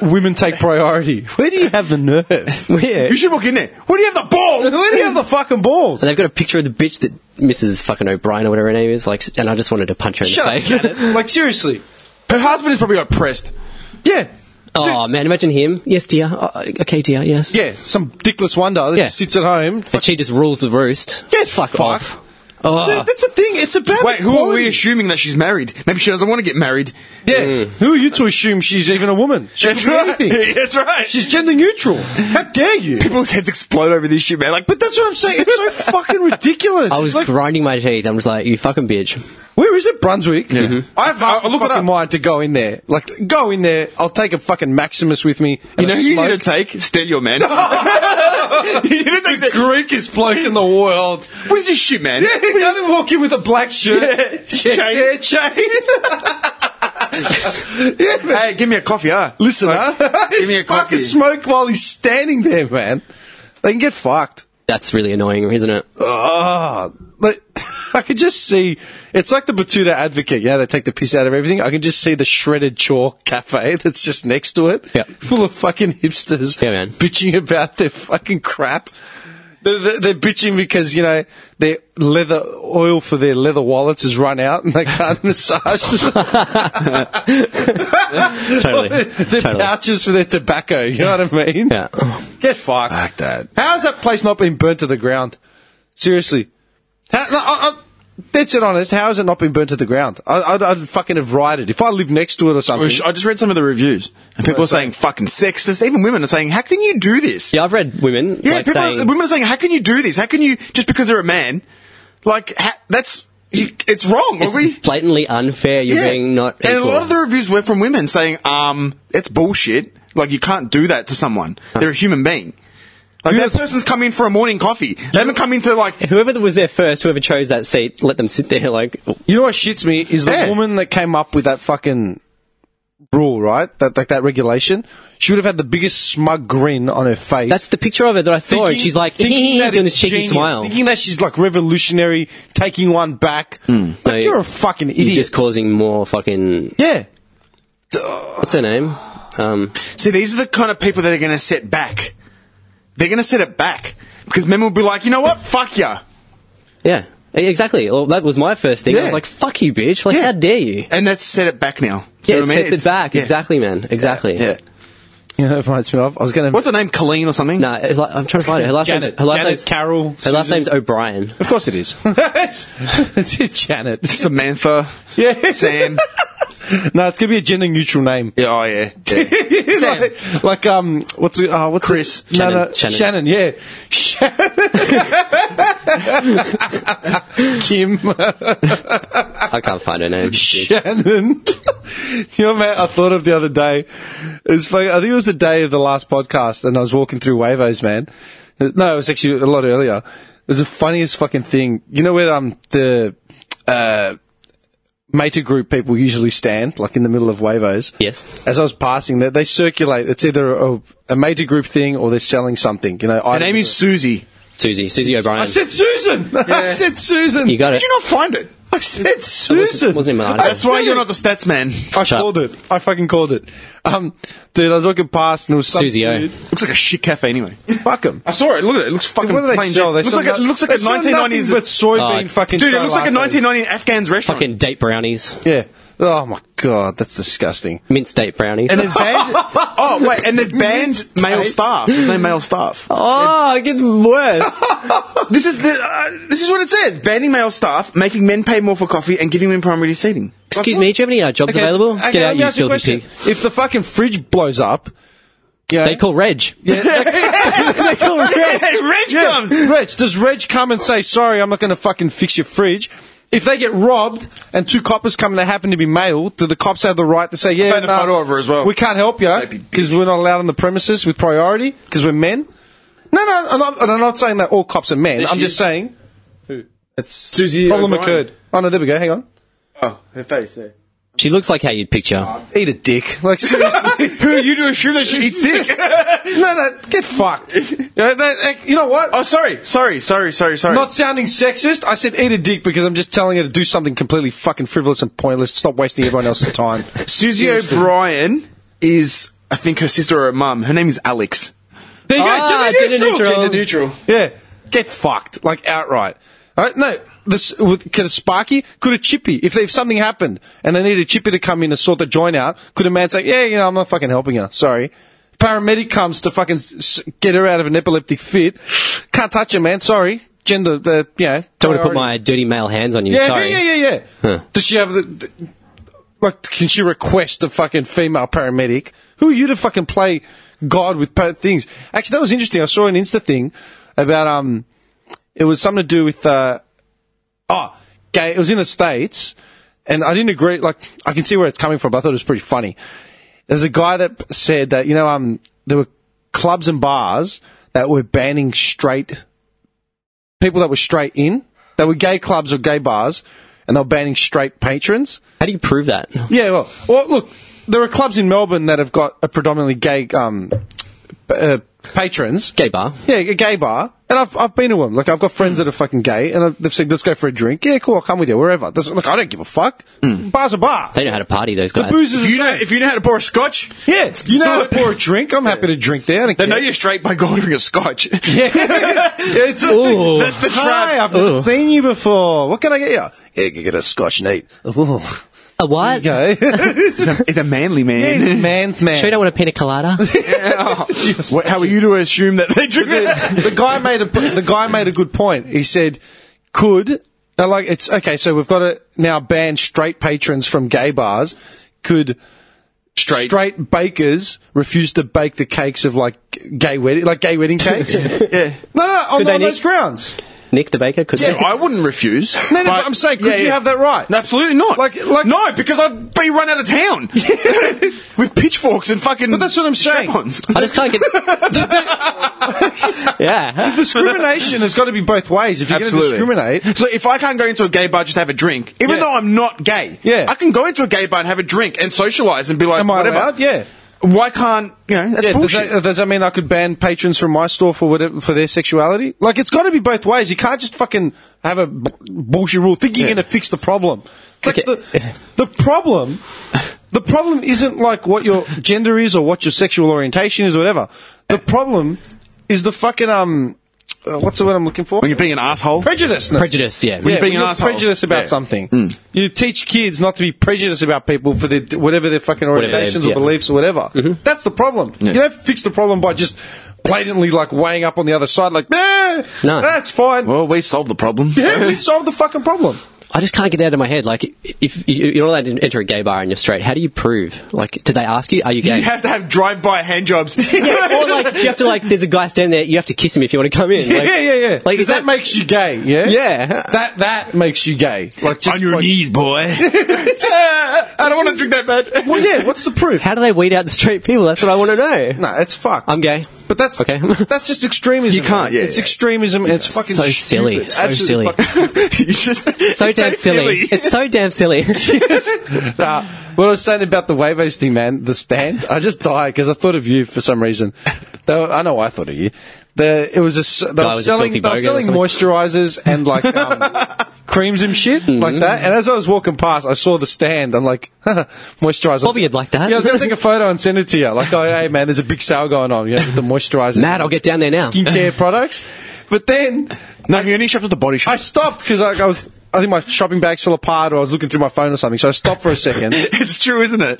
A: women take priority. Where do you have the nerve?
B: Weird.
C: you should walk in there. Where do you have the balls?
A: Where do you have the fucking balls?
B: And they've got a picture of the bitch that Mrs. fucking O'Brien or whatever her name is. Like, and I just wanted to punch her in
A: Shut
B: the
A: up,
B: face.
A: Janet. Like seriously.
C: Her husband is probably oppressed.
A: Yeah.
B: Oh man, imagine him. Yes, dear. Uh, okay, dear. Yes.
A: Yeah, some dickless wonder that
B: Yeah.
A: just sits at home.
B: And she just rules the roost.
A: Get fuck, off.
B: Oh.
A: Dude, that's the thing. It's about
C: Uh. Wait, who are we
A: equality.
C: assuming that she's married? Maybe she doesn't want to get married.
A: Yeah, who are you to assume she's even a woman? She
C: Mm. That's
A: can be
C: right.
A: anything.
C: That's right.
A: She's gender neutral. How dare you?
C: People's heads explode over this shit, man. Like,
A: But that's what I'm saying. It's so fucking ridiculous.
B: I was
A: Like,
B: grinding my teeth. I'm just like, you fucking bitch.
A: where is it, Brunswick? I've
C: I- I
A: half a
C: Mm-hmm. Uh, look it
A: fucking
C: up.
A: mind to go in there. Like, go in there. I'll take a fucking Maximus with me.
C: you
A: And
C: know
A: a
C: who you need to
A: smoke.
C: take? Steal your man. you need to take
A: the
C: that-
A: greatest bloke in the world.
C: What is this shit, man?
A: Yeah, he doesn't walk in with a black shirt,
C: Chain.
A: chain, chain.
C: Hey, give me a coffee, huh?
A: Listen,
C: Like,
A: huh?
C: give me a
A: He's fucking
C: coffee.
A: smoke while he's standing there, man. They can get fucked.
B: That's really annoying, isn't it?
A: Oh, like, I could just see. It's like the Batuta Advocate. Yeah, they take the piss out of everything. I can just see the shredded chalk cafe that's just next to it,
B: Yeah.
A: full of fucking hipsters,
B: Yeah, man.
A: bitching about their fucking crap. They're, they're, they're bitching because you know their leather oil for their leather wallets has run out and they can't massage
B: Totally.
A: their, their
B: totally.
A: pouches for their tobacco. You know what I mean?
B: Yeah.
A: Get fucked.
C: Fuck that.
A: How's that place not been burnt to the ground? Seriously. How, no, I, I, that's it, honest. How has it not been burnt to the ground? I, I'd, I'd fucking have rioted. If I lived next to it or something.
C: I just read some of the reviews, and people are saying fucking sexist. Even women are saying, "How can you do this?"
B: Yeah, I've read women.
C: Yeah,
B: like,
C: people,
B: saying,
C: are, women are saying, "How can you do this? How can you just because they're a man? Like ha- that's you, it's wrong."
B: it's
C: are we?
B: blatantly unfair. You're
C: Yeah.
B: being not.
C: and a
B: equal.
C: lot of the reviews were from women saying, "Um, it's bullshit. Like you can't do that to someone. They're a human being. Like that person's come in for a morning coffee. They haven't come in to like."
B: Whoever was there first, whoever chose that seat, let them sit there. Like,
A: you know what shits me is the
C: Yeah.
A: woman that came up with that fucking rule, right? That like that regulation. She would have had the biggest smug grin on her face.
B: that's the picture of her that I saw,
A: Thinking-
B: and she's like,
A: thinking that
B: doing
A: it's
B: this cheeky
A: genius,
B: smile.
A: Thinking that she's like revolutionary, taking one back. Like,
B: No,
A: you're a fucking idiot.
B: You're just causing more fucking.
A: yeah.
B: What's her name? Um,
C: See, these are the kind of people that are going to set back. They're going to set it back because men will be like, "You know what? Fuck ya."
B: yeah, E- exactly. Well, that was my first thing. I
C: Yeah.
B: was like, "Fuck you, bitch! Like,
C: Yeah.
B: how dare you?"
C: And that's set it back now.
B: Yeah,
C: You know
B: it
C: what I mean?
B: sets it
C: It's-
B: back.
C: yeah.
B: Exactly, man. Exactly.
C: Yeah.
A: You know, it reminds me of. I was going to.
C: What's her name? Colleen or something?
B: No, it's like, I'm trying to find it. Her last
A: Janet.
B: name's her last
A: Janet
B: name's
A: Carol,
B: Her last
A: Susan.
B: name's O'Brien.
A: Of course it is. it's, it's Janet.
C: Samantha.
A: Yeah.
C: Sam.
A: No, it's gonna be a gender neutral name.
C: Yeah, oh, yeah. Sam.
A: like, like, um, what's it? Uh, what's
C: Chris.
A: It? No,
B: Shannon.
A: no,
B: Shannon.
A: Shannon. Yeah, Shannon. Kim.
B: I can't find her name.
A: Shannon. you know, mate, I thought of the other day. It was funny. I think it was the day of the last podcast, and I was walking through Wavos, man. No, it was actually a lot earlier. It was the funniest fucking thing. You know where um the uh Mater group people usually stand, like in the middle of Wavos.
B: Yes.
A: As I was passing, they, they circulate. It's either a, a major group thing or they're selling something. You know,
C: Her name is Susie.
B: Susie, Susie O'Brien.
A: I said Susan. I said Susan.
B: You got
C: Did
B: it.
C: you not find it?
A: I said Susan.
B: wasn't even an
A: I
B: article.
C: That's why
A: said
C: you're
A: it.
C: not the stats man.
A: I
B: Shut up.
A: called it. I fucking called it. Um, dude, I was looking past and it was some
B: Susie O.
A: dude-
C: Looks like a shit cafe anyway.
A: Fuck 'em.
C: I saw it. Look at it. It looks fucking
A: What do they
C: plain
A: sell? They
C: Looks
A: sell
C: like a,
A: no-
C: looks like
A: they
C: a
A: sell nothing
C: 1990s.
A: but soybean
B: Oh,
A: fucking
C: dude, it looks like a
A: lattes.
C: 1990 Afghan's restaurant.
B: Fucking date brownies.
A: Yeah. Oh my god, that's disgusting.
B: Mince date brownies.
C: and they've banned. oh wait, and they've banned male staff. There's no male staff.
B: oh, it gets worse.
C: This is the uh, this is what it says: banning male staff, making men pay more for coffee, and giving women priority seating.
B: Excuse me, do you have any uh, jobs
A: Okay,
B: available?
A: okay,
B: Get
A: let
B: out,
A: me
B: you
A: ask you a
B: filthy pig.
A: question. If the fucking fridge blows up, yeah,
B: They call Reg.
A: they call Reg.
C: Reg comes.
A: Reg, does Reg come and say sorry? I'm not going to fucking fix your fridge. If they get robbed and two coppers come and they happen to be male, do the cops have the right to say, "Yeah,
C: found a
A: nah,
C: photo of her as well.
A: We can't help you
C: That'd be
A: because we're not allowed on the premises with priority because we're men." No, no, I'm not, and I'm not saying that all cops are men. I'm
C: she
A: just
C: is.
A: saying
C: It's Susie.
A: problem occurred. Oh no, there we go. Hang on.
C: Oh, her face. There.
B: She looks like how you'd picture.
A: Eat a dick. Like seriously.
C: Who are you to assume that she eats dick?
A: no, no, get fucked. You know, that- you know what?
C: oh, sorry, sorry, sorry, sorry, sorry.
A: Not sounding sexist, I said eat a dick because I'm just telling her to do something completely fucking frivolous and pointless. Stop wasting everyone else's time.
C: Susie O'Brien is, I think, her sister or her mum. Her name is Alex.
A: There you
B: Ah,
A: go,
B: gender neutral.
A: Gender Yeah, get fucked like outright. All right, no. This with, could a Sparky, could a Chippy, if, if something happened and they needed a Chippy to come in and sort the joint out, could a man say, "Yeah, you know, I'm not fucking helping her. Sorry." Paramedic comes to fucking s- s- get her out of an epileptic fit. Can't touch her, man. Sorry. Gender, the you know.
B: Don't want to put
A: priority.
B: my dirty male hands on you,
A: Yeah,
B: sorry.
A: yeah, yeah, yeah, yeah. Does she have the, the- Like, can she request a fucking female paramedic? Who are you to fucking play God with pa- things? Actually, that was interesting. I saw an Insta thing about um, it was something to do with uh, oh, gay. It was in the states, and I didn't agree. Like, I can see where it's coming from. But I thought it was pretty funny. There's a guy that said that you know um, there were clubs and bars that were banning straight people that were straight in. They were gay clubs or gay bars, and they were banning straight patrons.
B: How do you prove that?
A: Yeah, well, well, look, there are clubs in Melbourne that have got a predominantly gay um, p- uh, patrons.
B: Gay bar.
A: Yeah, a gay bar, and I've I've been to them. Like I've got friends that are fucking gay, and I've, they've said, "Let's go for a drink." Yeah, cool, I'll come with you wherever. That's, look, I don't give a fuck. Bar's a bar.
B: They know how to party, those
A: The
B: guys.
A: booze is
C: If
A: the
C: you know,
A: same.
C: if you know how to pour a scotch,
A: Yeah, you know how to
C: do it.
A: pour a drink. I'm happy to drink there. I don't
C: they know
A: care.
C: you're straight by ordering a scotch.
A: Yeah. it's a,
B: Ooh.
A: That's the trap.
C: Hi,
A: I've never seen you before. What can I get you? Yeah, you can get a scotch, Nate. Ooh.
B: A what? Sure
A: Okay.
C: He's a, he's a manly man.
A: man's man.
B: you don't want a pina colada?
C: What, how are you to assume that they drink it?
A: the guy made a the guy made a good point. He said, "Could uh, like it's okay? So we've got to now ban straight patrons from gay bars. Could
C: Straight.
A: straight bakers refuse to bake the cakes of like gay wedding like gay wedding cakes? yeah. No, no, on,
B: Could they
A: on those
B: nick-
A: grounds.
B: Nick the baker? Could
C: So I wouldn't refuse.
A: No, no, but I'm saying, could you have that right?
C: No, absolutely not.
A: Like- like-
C: no, because I'd be run out of town with pitchforks and fucking.
A: But that's what I'm saying.
C: strap-ons.
B: I just can't get. yeah.
A: Discrimination has got to be both ways. If you're going to
C: Absolutely.
A: discriminate,
C: So if I can't go into a gay bar just to have a drink,
A: Yeah.
C: even though I'm not gay,
A: Yeah.
C: I can go into a gay bar and have a drink and socialize and be like,
A: am I
C: whatever.
A: allowed? Yeah.
C: Why can't you know? That's
A: Yeah, does
C: bullshit.
A: that, uh, does that mean I could ban patrons from my store for whatever, for their sexuality? Like, it's got to be both ways. You can't just fucking have a b- bullshit rule thinking you're going to fix the problem. It's like
B: Okay.
A: the, the problem, the problem isn't like what your gender is or what your sexual orientation is or whatever. The problem is the fucking um, uh, what's the word I'm looking for?
C: when you're being an asshole.
A: prejudice.
B: Prejudice, yeah.
A: Yeah,
C: you're being
A: when
C: an
A: you're
C: asshole.
A: prejudiced about
C: Yeah.
A: something.
B: Hmm.
A: You teach kids not to be prejudiced about people for their whatever their fucking
B: Whatever they-
A: orientations or
B: yeah.
A: beliefs or whatever.
C: Mm-hmm.
A: That's the problem. You don't fix the problem by just blatantly like weighing up on the other side, like, nah,
B: No.
A: that's fine.
C: Well, we solved the problem.
A: yeah, we solved the fucking problem.
B: I just can't get it out of my head. Like, if you- you're not allowed to enter a gay bar and you're straight, how do you prove? Like, do they ask you, are you gay?
C: You have to have drive-by handjobs.
B: Yeah, or like, you have to like, there's a guy standing there, you have to kiss him if you want to come in. Like,
A: yeah, yeah, yeah.
B: Like, is
A: that,
B: that
A: makes you gay? Yeah,
B: Yeah.
A: That that makes you gay. Like just
C: On your
A: like-
C: knees, boy. I don't want to drink that bad.
A: Well, yeah. What's the proof?
B: How do they weed out the straight people? That's what I want to know.
A: no, it's fucked.
B: I'm gay.
A: But that's
B: Okay.
A: that's just extremism.
C: You can't, yeah,
A: It's
C: yeah.
A: extremism. and It's fucking
B: so
A: stupid.
B: silly, so
A: Absolutely
B: silly.
A: fucking
C: you just
B: So damn silly. It's so damn silly.
A: Nah, what I was saying about the Wavos thing, man, the stand, I just died because I thought of you for some reason. They were- I know why I thought of you. The, it was a, s- they, were
B: was a
A: selling,
B: filthy
A: they were
B: bogan or
A: selling
B: something.
A: moisturizers and like um, creams and shit
B: Mm-hmm.
A: like that. And as I was walking past, I saw the stand. I'm like, moisturizer.
B: Bobby would like that.
A: Yeah, I was going to take a photo and send it to you. Like, oh, hey, man, there's a big sale going on. Yeah, with the moisturizer.
B: Matt, I'll get down there now.
A: Skincare products. But then
C: no. You only shop at the body shop.
A: I stopped because like, I was, I think my shopping bags fell apart or I was looking through my phone or something. So I stopped for a second.
C: it's true, isn't it?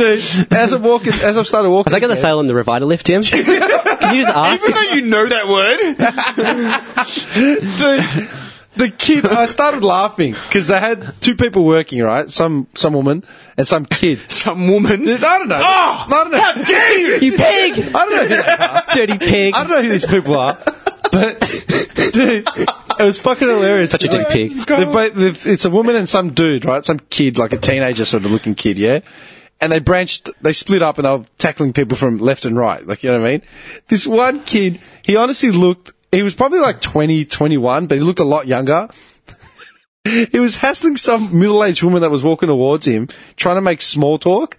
A: as I'm walking, as I've started walking,
B: Are they going to
A: again,
B: sale on the Revitalift, Tim? Can you just ask?
C: Even though you know that word,
A: dude, the kid, I started laughing because they had two people working, right? Some some woman and some kid.
C: some woman.
A: Dude, I don't know.
C: Oh,
A: I don't know.
C: How dare you?
B: You pig!
A: I don't know. Who they are.
B: Dirty pig.
A: I don't know who these people are, but dude, it was fucking hilarious.
B: Such a dick pig.
A: They're both- they've- it's a woman and some dude, right? Some kid, like a teenager sort of looking kid, yeah. And they branched, they split up, and they were tackling people from left and right. Like you know what I mean? This one kid, he honestly looked. He was probably like 20, 21, but he looked a lot younger. he was hassling some middle-aged woman that was walking towards him, trying to make small talk.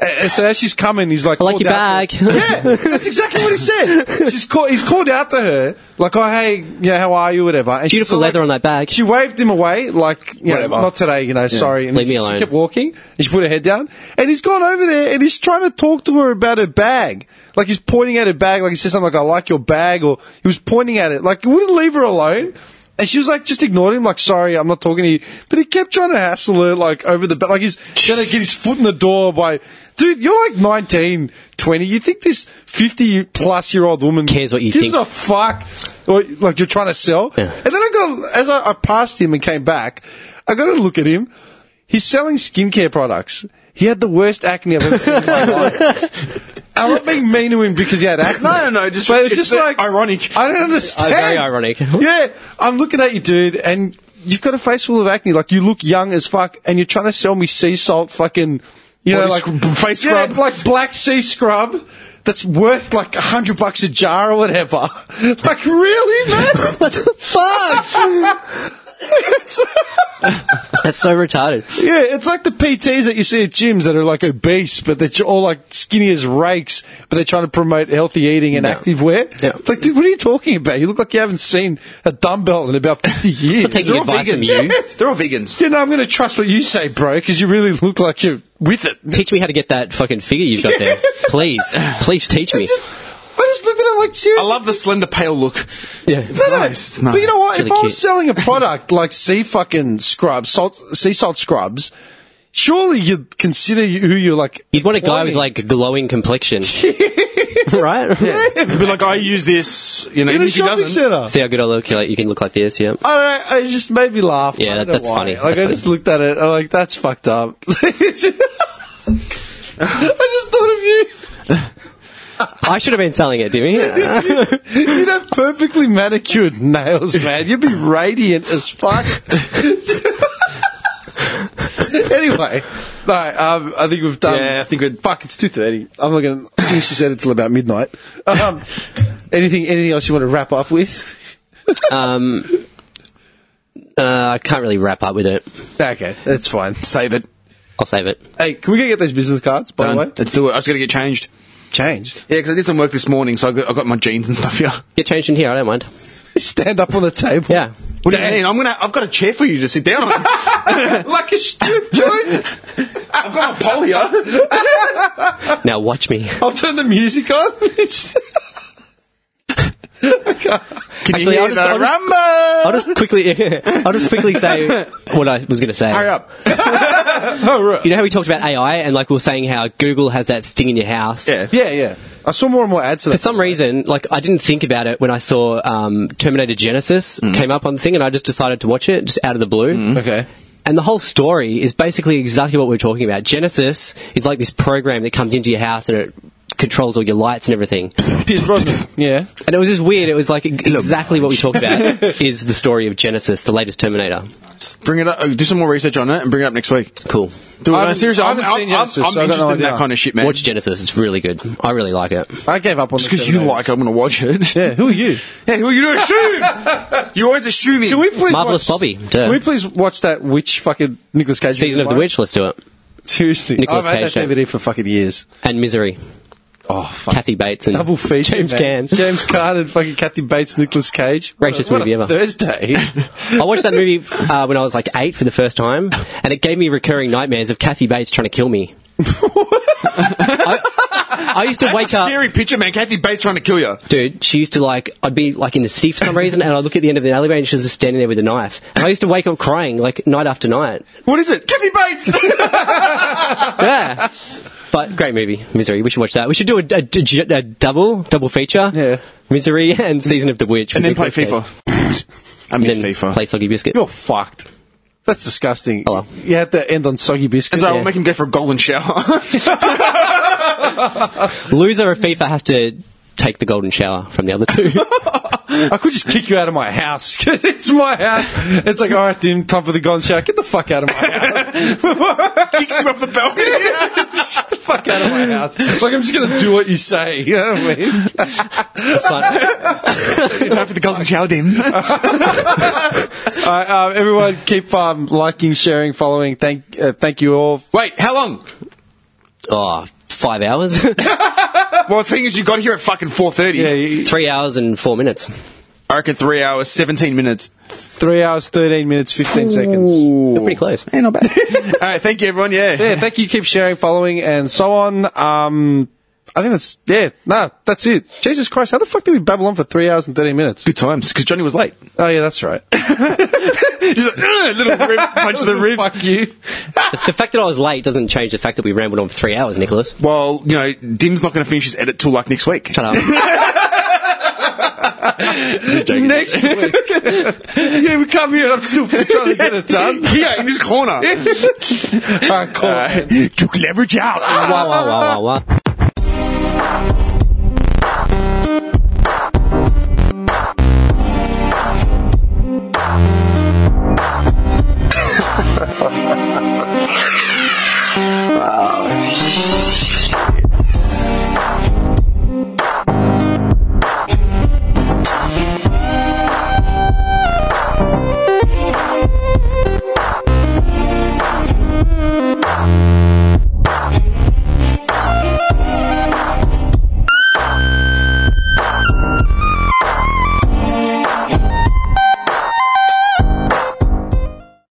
A: And so as she's coming, he's like,
B: I like
A: called
B: your
A: out
B: bag.
A: to her. Yeah, that's exactly what he said. She's call, he's called out to her, like, oh, hey, yeah, how are you, whatever. And she
B: Beautiful
A: sort of
B: leather
A: like-
B: on that bag.
A: She waved him away, like, you know,
C: Whatever.
A: not today, you know, sorry. And
B: Leave me
A: she-
B: alone.
A: She kept walking, and she put her head down, and he's gone over there, and he's trying to talk to her about her bag. Like, he's pointing at her bag, like he said something like, I like your bag, or he was pointing at it, like, he wouldn't leave her alone. And she was like, just ignored him, like, sorry, I'm not talking to you. But he kept trying to hassle her, like, over the back. Like, he's gonna get his foot in the door by, dude, you're like 19, 20. You think this 50 plus year old woman
B: Cares what you
A: gives
B: think.
A: a fuck? Or, like, you're trying to sell?
B: Yeah.
A: And then I got, as I, I passed him and came back, I got to look at him. He's selling skincare products. He had the worst acne I've ever seen in my life. I'm not being mean to him because he had acne.
C: No, no, no. Just
A: But it's
C: it's
A: just
C: the-
A: like
C: ironic.
A: I don't understand.
B: Uh, very ironic.
A: Yeah, I'm looking at you, dude, and you've got a face full of acne. Like you look young as fuck, and you're trying to sell me sea salt, fucking, you know,
C: Body
A: like
C: scrub- face
A: yeah,
C: scrub.
A: like black sea scrub. That's worth like a hundred bucks a jar or whatever. Like really, man?
B: What the fuck? That's so retarded.
A: Yeah, it's like the PTs that you see at gyms that are like obese, but they're all like skinny as rakes, but they're trying to promote healthy eating and active wear.
B: Yeah.
A: It's like, dude, what are you talking about? You look like you haven't seen a dumbbell in about 50 years.
B: taking
A: They're all
B: advice from
A: vegans.
B: you.
A: Yeah.
C: They're all vegans.
A: You know, I'm going to trust what you say, bro, because you really look like you're with it.
B: Teach me how to get that fucking figure you've got there. Please. Please teach me.
A: Just, I just looked at it like,
C: I
A: seriously.
C: love the slender, pale look.
B: Yeah.
A: I don't know.
C: nice, it's nice.
A: But you know what?
B: It's
A: if
B: really
A: I was
B: cute.
A: selling a product like sea fucking scrubs, salt, sea salt scrubs, surely you'd consider you- who you're like.
B: You'd want a guy with
A: employing.
B: like a glowing complexion. right?
C: But like, I use this. You know,
A: in
C: even
A: a
C: if he
A: shopping
C: doesn't,
A: centre.
B: See how good I look? You're like, you can look like this, yeah.
A: I don't know, it just made me laugh.
B: Yeah,
A: I don't
B: that- that's
A: know why.
B: funny.
A: Like
B: That's
A: I
B: funny.
A: just looked at it. I'm like, that's fucked up. I just thought of you.
B: I should have been selling it, Timmy.
A: You'd have perfectly manicured nails, man. You'd be radiant as fuck. anyway, no, um, I think we've done.
C: Yeah, I think we'd-
A: Fuck, it's two thirty. I'm not going to finish this edit till about midnight. Um, anything, anything else you want to wrap up with?
B: Um, uh, I can't really wrap up with it.
A: Okay, that's fine.
C: save it.
B: I'll save it.
A: Hey, can we go get those business cards? By the way,
C: Done. Let's do it. I just got to get changed.
A: changed.
C: Yeah, because I did some work this morning, so I got, I got my jeans and stuff here.
B: Get changed in here. I don't mind.
A: Stand up on the table.
B: Yeah.
C: What do you mean? I'm gonna. I've got a chair for you to sit down on.
A: like a strip joint.
C: I've got a pole here.
B: Now watch me.
A: I'll turn the music on.
C: Can
B: Actually,
C: you
B: I'll
C: hear
B: just-
C: the
B: I'll just-
C: rumble?
B: I'll just quickly. I'll just quickly say what I was going to say.
C: Hurry up.
A: oh right.
B: You know how we talked about AI and like we were saying how Google has that thing in your house.
C: Yeah.
A: Yeah, yeah. I saw more and more ads to
B: For
A: that.
B: some reason, like I didn't think about it when I saw um, Terminator Genesis
C: Mm-hmm.
B: came up on the thing, and I just decided to watch it just out of the blue.
A: Okay.
B: And the whole story is basically exactly what we're talking about. Genesis is like this program that comes into your house and it controls all your lights and everything.
A: Pierce Brosnan. Yeah.
B: And it was just weird. It was like exactly what we talked about is the story of Genesis, the latest Terminator.
C: Bring it up. uh, Do some more research on it and bring it up next week.
B: Cool.
C: Do it.
A: I
C: no,
A: haven't-
C: seriously,
A: I
C: I'm,
A: haven't
C: I'm,
A: seen
C: I'm,
A: Genesis,
C: I'm
A: so I don't
C: interested
A: know
C: in that
A: now.
C: kind of shit, man.
B: Watch Genesis. It's really good. I really like it.
A: I gave up on
C: Just because you like, I'm going to watch it.
A: Yeah, who are you?
C: Hey, who are you to assume? you always assuming.
A: Can we please
B: Marvelous
A: watch,
B: Bobby, duh.
A: Can we please watch that witch fucking Nicolas Cage?
B: Season of the Witch. Let's do it.
A: Seriously,
B: Nicolas
A: I've had
B: Cage show.
A: that DVD for fucking years.
B: And Misery.
A: Oh fuck.
B: Kathy Bates and
A: Double feature,
B: James
A: man.
B: Caan.
A: James Caan and fucking Kathy Bates, Nicolas Cage.
B: Greatest
A: What a-
B: movie
A: what a
B: ever.
A: Thursday.
B: I watched that movie uh, when I was like eight for the first time, and it gave me recurring nightmares of Kathy Bates trying to kill me. I, I used to wake up,
C: Scary picture, man. Kathy Bates trying to kill you.
B: dude. She used to like, I'd be like in the city for some reason, and I'd look at the end of the alleyway, and she was just standing there with a knife. And I used to wake up crying like night after night.
C: What is it? Kathy Bates!
B: Yeah. But great movie, Misery. We should watch that. We should do a, a- a- a double double feature.
A: Yeah.
B: Misery and Season of the Witch.
C: and then
B: with
C: play
B: Nicolas Cage.
C: FIFA. I miss
B: And then
C: FIFA.
B: play Soggy Biscuit.
A: You're fucked. That's disgusting.
B: Hello.
A: You had to end on soggy biscuit.
C: and so
A: Yeah.
C: we'll make him go for a golden shower.
B: Loser of FIFA has to take the golden shower from the other two.
A: I could just kick you out of my house. it's my house. It's like, all right, dude, time for the gone shower. Get the fuck out of my house.
C: Kicks him off the balcony.
A: fuck out of my house. Like, I'm just going to do what you say. You know what I mean?
B: It's like-
C: Time for the golden shower, Dim.
A: All right, um, everyone, keep um, liking, sharing, following. Thank, uh, thank you all.
C: Wait, how long?
B: oh, five hours,
C: Well, the thing is, you got here at fucking 4.30.
A: Yeah, you-
B: three hours and four minutes.
C: I reckon three hours, 17 minutes.
A: three hours, 13 minutes, 15 seconds.
B: We're pretty close.
C: Hey, not bad. All right, thank you, everyone. Yeah.
A: Yeah, thank you. Keep sharing, following, and so on. Um, I think that's, yeah, nah, that's it. Jesus Christ, how the fuck did we babble on for three hours and 13 minutes?
C: Good times, because Johnny was late.
A: Oh, yeah, that's right.
C: Just like, "Ugh," little rib, punch to the rib.
A: Fuck you.
B: The fact that I was late doesn't change the fact that we rambled on for three hours, Nicholas.
C: Well, you know, Dim's not going to finish his edit till like next week.
B: Shut up.
A: Next week. yeah, we come here. I'm still trying to get it done.
C: yeah, in this corner.
A: All right, cool.
C: Uh, took leverage out. Ah.
B: Wah, wah, wah, wah, wah.